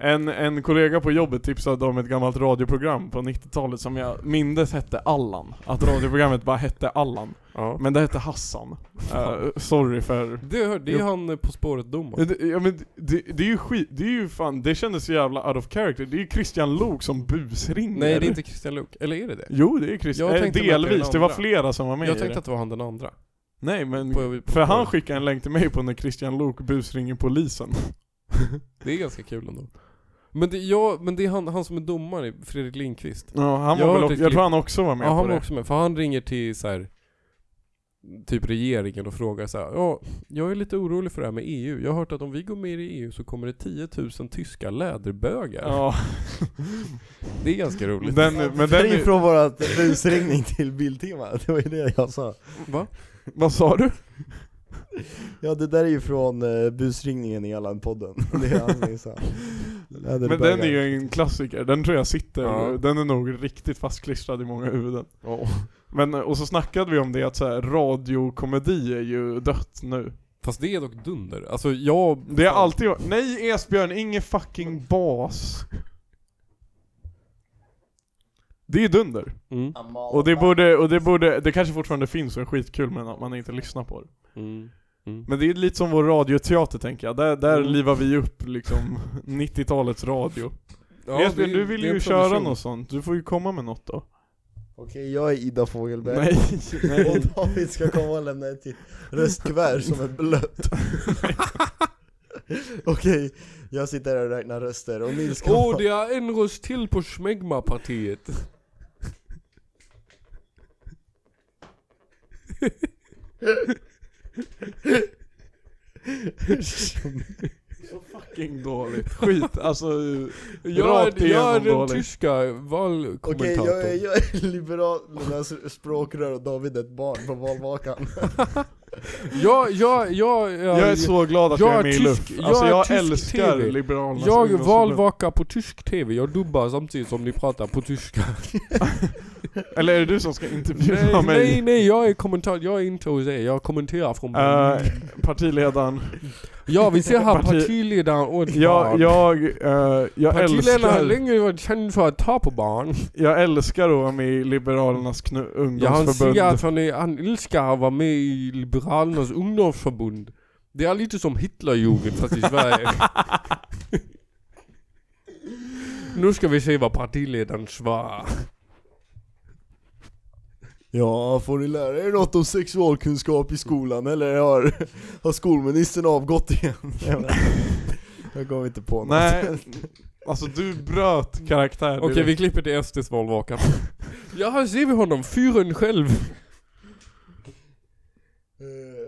A: en, en kollega på jobbet tipsade om ett gammalt radioprogram på 90-talet som jag mindes hette Allan. Att radioprogrammet bara hette Allan.
C: Ja.
A: Men det hette Hassan.
C: Fan.
A: Eh, sorry för
C: Det, hör- det är han eh, På spåret-domaren.
A: Ja, det- Ja men det, det är ju skit, det är ju fan, det kändes så jävla out of character. Det är ju Christian Lok som busringer.
C: Nej det är inte Christian Luuk, eller är det det?
A: Jo det är Christian,
C: Jag
A: eh,
C: tänkte att det var
A: delvis.
C: den
A: Det var
C: andra.
A: flera som var med
C: Jag
A: i
C: tänkte
A: det.
C: att det var han den andra.
A: Nej men,
C: På- på-
A: för han skickade en länk till mig på när Christian Lok busringer polisen.
C: Det är ganska kul ändå. Men det, ja, men det är han, han som är domare, i Fredrik Lindqvist.
A: Ja, han
C: Jag
A: var
C: har
A: väl,
C: ett
A: också- jag tror
C: klipp.
A: han också var med
C: Ja
A: på
C: han var
A: det.
C: också med, för han ringer till så här typ regeringen och frågar så här, ja, jag är lite orolig för det här med EU. Jag har hört att om vi går med i EU så kommer det 10 000 tyska läderbögar.
A: Ja,
C: Det är ganska roligt.
A: den, men
B: Det
A: den
B: är ju
A: är,
B: från vårat busringning till Biltema, det var ju det jag sa.
C: Va?
A: vad sa du?
B: Ja det där är ju från eh, busringningen i Allan-podden, det är han som sa.
A: Men den är ju en klassiker, den tror jag sitter,
C: Ja.
A: den är nog riktigt fastklistrad i många huvuden.
C: Ja.
A: Men, och så snackade vi om det att så här, radiokomedi är ju dött nu.
C: Fast det är dock dunder. Alltså jag...
A: Det har alltid varit, nej Esbjörn, ingen fucking bas. Det är dunder.
C: Mm.
A: Och det borde, och det borde, det kanske fortfarande finns och är skitkul men att man inte lyssnar på det.
C: Mm. Mm.
A: Men det är lite som vår radioteater tänker jag, där, där
C: Mm.
A: livar vi upp liksom 90-talets radio.
C: Ja,
A: Esbjörn,
C: det är-
A: du vill
C: det är en
A: ju köra
C: tradition.
A: något sånt, du får ju komma med något då.
B: Okej, jag är Ida Fogelberg.
A: Nej,
B: Och
A: nej.
B: David ska komma och lämna ett till röstkuvert som är blött. Okej, jag sitter här och räknar röster och Nils kan
C: Åh, det är en röst till på Schmegma-partiet.
A: Fucking dåligt, skit alltså.
C: Jag
A: Rakt
C: är, jag är
A: igenom
C: den
A: dålig.
C: tyska
B: Okej,
C: valkommentatorn.
B: jag, är- jag är Liberalernas språkrör och David är ett barn på valvakan.
C: jag, jag, jag,
A: Jag är så glad att jag,
C: jag
A: är
C: är
A: med i
C: tysk-
A: LUF.
C: jag
A: Alltså
C: är
A: jag,
C: tysk
A: älskar
C: TV.
A: Liberalernas
C: jag
A: ungdomsförbund.
C: valvakar på tysk TV, jag dubbar samtidigt som ni pratar på tyska.
A: Eller är det du som ska intervjua
C: nej,
A: mig?
C: nej, nej, jag är kommentar, jag är inte hos er, jag kommenterar från
A: Eh, partiledaren.
C: Ja, vi ser här
A: parti-
C: partiledaren och
A: Jag, jag, eh, jag,
C: Partiledaren har
A: älskar,
C: länge varit känd för att ta på barn.
A: jag älskar att vara med i Liberalernas knu-
C: Ja, han
A: ungdomsförbund.
C: säger att han, är, han älskar att vara med i Liberalernas ungdomsförbund. Det är lite som Hitlerjugend fast i Sverige. nu ska vi se vad partiledaren svarar.
B: Ja, får ni lära er något om sexualkunskap i skolan eller har, har skolministern avgått igen? Jag kommer inte på något.
A: Nej, Alltså du bröt karaktär
C: Okej
A: direkt.
C: vi klipper till SDs valvaka. ja här ser vi honom, fyren själv.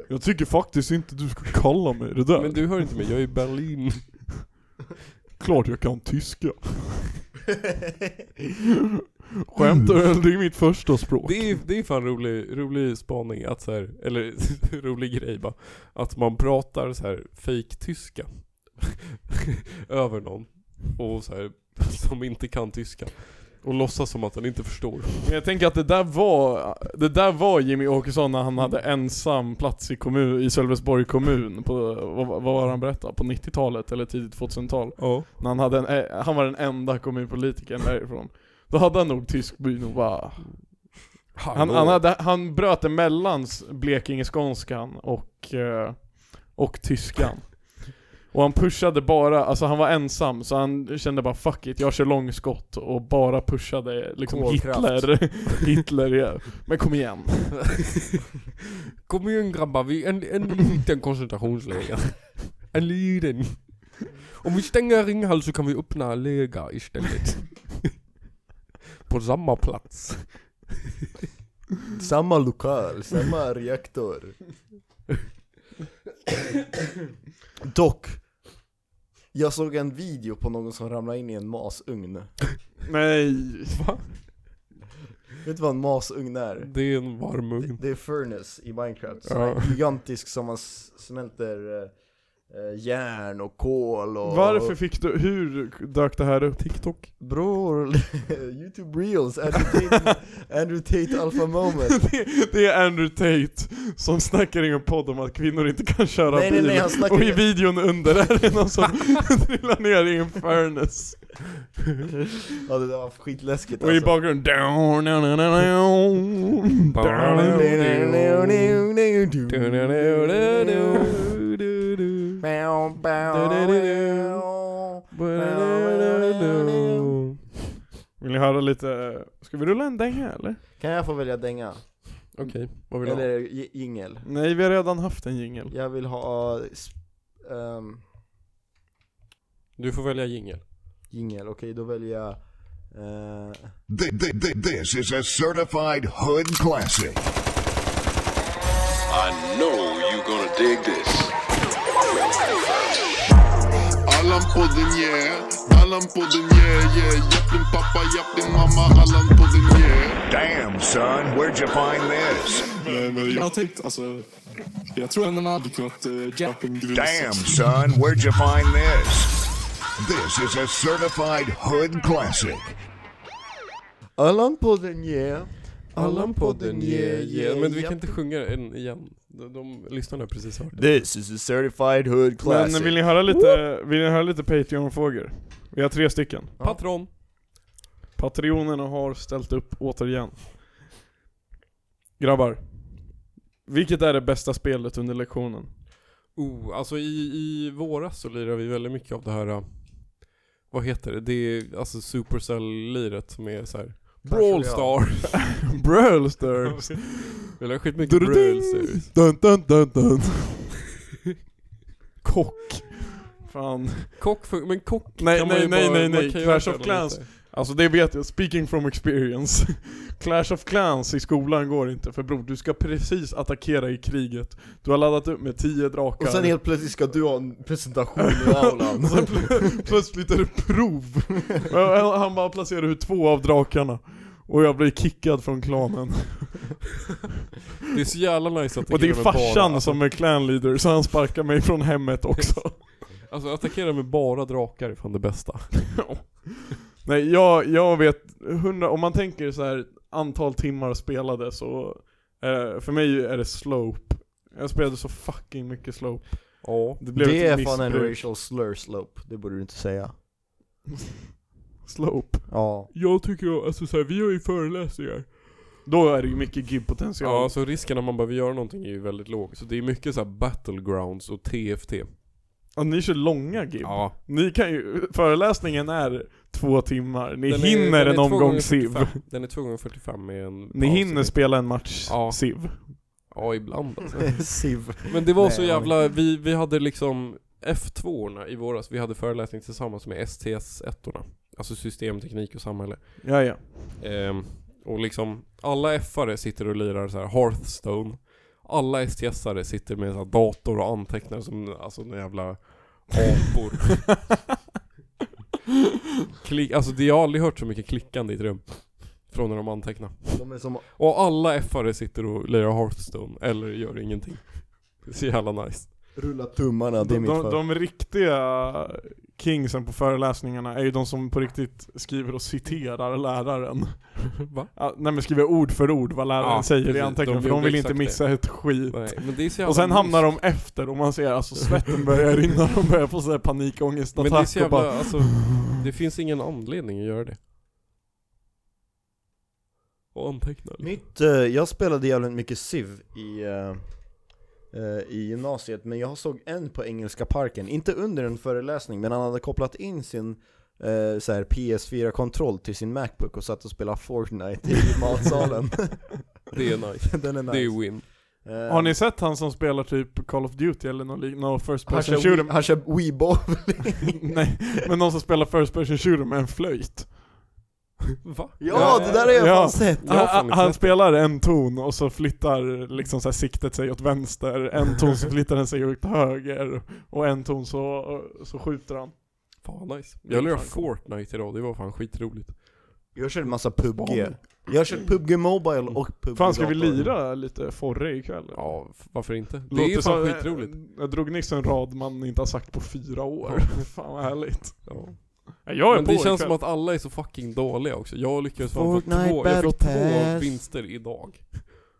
A: Jag tycker faktiskt inte du ska kalla mig det där.
C: Men du hör inte mig, jag är i Berlin.
A: Klart jag kan tyska. Skämtar du? eller? Det är mitt första språk.
C: Det är, det är fan rolig, rolig spaning att så här, eller rolig grej bara. Att man pratar så här fake tyska över någon. Och så här, som inte kan tyska. Och låtsas som att den inte förstår.
A: Men jag tänker att det där var, det där var Jimmy Åkesson när han hade ensam plats i, kommun, i Sölvesborg kommun på, vad, vad var han berättade? På 90-talet eller tidigt 2000-tal?
C: Ja.
A: När han, hade en, eh, han var den enda kommunpolitikern därifrån. Då hade han nog tyskbyn och bara... Han, han, hade, han bröt emellan s- Blekinge-skånskan och, eh, och tyskan. Och han pushade bara, alltså han var ensam så han kände bara 'fuck it, jag kör långskott' och bara pushade liksom
B: Kolkraft.
A: Hitler, Hitler ja. Men kom igen.
C: Kom igen grabbar, vi, en, en liten koncentrationsläger. En liten. Om vi stänger Ringhals så kan vi öppna läger istället. På samma plats.
B: Samma lokal, samma reaktor. Dock, jag såg en video på någon som ramlade in i en masugn.
A: Nej.
B: Vet du vad en masugn är?
C: Det är en varm ugn.
B: Det är furnace i Minecraft, som
C: Ja.
B: är gigantisk som man s- smälter eh, eh, järn och kol och...
A: Varför fick du, hur dök det här upp?
C: TikTok.
B: Bror, youtube reels, Andrew Tate, Andrew Tate alpha moment
A: Det- Det är Andrew Tate som snackar i en podd om att kvinnor inte kan köra
B: Nej, nej,
A: bil.
B: nej, han snackar-
A: Och i videon under är det någon som trillar ner i en furnace.
B: Ja det där var skitläskigt
A: Och i
B: alltså
A: bakgrunden... down, down, down, down, down. Vill ni höra lite... Ska vi rulla en dänga eller?
B: Kan jag få välja dänga?
C: Okej, vad vill du ha?
B: Eller j- jingel?
A: Nej, vi har redan haft en jingel.
B: Jag vill ha sp- ehm,
C: Du får välja jingel.
B: jingel, okej då väljer jag eh,
F: Th- th- th- This is a certified hood classic.
G: I know you're gonna dig this.
F: Allan podden yeah, Allan podden yeah, yeah. Japp din pappa, japp din mamma, Allan podden yeah. Damn son, where'd you find this?
H: Men, men jag tänkte, alltså, jag tror ändå man hade kunnat uh, jappa en grus.
F: Damn son, where'd you find this? This is a certified hood classic.
B: Allan podden yeah
C: Men vi kan inte sjunga en igen. De, de lyssnarna har precis hört.
B: This is a certified hood
A: Men vill ni höra lite, vill ni höra lite Patreon-frågor? Vi har tre stycken.
B: Ja.
C: Patron.
A: Patreonerna har ställt upp återigen. Grabbar. Vilket är det bästa spelet under lektionen?
C: Oh, alltså i, i våras så lirade vi väldigt mycket av det här, eh, vad heter det? Det är alltså Supercell-liret som är så här. Brawl Stars.
A: Brawlsters!
C: Vi lirade skitmycket Brawl
A: Du-du-ding!
C: Stars.
A: Dun, dun, dun, dun. Kock. Fan.
C: Kock, fun- men kock
A: Nej,
C: kan
A: nej,
C: man ju
A: nej,
C: bara,
A: nej,
C: man
A: nej.
C: kan ju
A: Clash
C: verkligen
A: of Clans.
C: inte.
A: Alltså det vet jag, speaking from experience. Clash of Clans i skolan går inte för bror, du ska precis attackera i kriget. Du har laddat upp med 10 drakar.
B: Och sen helt plötsligt ska du ha en presentation i aulan
A: Och sen pl- plötsligt är det prov. Och Han bara placerar ut två av drakarna. Och jag blir kickad från klanen.
C: Det är så jävla nice att
A: Och det är
C: attackera med bara-
A: farsan som är clan leader, så han sparkar mig från hemmet också.
C: Alltså attackera med bara drakar är fan det bästa.
A: Nej, jag, jag vet, hundra, om man tänker så här antal timmar spelade så, eh, för mig är det slope. Jag spelade så fucking mycket slope.
C: Ja.
A: Det blev
B: Det
A: ett
B: är fan en
A: missbruk.
B: racial slur slope, det borde du inte säga
A: Slope.
B: Ja
C: Jag tycker, alltså såhär, vi har ju föreläsningar.
A: Då är det ju mycket gib-potential.
C: Ja, alltså risken när man behöver göra någonting är ju väldigt låg. Så det är mycket såhär battlegrounds och TFT.
A: Och ni kör långa gib. Ni kan ju, föreläsningen är två timmar, ni
C: Den är-
A: hinner
C: den är
A: en
C: två
A: omgång
C: gånger
A: siv.
C: 45. Den är 2 gånger 45 med en
A: Ni
C: paus.
A: hinner spela en match
C: Ja.
A: siv.
C: Ja, ibland alltså.
B: Siv
C: Men det var
B: Nej,
C: så
B: jag
C: jävla, vi, vi hade liksom F2-orna i våras, vi hade föreläsning tillsammans med STS-ettorna. Alltså systemteknik och samhälle.
A: Ja, ja.
C: Ehm, och liksom alla F-are sitter och lirar så här Hearthstone. Alla STS-are sitter med så här dator och antecknar som alltså några jävla apor. Klick, alltså det jag har aldrig hört så mycket klickande i ett rum. Från när de antecknar.
B: De är som
C: Och alla F-are sitter och lirar Hearthstone eller gör ingenting. Det är så jävla nice.
B: rullar tummarna, det är
A: De,
B: mitt
A: de,
B: för.
A: de riktiga kingsen på föreläsningarna är ju de som på riktigt skriver och citerar läraren.
C: Va?
A: Ja, nej men skriver ord för ord vad läraren
C: Ja,
A: säger i
C: precis.
A: anteckningarna
C: De
A: för de
C: gjorde
A: vill inte
C: exakt
A: missa ett skit.
C: Nej, men det är så jävla
A: Och sen hamnar
C: mysigt.
A: de efter och man ser alltså svetten börjar rinna och de börjar få såhär
C: Men det är
A: panikångestattack
C: så
A: och
C: jävla,
A: bara
C: alltså, det finns ingen anledning att göra det. Och anteckna liksom.
B: Mitt, eh, jag spelade jävligt mycket Civ i, eh, eh, i gymnasiet, men jag såg en på Engelska Parken, inte under en föreläsning, men han hade kopplat in sin eh, så här PS4-kontroll till sin Macbook och satt och spelade Fortnite i matsalen.
C: Det är nice.
B: Den är nice.
C: Det är win.
B: Eh,
A: Har ni sett han som spelar typ Call of Duty eller någon lik- någon First
B: han
A: Person
B: kör,
A: Shooter?
B: Wii- han kör Weebo.
A: Nej, men någon som spelar First Person Shooter med en flöjt.
C: Va?
B: Ja, det där har jag
A: Ja.
B: fan sett!
C: Jag har fan
A: Han,
C: inte
A: han
C: sett
A: spelar en ton och så flyttar liksom så här siktet sig åt vänster, en ton så flyttar den sig åt höger och en ton så, så skjuter han.
C: Fan nice. Jag lirade Fortnite idag, det var fan skitroligt.
B: Jag körde massa PubG. Jag har kört PubG Mobile och PubG
A: Fan ska vi
B: dator.
A: lira lite Forre ikväll?
C: Ja, f- varför inte? Det
A: Låter
C: är ju
A: som-
C: fan skitroligt.
A: eh, Jag drog nyss en rad man inte har sagt på fyra år. Fan vad härligt.
C: Ja.
A: Ja, Jag är
C: Men
A: på
C: det känns
A: ikväll.
C: som att alla är så fucking dåliga också. Jag lyckades fan få
D: Fortnite
C: två, jag fick
D: Battle
C: två
D: Pass.
C: vinster idag.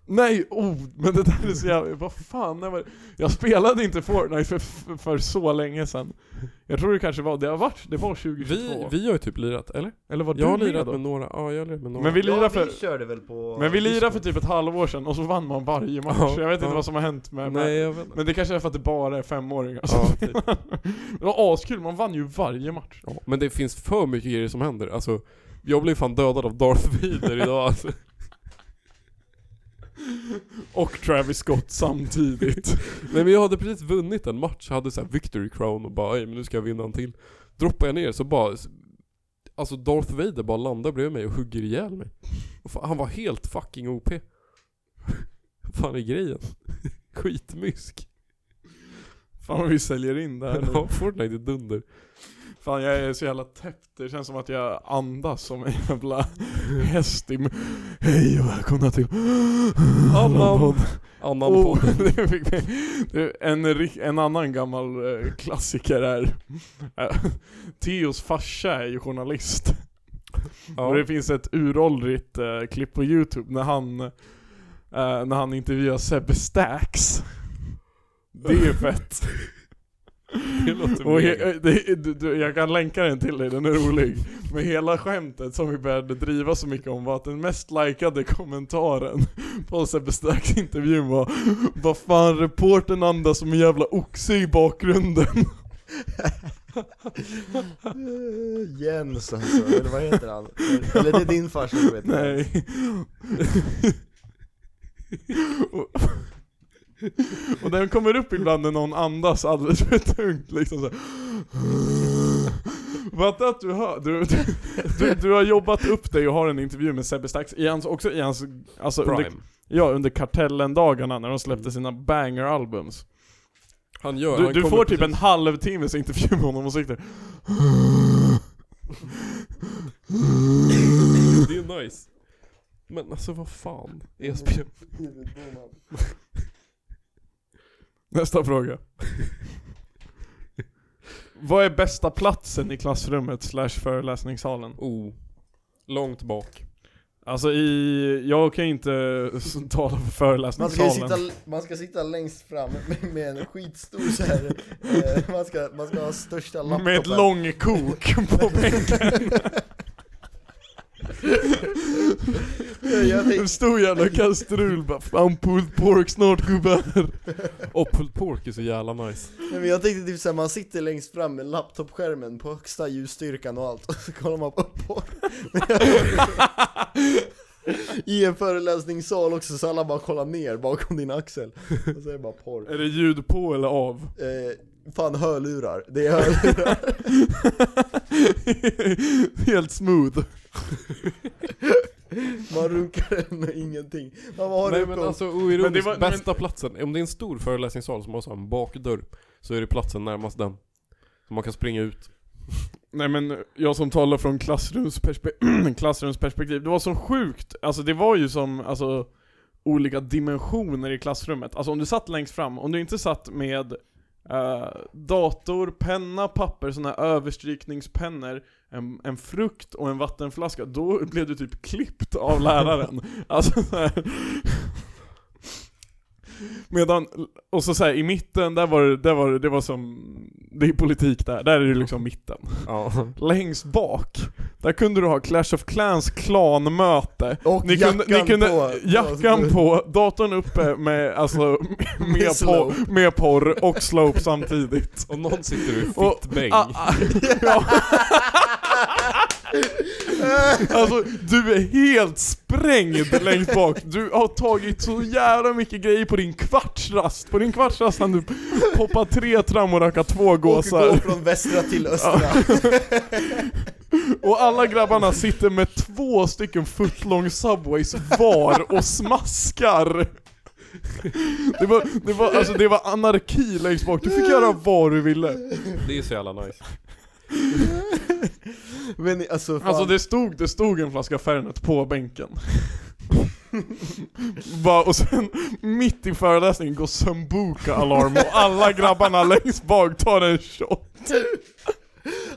A: Nej, oh, men det där är så jävla... Vad fan, när var, jag spelade inte Fortnite för, för, för så länge sedan. Jag tror det kanske var, det har varit, det var 2022.
C: Vi, vi har ju typ lirat, eller?
A: Eller var
C: Jag har
A: du med
C: lirat
A: då?
C: med några, ja jag har lirat med några.
A: Men vi
B: ja,
A: lirar för...
B: vi körde väl på...
A: Men vi lirar för typ ett halvår sedan och så vann man varje match.
C: Ja,
A: jag vet inte
C: ja.
A: vad som har hänt med...
C: Nej
A: med
C: jag vet inte.
A: men det kanske är för att det bara är femåringar som
C: Ja, typ.
A: Det var askul, man vann ju varje match.
C: Ja, men det finns för mycket grejer som händer. Alltså, jag blev fan dödad av Darth Vader idag alltså.
A: Och Travis Scott samtidigt.
C: Nej men jag hade precis vunnit en match, jag hade så här victory crown och bara "Ej, men nu ska jag vinna en till. Droppar jag ner så bara, alltså Darth Vader bara landar bredvid mig och hugger ihjäl mig. Och fan, han var helt fucking OP. fan är grejen? Skitmysk.
A: Fan vad vi säljer in det här nu.
C: Ja, Fortnite är dunder.
A: Fan jag är så jävla täppt, det känns som att jag andas som en jävla häst i... Hej och välkomna till...
C: Annan
A: podd.
C: Annan
A: Oh,
C: podd.
A: det fick mig. Du, en, ri- en annan gammal eh, klassiker är... eh, Theos farsa är ju journalist. Och det
C: Ja.
A: finns ett uråldrigt eh, klipp på youtube när han... eh, när han intervjuar Sebbe Stax. Det är fett.
C: Det låter
A: Och
C: mega.
A: he, eh, det, du, du, jag kan länka den till dig, den är rolig. Men hela skämtet som vi började driva så mycket om var att den mest likade kommentaren på Sebbe Starks intervjun var Vad fan reportern andas som en jävla oxe i bakgrunden.
B: Eh, Jens alltså, eller vad heter han? Eller det är din farsa som heter
A: Nej. och, och den kommer upp ibland när någon andas alldeles för tungt liksom så här. Fatta att du hör, du, du, du, du har jobbat upp dig och har en intervju med Sebbe Stax, i hans, också i hans, alltså under,
C: Prime.
A: ja, under Kartellen-dagarna när de släppte sina banger-albums.
C: Han gör,
A: Du,
C: han
A: du
C: kommer
A: får typ
C: precis-
A: en halvtimmes intervju med honom och sitter
C: Det är nice. Men alltså vad fan, Esbjörn.
A: Nästa fråga. Vad är bästa platsen i klassrummet slash föreläsningssalen?
C: Oh. Långt bak.
A: Alltså i, jag kan ju inte s- tala för
B: Man ska, ju
A: föreläsningssalen.
B: sitta, man ska sitta längst fram med, med en skitstor så här. Eh, man, ska, man ska ha största laptopen
A: med ett långkok på bänken.
B: Jag
A: En
B: tänkte,
A: stor jävla kastrull bara Fan pulled pork snart gubbar.
C: Och pulled pork är så jävla nice.
B: nej, men jag tänkte typ såhär, man sitter längst fram med laptopskärmen på högsta ljusstyrkan och allt Och så kollar man på porr I en föreläsningssal också så alla bara kollar ner bakom din axel Och så är det bara porr
A: Är det ljud på eller av?
B: eh, Fan hörlurar, det är hörlurar
A: Helt smooth.
B: Man runkar den med ingenting Man har
C: Nej
B: det
C: men
B: på-
C: alltså
A: Men det
C: oironiskt,
A: var-
C: bästa platsen. Om det är en stor föreläsningssal som har så här en bakdörr, så är det platsen närmast den. Så man kan springa ut.
A: Nej men jag som talar från klassrumsperspe- klassrumsperspektiv, det var så sjukt, alltså det var ju som alltså, olika dimensioner i klassrummet. Alltså om du satt längst fram, om du inte satt med eh, dator, penna, papper, sådana här överstrykningspennor, en, en frukt och en vattenflaska, då blev du typ klippt av läraren. alltså så här. Medan, och så, så här, i mitten, där var det, där var det, det var som, det är politik där, där är det liksom mitten
C: Ja.
A: längst bak. Där kunde du ha Clash of Clans klanmöte.
B: Och
A: Ni
B: jackan
A: kunde, ni kunde,
B: på Alltså,
A: jackan på, datorn uppe med, alltså, med,
B: slope.
A: por, med porr och slope samtidigt.
C: Och någon sitter i
A: Och-
C: fittbäng.
A: Ah, ah, ja. alltså, du är helt sprängd längst bak. Du har tagit så jävla mycket grejer på din kvartsrast. På din kvartsrast hann du poppa tre tram och röka två
B: Och gå
A: gåsar.
B: från västra till östra
A: Och alla grabbarna sitter med två stycken footlong Subways var och smaskar! Det var, det var, alltså det var anarki längst bak, du fick göra vad du ville.
C: Det är så jävla nice.
B: Men alltså fan
A: Alltså det stod, det stod en flaska Fernet på bänken. Bara, och sen mitt i föreläsningen går Sambuca alarm och alla grabbarna längst bak tar en shot.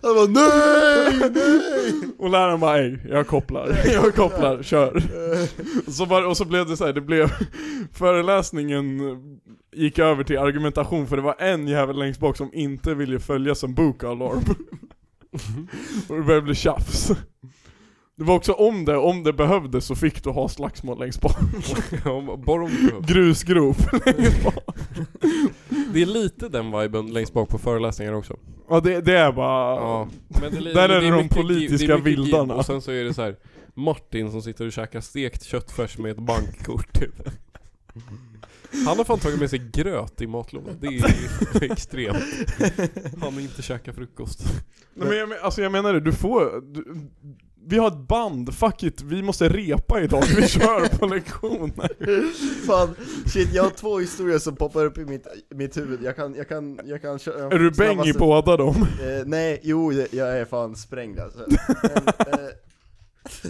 B: Han bara, nej, nej!
A: Och läraren bara ej, jag kopplar, jag kopplar, kör. Så bara, och så blev det så här, det blev, föreläsningen gick över till argumentation för det var en jävel längst bak som inte ville följa som book alarm. Och det började bli tjafs. Det var också om det, om det behövdes så fick du ha slagsmål längst bak.
C: Ja, Bara om du behöver.
A: Grusgrop.
C: Det är lite den viben längst bak på föreläsningar också.
A: Ja det, det är bara...
C: Ja. Men det,
A: Där är det de
C: mycket gi-
A: politiska
C: det är mycket gi-
A: vildarna.
C: Och sen så är det så här Martin som sitter och käkar stekt köttfärs med ett bankkort typ. Han har fan tagit med sig gröt i matlovet. Det är extremt. Han vill inte käka frukost.
A: Nej, men jag, men- alltså jag menar det, du får... Du, vi har ett band, fuck it, vi måste repa idag, vi kör på lektioner.
B: Fan, shit jag har två historier som poppar upp i mitt, mitt huvud, jag kan, jag kan, jag kan köra
A: Är du bäng i
B: snabbaste-
A: båda dem?
B: Eh, nej, jo jag- jag är fan sprängd alltså. Men, eh,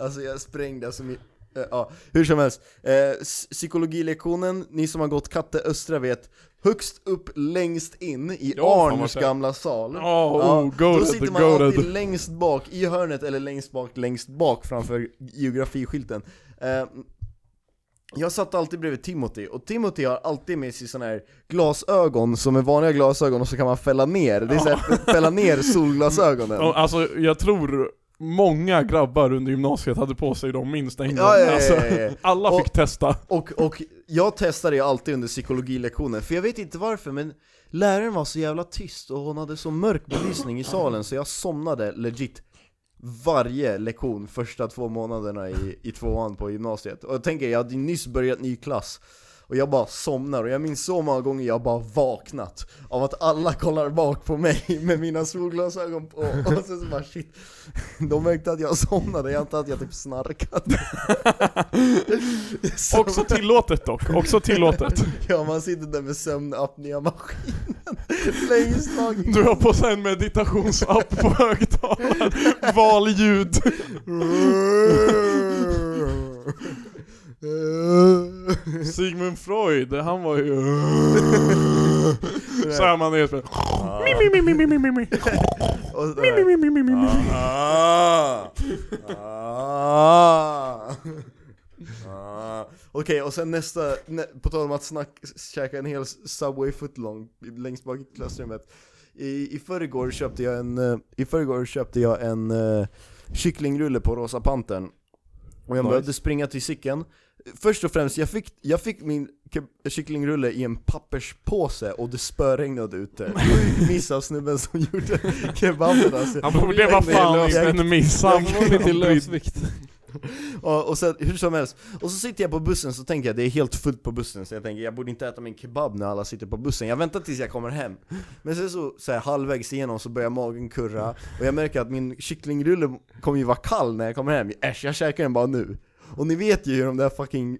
B: alltså jag är sprängd alltså. Min, eh, ja, hur som helst. Eh, s- psykologilektionen, ni som har gått Katte Östra vet, högst upp längst in i
C: Ja, fan,
B: Arns
C: vart det-
B: gamla sal.
A: Ja, oh,
B: då
A: goated,
B: sitter man
A: goated.
B: alltid längst bak i hörnet eller längst bak, längst bak framför geografiskylten. Eh, jag satt alltid bredvid Timothy, och Timothy har alltid med sig sådana här glasögon som är vanliga glasögon och så kan man fälla ner, det är så här, fälla ner solglasögonen
A: Ja, Alltså jag tror många grabbar under gymnasiet hade på sig dem minst en gång.
B: Ja, ja, ja,
A: alltså,
B: ja, ja.
A: Alla
B: Och-
A: fick testa.
B: och, och jag testade ju alltid under psykologilektionen, för jag vet inte varför men läraren var så jävla tyst och hon hade så mörk belysning i salen så jag somnade legit varje lektion första två månaderna i, i tvåan på gymnasiet. Och jag tänker, jag hade nyss börjat ny klass och jag bara somnar och jag minns så många gånger jag bara vaknat av att alla kollar bak på mig med mina solglasögon på och sen så bara shit, de märkte att jag somnade, jag antar att jag typ snarkade. Så-
A: Också tillåtet dock, också tillåtet.
B: Ja man sitter där med sömnapnea-maskinen längst bak
A: Du har på sig en meditationsapp på högtalaren, valljud. Sigmund Freud, han var ju... Så här man är spel. Mi, mi, mi, mi, mi, mi, mi.
B: Och så
A: Mi,
B: där.
A: mi, mi, mi, mi, mi.
B: Ah. Ah. Ah. Okej, och sen nästa, nä, på tal om att snack, käka en hel Subway footlong längst bak i klassrummet I, i förrgår köpte jag en, eh, i förrgår köpte jag en eh, kycklingrulle på Rosa Pantern Och jag behövde springa till cykeln Först och främst, jag fick, jag fick min ke- kycklingrulle i en papperspåse och det spöregnade ute Sjuk miss av snubben som gjorde kebaben alltså
C: Han
A: Det var fan en miss.
C: Han
A: Han
C: var lite
A: brydde-
C: lösvikt.
B: och, och sen, hur som helst, och så sitter jag på bussen så tänker jag det är helt fullt på bussen så jag tänker jag borde inte äta min kebab när alla sitter på bussen, jag väntar tills jag kommer hem Men sen så, så här, halvvägs igenom så börjar magen kurra och jag märker att min kycklingrulle kommer ju vara kall när jag kommer hem, äsch jag käkar den bara nu Och ni vet ju hur de där fucking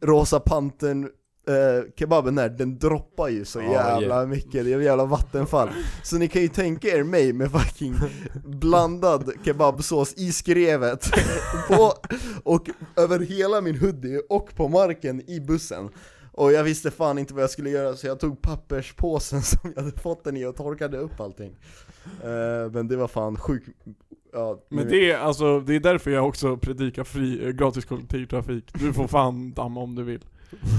B: Rosa Pantern eh, kebaben där, den droppar ju så
C: Ja,
B: jävla
C: yeah.
B: mycket, det är ett jävla vattenfall Så ni kan ju tänka er mig med fucking blandad kebabsås i skrevet på, och över hela min hoodie och på marken i bussen och jag visste fan inte vad jag skulle göra så jag tog papperspåsen som jag hade fått den i och torkade upp allting Eh, Men det var fan sjuk... Ja,
A: Men
B: nu-
A: det är alltså, det är därför jag också predikar fri, eh, gratis kollektivtrafik. Du får fan damma om du vill.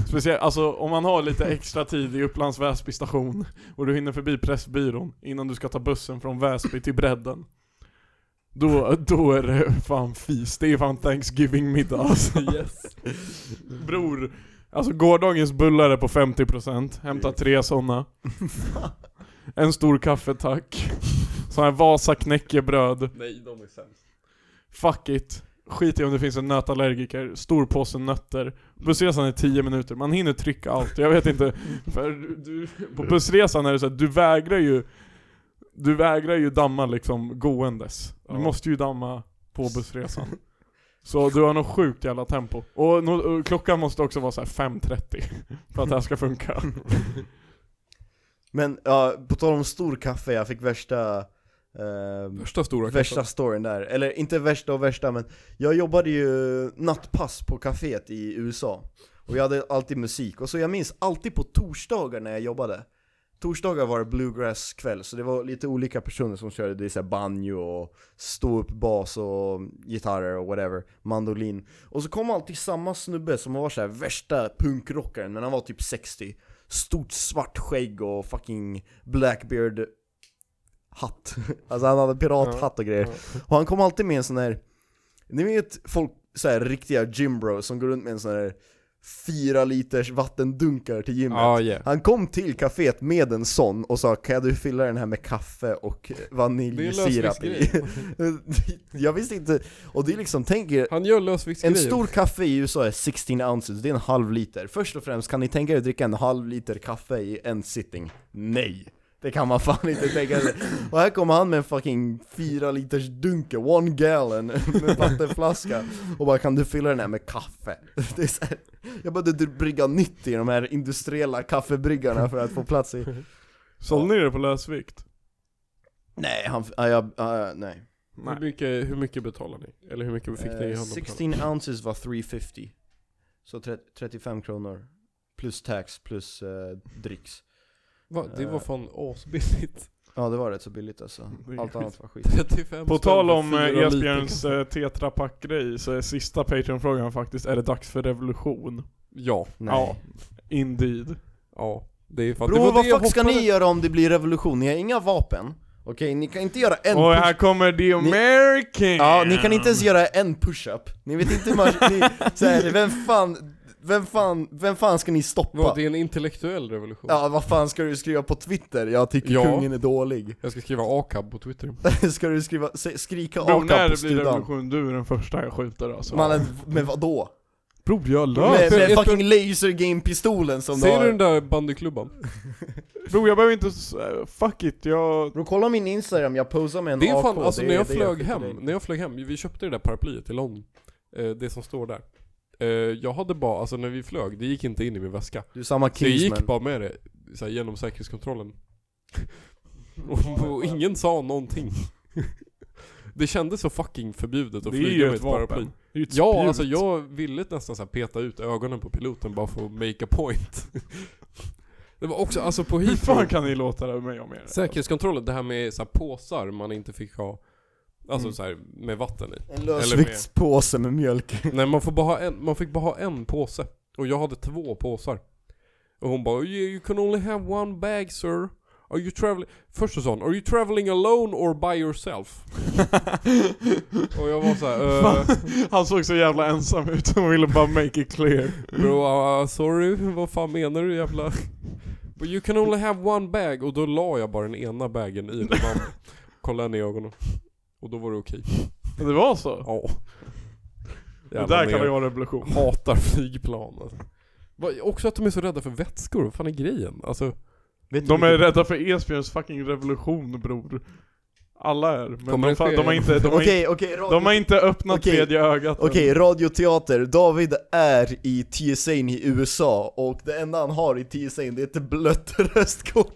A: Speciellt, alltså om man har lite extra tid i Upplands Väsby station och du hinner förbi Pressbyrån innan du ska ta bussen från Väsby till bredden. Då, då är det fan fis, det är fan Thanksgiving-middag alltså.
C: Yes.
A: Bror, alltså gårdagens bullar är på 50%, hämta tre sådana. En stor kaffe tack. Sån här Vasa knäckebröd.
C: Nej, de är sämst.
A: Fuck it. Skit i om det finns en nötallergiker, stor påse nötter. Bussresan är 10 minuter, man hinner trycka allt. Jag vet inte, för du, du, på bussresan är det så att du vägrar ju Du vägrar ju damma liksom gåendes. Du
C: Ja.
A: måste ju damma på bussresan. Så du har nog sjukt jävla tempo. Och, nå- och klockan måste också vara så här 5.30 för att det här ska funka.
B: Men ja, på tal om stor kaffe, jag fick värsta... eh,
C: Värsta stora
B: Värsta
C: kaffet.
B: storyn där, eller inte värsta och värsta men Jag jobbade ju nattpass på kaféet i USA Och jag hade alltid musik, och så jag minns alltid på torsdagar när jag jobbade Torsdagar var det bluegrass-kväll, så det var lite olika personer som körde det är så här banjo och stå upp bas och gitarrer och whatever, mandolin Och så kom alltid samma snubbe som var så här värsta punkrockaren, men han var typ 60 Stort svart skägg och fucking blackbeard hatt. Alltså han hade pirathatt och grejer. Och han kom alltid med en sån här, ni vet folk, så här riktiga gymbros som går runt med en sån här fyra liters vattendunkar till gymmet.
C: Ja, yeah.
B: Han kom till kaféet med en sån och sa 'Kan du fylla den här med kaffe och vaniljsirap i?' Jag visste inte, och det är liksom, tänk er
C: Han gör lösviktsgrejer.
B: en stor kaffe i USA är 16 ounces, det är en halv liter. Först och främst, kan ni tänka er att dricka en halv liter kaffe i en sitting? Nej! Det kan man fan inte tänka sig. Och här kommer han med en fucking 4 liters dunke, one gallon, med vattenflaska. Och bara kan du fylla den här med kaffe? Det är så här, jag behövde brygga nytt i de här industriella kaffebryggarna för att få plats i...
A: Sålde ni det på lösvikt?
B: Nej, han... ah, jag, ah, nej.
A: Nej.
C: Hur mycket, hur mycket betalar ni? Eller hur mycket fick ni i
B: Eh,
C: honom?
B: 16 ounces var 350 Så tre- 35 kronor Plus tax, plus eh, dricks
C: Va? Det var fan asbilligt.
B: Ja det var rätt så billigt alltså,
C: Mm,
A: Det är
B: allt
A: skit.
B: annat var skit
C: 35
A: På
C: spänn
A: tal
C: för
A: om eh,
C: fyra liter
A: Esbjörns
C: kaffe.
A: eh, Tetra Pak-grej så är sista Patreon-frågan faktiskt, är det dags för revolution?
C: Ja,
B: Nej.
A: Ja, indeed.
C: ja. Det är fan... det
B: Bror
C: var
B: vad
C: det jag
B: fuck ska ni
C: hoppades-
B: göra om det blir revolution? Ni har inga vapen Okej, ni kan inte göra en
A: Och
B: push-
A: här kommer The American!
B: Ja, ni kan inte ens göra en push-up Ni vet inte hur man, ni, så här, vem fan, vem fan, vem fan ska ni
C: Vad,
B: stoppa?
C: det är en intellektuell revolution.
B: Ja, vad fan ska du skriva på Twitter? Jag tycker
C: Ja.
B: kungen är dålig
C: Jag ska skriva AKAB på Twitter.
B: Ska du skriva, se- skrika
A: Bror,
B: Akab
A: när
B: på
A: det blir
B: studan?
A: revolution, du är den första jag skjuter alltså.
B: Mannen, men vadå?
A: Bror jag
B: Med,
A: löser
B: med
C: ett-
B: fucking laser game-pistolen som du
C: Ser
B: har
C: du den där bandyklubban?
A: Bror jag behöver inte, s- eh, fuck it, jag...
B: Bro, kolla min instagram, jag posar med en
C: Det är
B: AK
C: fan, alltså
B: det
C: när
B: är
C: jag
B: det
C: flög
B: skickar
C: hem,
B: dig.
C: när jag flög hem, vi köpte det där paraplyet i London. Eh, det som står där. Eh, jag hade bara, alltså när vi flög, det gick inte in i min väska.
B: Du är samma
C: Så jag gick
B: kingsman
C: bara med det, så här, genom säkerhetskontrollen. och, och ingen sa någonting. det kändes så fucking förbjudet att
A: Det är
C: flyga
A: ju
C: med
A: ett
C: ett paraply.
A: vapen. Det är ju ett
C: Ja,
A: spjut.
C: alltså jag ville nästan så här peta ut ögonen på piloten bara för att make a point. det var också, alltså på
A: Hur fan
C: Heathrow,
A: kan ni låta det mig om er?
C: säkerhetskontrollen, det här med så här påsar man inte fick ha, alltså så här med vatten i.
B: En
C: lösviktspåse
B: lösviktspåse med mjölk
C: Nej man, får bara ha en, man fick bara ha en påse. Och jag hade två påsar. Och hon bara "Oh, you, you can only have one bag sir. Are you traveling... Först så sa hon, are you traveling alone or by yourself? och jag var såhär, uh,
A: Han såg så jävla ensam ut, han ville bara make it clear.
C: bro uh, sorry, vad fan menar du jävla... But you can only have one bag. Och då la jag bara den ena bagen i den andra. Kollade henne i ögonen. Och då var det okej.
A: Men Det var så?
C: Ja.
A: Det
C: Jävla
A: där kan
C: ner.
A: vi ha revolution.
C: Hatar flygplan alltså. Va- Också att de är så rädda för vätskor, vad fan är grejen? Alltså,
B: Vet
A: De
B: du
A: är
B: vilken-
A: rädda för Esbjörns fucking revolution bror. Alla är, men
C: Kommer
A: de,
C: det
A: fan,
C: ske?
A: de har inte, de har inte,
B: Okej, okej, radio-
A: de har inte öppnat
B: Okej.
A: tredje ögat än.
B: Okej, radioteater. David är i TSA i USA och det enda han har i TSA det är ett blött röstkort.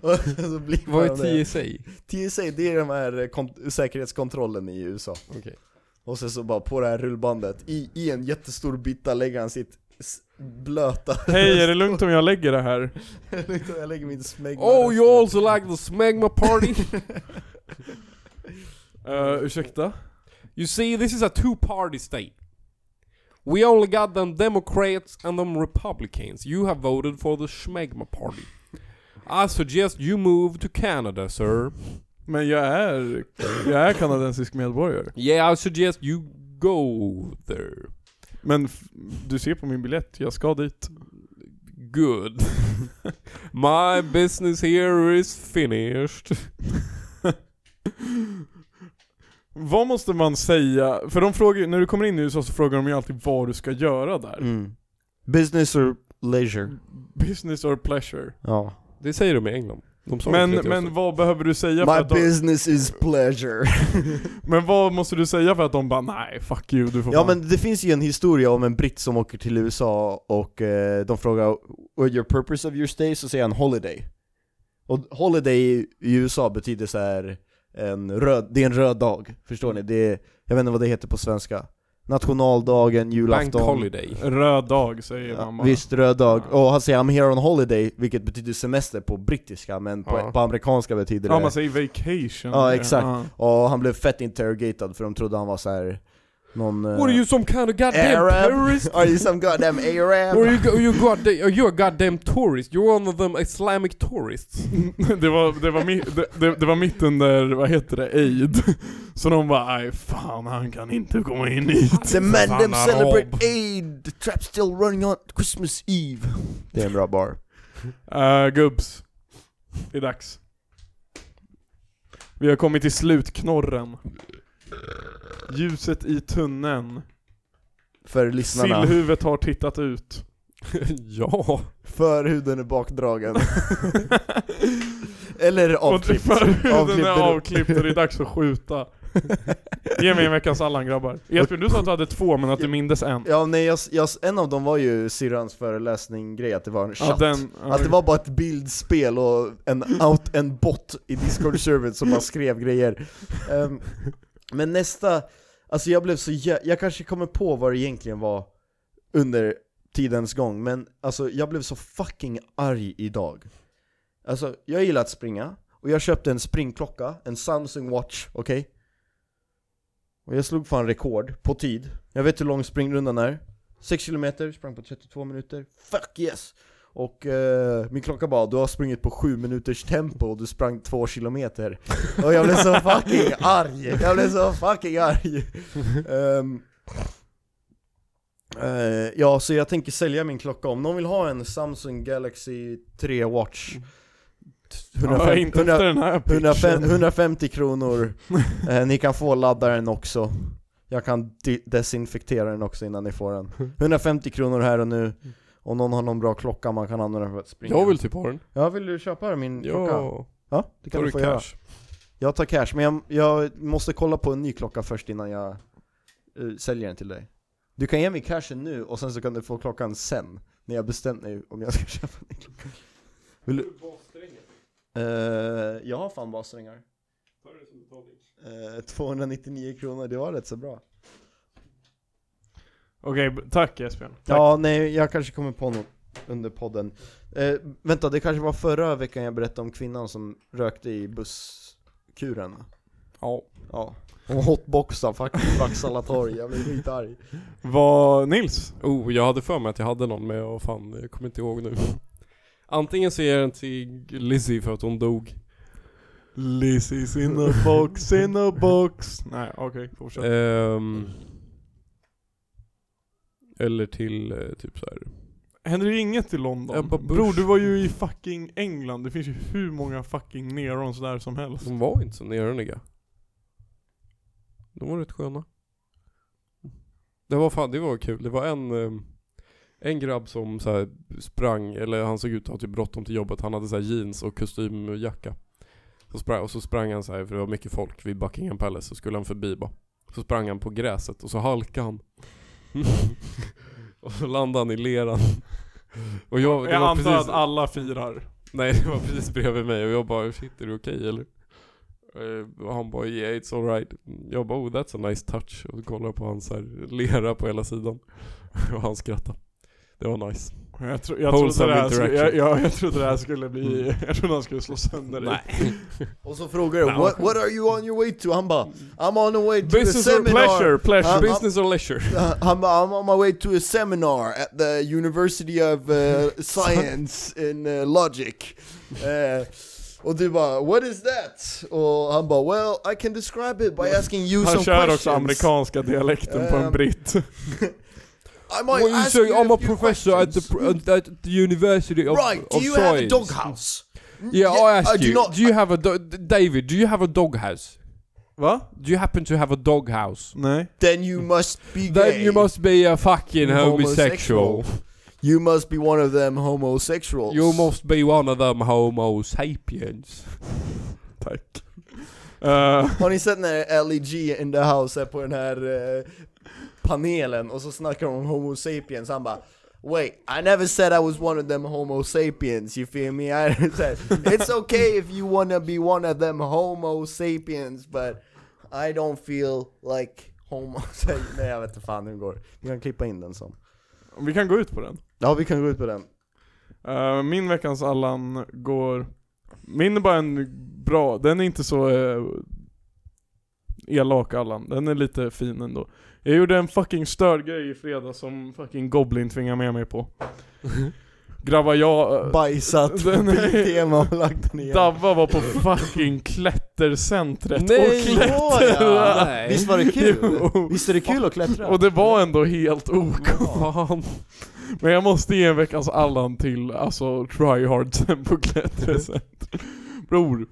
B: Och så blir
C: vad
B: han det.
C: är TSA?
B: TSA det är den här eh, kom- säkerhetskontrollen i USA.
C: Okej.
B: Och sen så bara på det här rullbandet, i, i en jättestor bytta lägger han sitt s- blöta
A: Hej, är det lugnt om jag lägger det här?
B: Jag lägger min smägg
C: Oh you also like the smegma party?
A: Uh, ursäkta?
C: You see this is a two party state. We only got them Democrats and them Republicans. You have voted for the smegma party. I suggest you move to Canada sir.
A: Men jag är, jag är kanadensisk medborgare.
C: Yeah I suggest you go there.
A: Men f- du ser på min biljett, jag ska dit.
C: Good. My business here is finished.
A: Vad måste man säga? För de frågar ju- när du kommer in i USA så frågar de ju alltid vad du ska göra där.
B: Mm. Business or leisure?
A: Business or pleasure.
B: Ja.
C: Det säger de i England. De sa
A: Men,
C: det till oss.
A: men vad behöver du säga för att
B: My
A: de,
B: business is pleasure.
A: Men vad måste du säga för att de bara nej, fuck you, du får
B: Ja
A: fan-
B: men det finns ju en historia om en britt som åker till USA och eh, de frågar What your purpose of your stay? Så säger han holiday Och holiday i i USA betyder så här en röd, det är en röd dag, förstår ni? Det är, jag vet inte vad det heter på svenska Nationaldagen,
C: Bank
B: julafton
C: holiday.
A: Röd dag säger
B: Ja,
A: man bara.
B: visst, röd dag.
A: Ja.
B: Och han säger 'I'm here on holiday' vilket betyder semester på brittiska men på,
C: Ja.
B: på amerikanska betyder det
A: Ja man säger vacation.
B: Ja, exakt.
A: Ja.
B: Och han blev fett interrogated för de trodde han var så här någon... eh,
C: What are you some kind of goddamn
B: Arab?
C: terrorist?
B: Are you some goddamn Arab?
C: Or you go, you goddamn, are you a goddamn tourist? You're one of them Islamic tourists.
A: det, var, det, var mi, det, det, det var mitt under, vad heter det, aid. Så de bara nej fan han kan inte komma in hit.
B: The men
C: Fan,
B: them
C: Arab.
B: celebrate aid, the trap still running on Christmas Eve Det är en bra bar
A: Uh, gubbs. Det är dags. Vi har kommit till slutknorren. Ljuset i tunneln.
B: För lyssnarna,
A: Sillhuvudet har tittat ut.
C: ja.
B: för huden är bakdragen Eller avklippt
A: Och förhuden
B: Avklippt.
A: är avklippt och det är dags att skjuta. Ge mig en veckans Allan grabbar. Jesper, du sa att du hade två men att du mindes en.
B: Ja nej, jag, jag, en av dem var ju syrrans föreläsning-grej, att det var en chatt
A: Ja, den, ja,
B: Att det var bara ett bildspel och en, out, en bot i discord-servern som bara skrev grejer Ehm, Men nästa, alltså jag blev så jä- jag kanske kommer på vad det egentligen var under tidens gång Men alltså jag blev så fucking arg idag Alltså jag gillar att springa, och jag köpte en springklocka, en Samsung Watch, okej? Och jag slog fan rekord på tid Jag vet hur lång springrundan är 6 kilometer, sprang på 32 minuter, fuck yes! Och eh, min klocka bara 'Du har sprungit på 7 minuters tempo och du sprang 2 kilometer' Och jag blev så fucking arg! Jag blev så fucking arg! Ehm, eh, ja, så jag tänker sälja min klocka om någon vill ha en Samsung Galaxy 3 Watch
A: Ja, inte
B: 100
A: efter den här pitchen.
B: 150, 150 kronor, eh, ni kan få laddaren också Jag kan di- desinfektera den också innan ni får den 150 kronor här och nu Om någon har någon bra klocka man kan använda den för att springa
C: Jag vill typ ha den.
B: Ja, vill du köpa min klocka?
C: Ja.
B: Ja, det kan
C: Tar
B: du
C: du
B: få
C: cash?
B: göra Jag tar cash, men jag, jag måste kolla på en ny klocka först innan jag eh, säljer den till dig Du kan ge mig cashen nu och sen så kan du få klockan sen När jag bestämt mig om jag ska köpa en ny klocka Vill du? Eh, jag har fan bassträngar Eh, 299 kronor, det var rätt så bra
A: Okej, b- tack Esbjörn. Tack.
B: Ja, nej, jag kanske kommer på något under podden eh, Vänta, det kanske var förra veckan jag berättade om kvinnan som rökte i busskuren va?
C: Ja.
B: Ja, hon hotboxade faktiskt Vaksala torg, jag blev skitarg
A: Vad, Nils?
C: Oh, jag hade för mig att jag hade någon men jag fan, jag kommer inte ihåg nu. Antingen så är den till Lizzie för att hon dog.
A: Lizzie's in a box, in a box. Nej, okej, fortsätt.
B: Mm.
C: Ehm, eller till eh, typ så här.
A: Händer ju inget i London?
C: Ebba Busch.
A: Bror, du var ju i fucking England. Det finns ju hur många fucking nerons där som helst.
C: De var inte så neroniga. De var rätt sköna. Det var fan, det var kul. Det var en, eh, en grabb som så här sprang, eller han såg ut att ha typ bråttom till jobbet. Han hade så här jeans och kostymjacka. Så sprang, och så sprang han så här, för det var mycket folk vid Buckingham Palace, så skulle han förbi bara. Så sprang han på gräset och så halkade han. och så landade han i leran. Och jag, det
A: Jag
C: var
A: antar
C: precis,
A: att alla firar.
C: Nej det var precis bredvid mig och jag bara shit är du okej eller? Eh, Och han bara yeah it's alright. Jag bara oh that's a nice touch och kollar på hans här lera på hela sidan. Och han skrattar. Det var nice.
A: Jag, tro, jag, trodde
C: Wholesome
A: det här, skulle- jag,
C: interaction.
A: jag, jag trodde det här skulle bli, jag trodde han skulle slå sönder dig.
B: Och så frågar jag what, what are you on your way to? Han bara I'm on the way to a
A: Business or
B: seminar
A: pleasure, pleasure.
B: Ja.
C: Business or leisure?
B: Uh, I'm, I'm on my way to a seminar at the University of uh, Science in uh, Logic. Eh, och du bara 'What is that?' Och han bara 'Well, I can describe it by asking you
A: Han
B: some
A: kör
B: questions'
A: också amerikanska dialekten på en
B: Ehm,
A: britt.
B: I might ask you a few questions.
C: at the university
B: Right, do you have a doghouse?
C: Yeah, I asked
B: do
C: you.
B: not-
C: do you have a do- David? Do you have a doghouse?
A: Va?
C: Do you happen to have a doghouse?
A: Nej.
B: Then you must be
C: Then
B: gay.
C: you must be a fucking homosexual.
B: Homosexual. You must be one of them homosexuals.
C: You must be one of them homo sapiens.
A: Tack. Eh,
B: Har ni sett när LEG in the house är på den här eh, panelen och så snackar de om Homo sapiens, han bara Wait, I never said I was one of them homo sapiens, you feel me? I said, it's okay if you wanna be one of them homo sapiens but I don't feel like homo Nej jag vet inte fan hur det går, vi kan klippa in den sen
A: vi kan gå ut på den.
B: Ja vi kan gå ut på den
A: Eh, min veckans Allan går... Min är bara en bra, den är inte så eh, elak Allan, den är lite fin ändå. Jag gjorde en fucking störgrej i fredags som fucking Goblin tvingade med mig på. Grabbar jag... eh,
B: Bajsat på
A: Den är-
B: tema och lagt den igen
A: Davva var på fucking klättercentret
C: Nej,
A: och klättrade!
B: ja.
C: Nej.
B: Visst var det kul?
A: Jo.
B: Visst är det kul att klättra?
A: Och det var ändå helt okom. Men jag måste ge en veckans Allan till, alltså tryhardsen på klättresätt. Bror,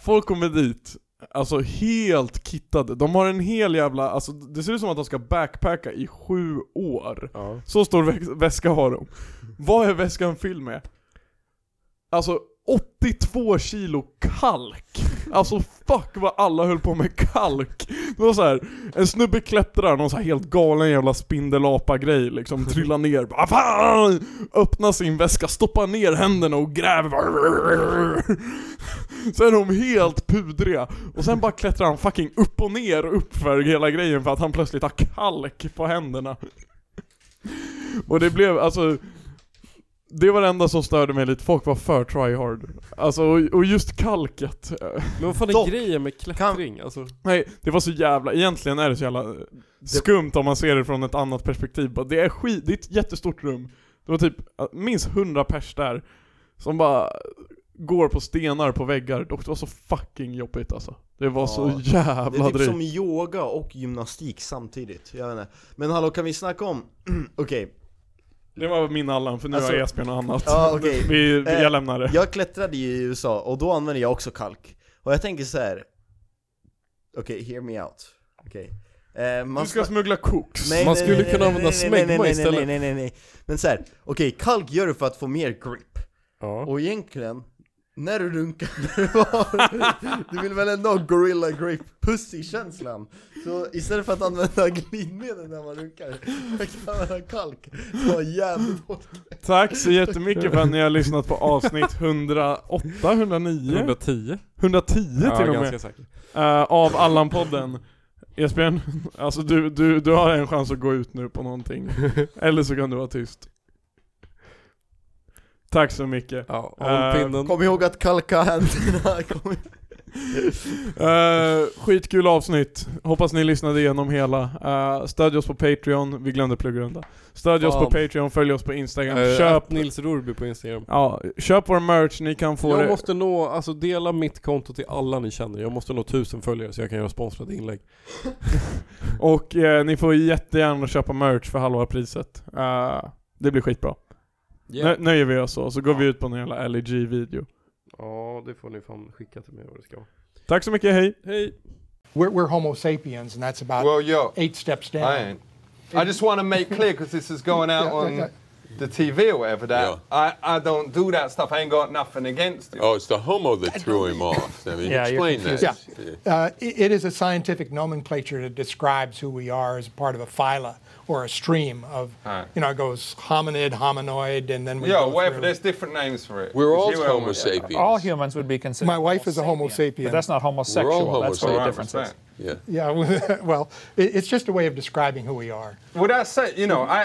A: folk kommer dit, alltså helt kittade. De har en hel jävla, alltså det ser ut som att de ska backpacka i sju år. Så stor vä- väska har de. Vad är väskan fylld med? Alltså 82 kilo kalk. Alltså fuck vad alla höll på med kalk. Det var så här, en snubbe klättrar, någon så här helt galen jävla spindelapa-grej liksom, trillar ner, bara, fan! öppnar sin väska, stoppar ner händerna och gräver. Sen är de helt pudriga, och sen bara klättrar han fucking upp och ner uppför hela grejen för att han plötsligt har kalk på händerna. Och det blev, alltså det var det enda som störde mig lite, folk var för tryhard. Alltså, och, och just kalket.
C: Men vad fan är
B: Dock,
C: grejen med klättring? Alltså,
A: Nej, det var så jävla, egentligen är det så jävla eh, skumt om man ser det från ett annat perspektiv. Bara, Det är skit, det är ett jättestort rum. Det var typ eh, minst 100 pers där, som bara går på stenar på väggar. Och det var så fucking jobbigt alltså. Det var så
B: Ja, Det
A: jävla
B: är typ
A: drygt.
B: som yoga och gymnastik samtidigt, jag vet inte Men hallå kan vi snacka om, okej,
A: Det var min Allan, för nu
B: Alltså-
A: har Esbjörn och annat.
B: Ja, okej.
A: vi, vi,
B: Eh,
A: jag lämnar det.
B: jag klättrade ju i USA och då använde jag också kalk Och jag tänker så här. okej hear me out, okej eh, man
A: Du ska
B: sna-
A: smuggla koks.
B: Nej,
C: Man
B: nej,
C: skulle
B: nej,
C: kunna
B: nej,
C: använda
B: nej, nej,
C: smegma
B: nej, nej, Nej
C: istället.
B: nej nej nej Men såhär, okej kalk gör du för att få mer grip
C: ja.
B: Och egentligen, när du runkar Du vill väl ändå ha gorilla grip pussy-känslan? Så istället för att använda glidmedel när man runkar Kan man ha kalk, det var jävligt hårt
A: Tack så jättemycket för att ni har lyssnat på avsnitt 108, 109,
C: 110?
A: 110
C: Ja,
A: till och
C: ganska
A: med.
C: säkert.
A: eh, av Allan-podden. Esbjörn, alltså du, du, du har en chans att gå ut nu på någonting. Eller så kan du vara tyst. Tack så mycket.
C: Ja, håll
A: Eh,
C: pinnen.
B: Kom ihåg att kalka händerna, kom
A: Eh, skitkul avsnitt. Hoppas ni lyssnade igenom hela. Eh, stödj oss på Patreon. Vi glömde pluggrunda. Stödj oss på
C: Fan.
A: Patreon, följ oss på Instagram.
C: Eh,
A: köp,
C: att Nils Rorby på Instagram.
A: ja, köp vår merch, ni kan få
C: jag
A: det.
C: måste nå, alltså dela mitt konto till alla ni känner. Jag måste nå tusen följare så jag kan göra sponsrade inlägg.
A: Och eh, ni får jättegärna köpa merch för halva priset. Eh, det blir skitbra. Nö, nöjer vi oss så, så går vi ut på en jävla E LEG-video.
C: Ja, det får ni fan skicka till mig vad det ska vara.
A: Tack så mycket, hej!
C: Hej!
I: We're, we're Homo sapiens, and that's about
J: Well, yo,
I: eight steps down.
J: I ain't.
I: I just want to make clear because this is going out on the TV or whatever that
J: Yeah.
I: I, I don't do that stuff. I ain't got nothing against it.
J: Oh, it's the homo that threw him off. I mean,
K: Yeah, you're
J: explain that.
K: confused. Uh, i- it is a scientific nomenclature that describes who we are as part of a phyla or a stream of,
I: Alright.
K: you know, it goes hominid, hominoid, and then we
I: Yeah,
K: go
I: whatever.
K: through-
I: There's different names for it.
J: We're all
I: You-
J: Homo sapiens.
K: All
L: humans would be considered.
K: My wife is a Homo sapien.
L: But that's not homosexual.
J: Homo
L: that's where the
J: sapiens.
L: difference is.
J: Yeah.
K: Yeah, well, it, it's just a way of describing who we are.
I: Well, that's it. You know, I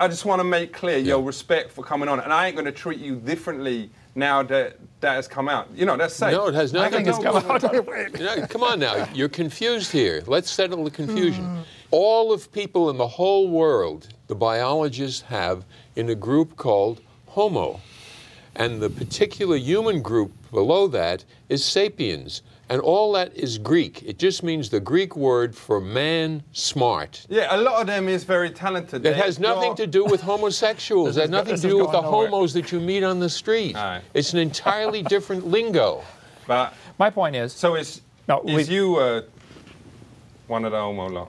I: I just want to make clear your respect for coming on, and I ain't going to treat you differently now that that has come out. You know, that's it.
J: No, it has nothing
I: I got no-
J: Yeah, come on now, you're confused here. Let's settle the
I: Mm.
J: confusion. All of people in the whole world, the biologists have in a group called Homo. And the particular human group below that is sapiens. And all that is Greek. It just means the Greek word for man smart.
I: Yeah, a lot of them is very talented.
J: It has nothing to do with homosexuals. It has nothing
I: this
J: to
I: is
J: do with the
I: going nowhere.
J: homos that you meet on the street. It's an entirely different lingo.
I: But
L: my point is.
I: So is
L: no,
I: is you uh, one of the homo lot?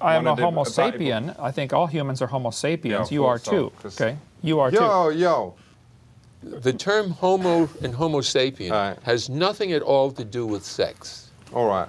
L: I am
I: One
L: a
I: of the
L: Homo
I: valuable-
L: sapien. I think all humans are Homo sapiens.
J: Yeah,
L: you are
J: of course,
L: too.
J: so, 'cause-
L: Okay. You are
J: Yo,
L: too.
I: yo.
J: The term homo and homo sapien has nothing at all to do with sex.
I: All right.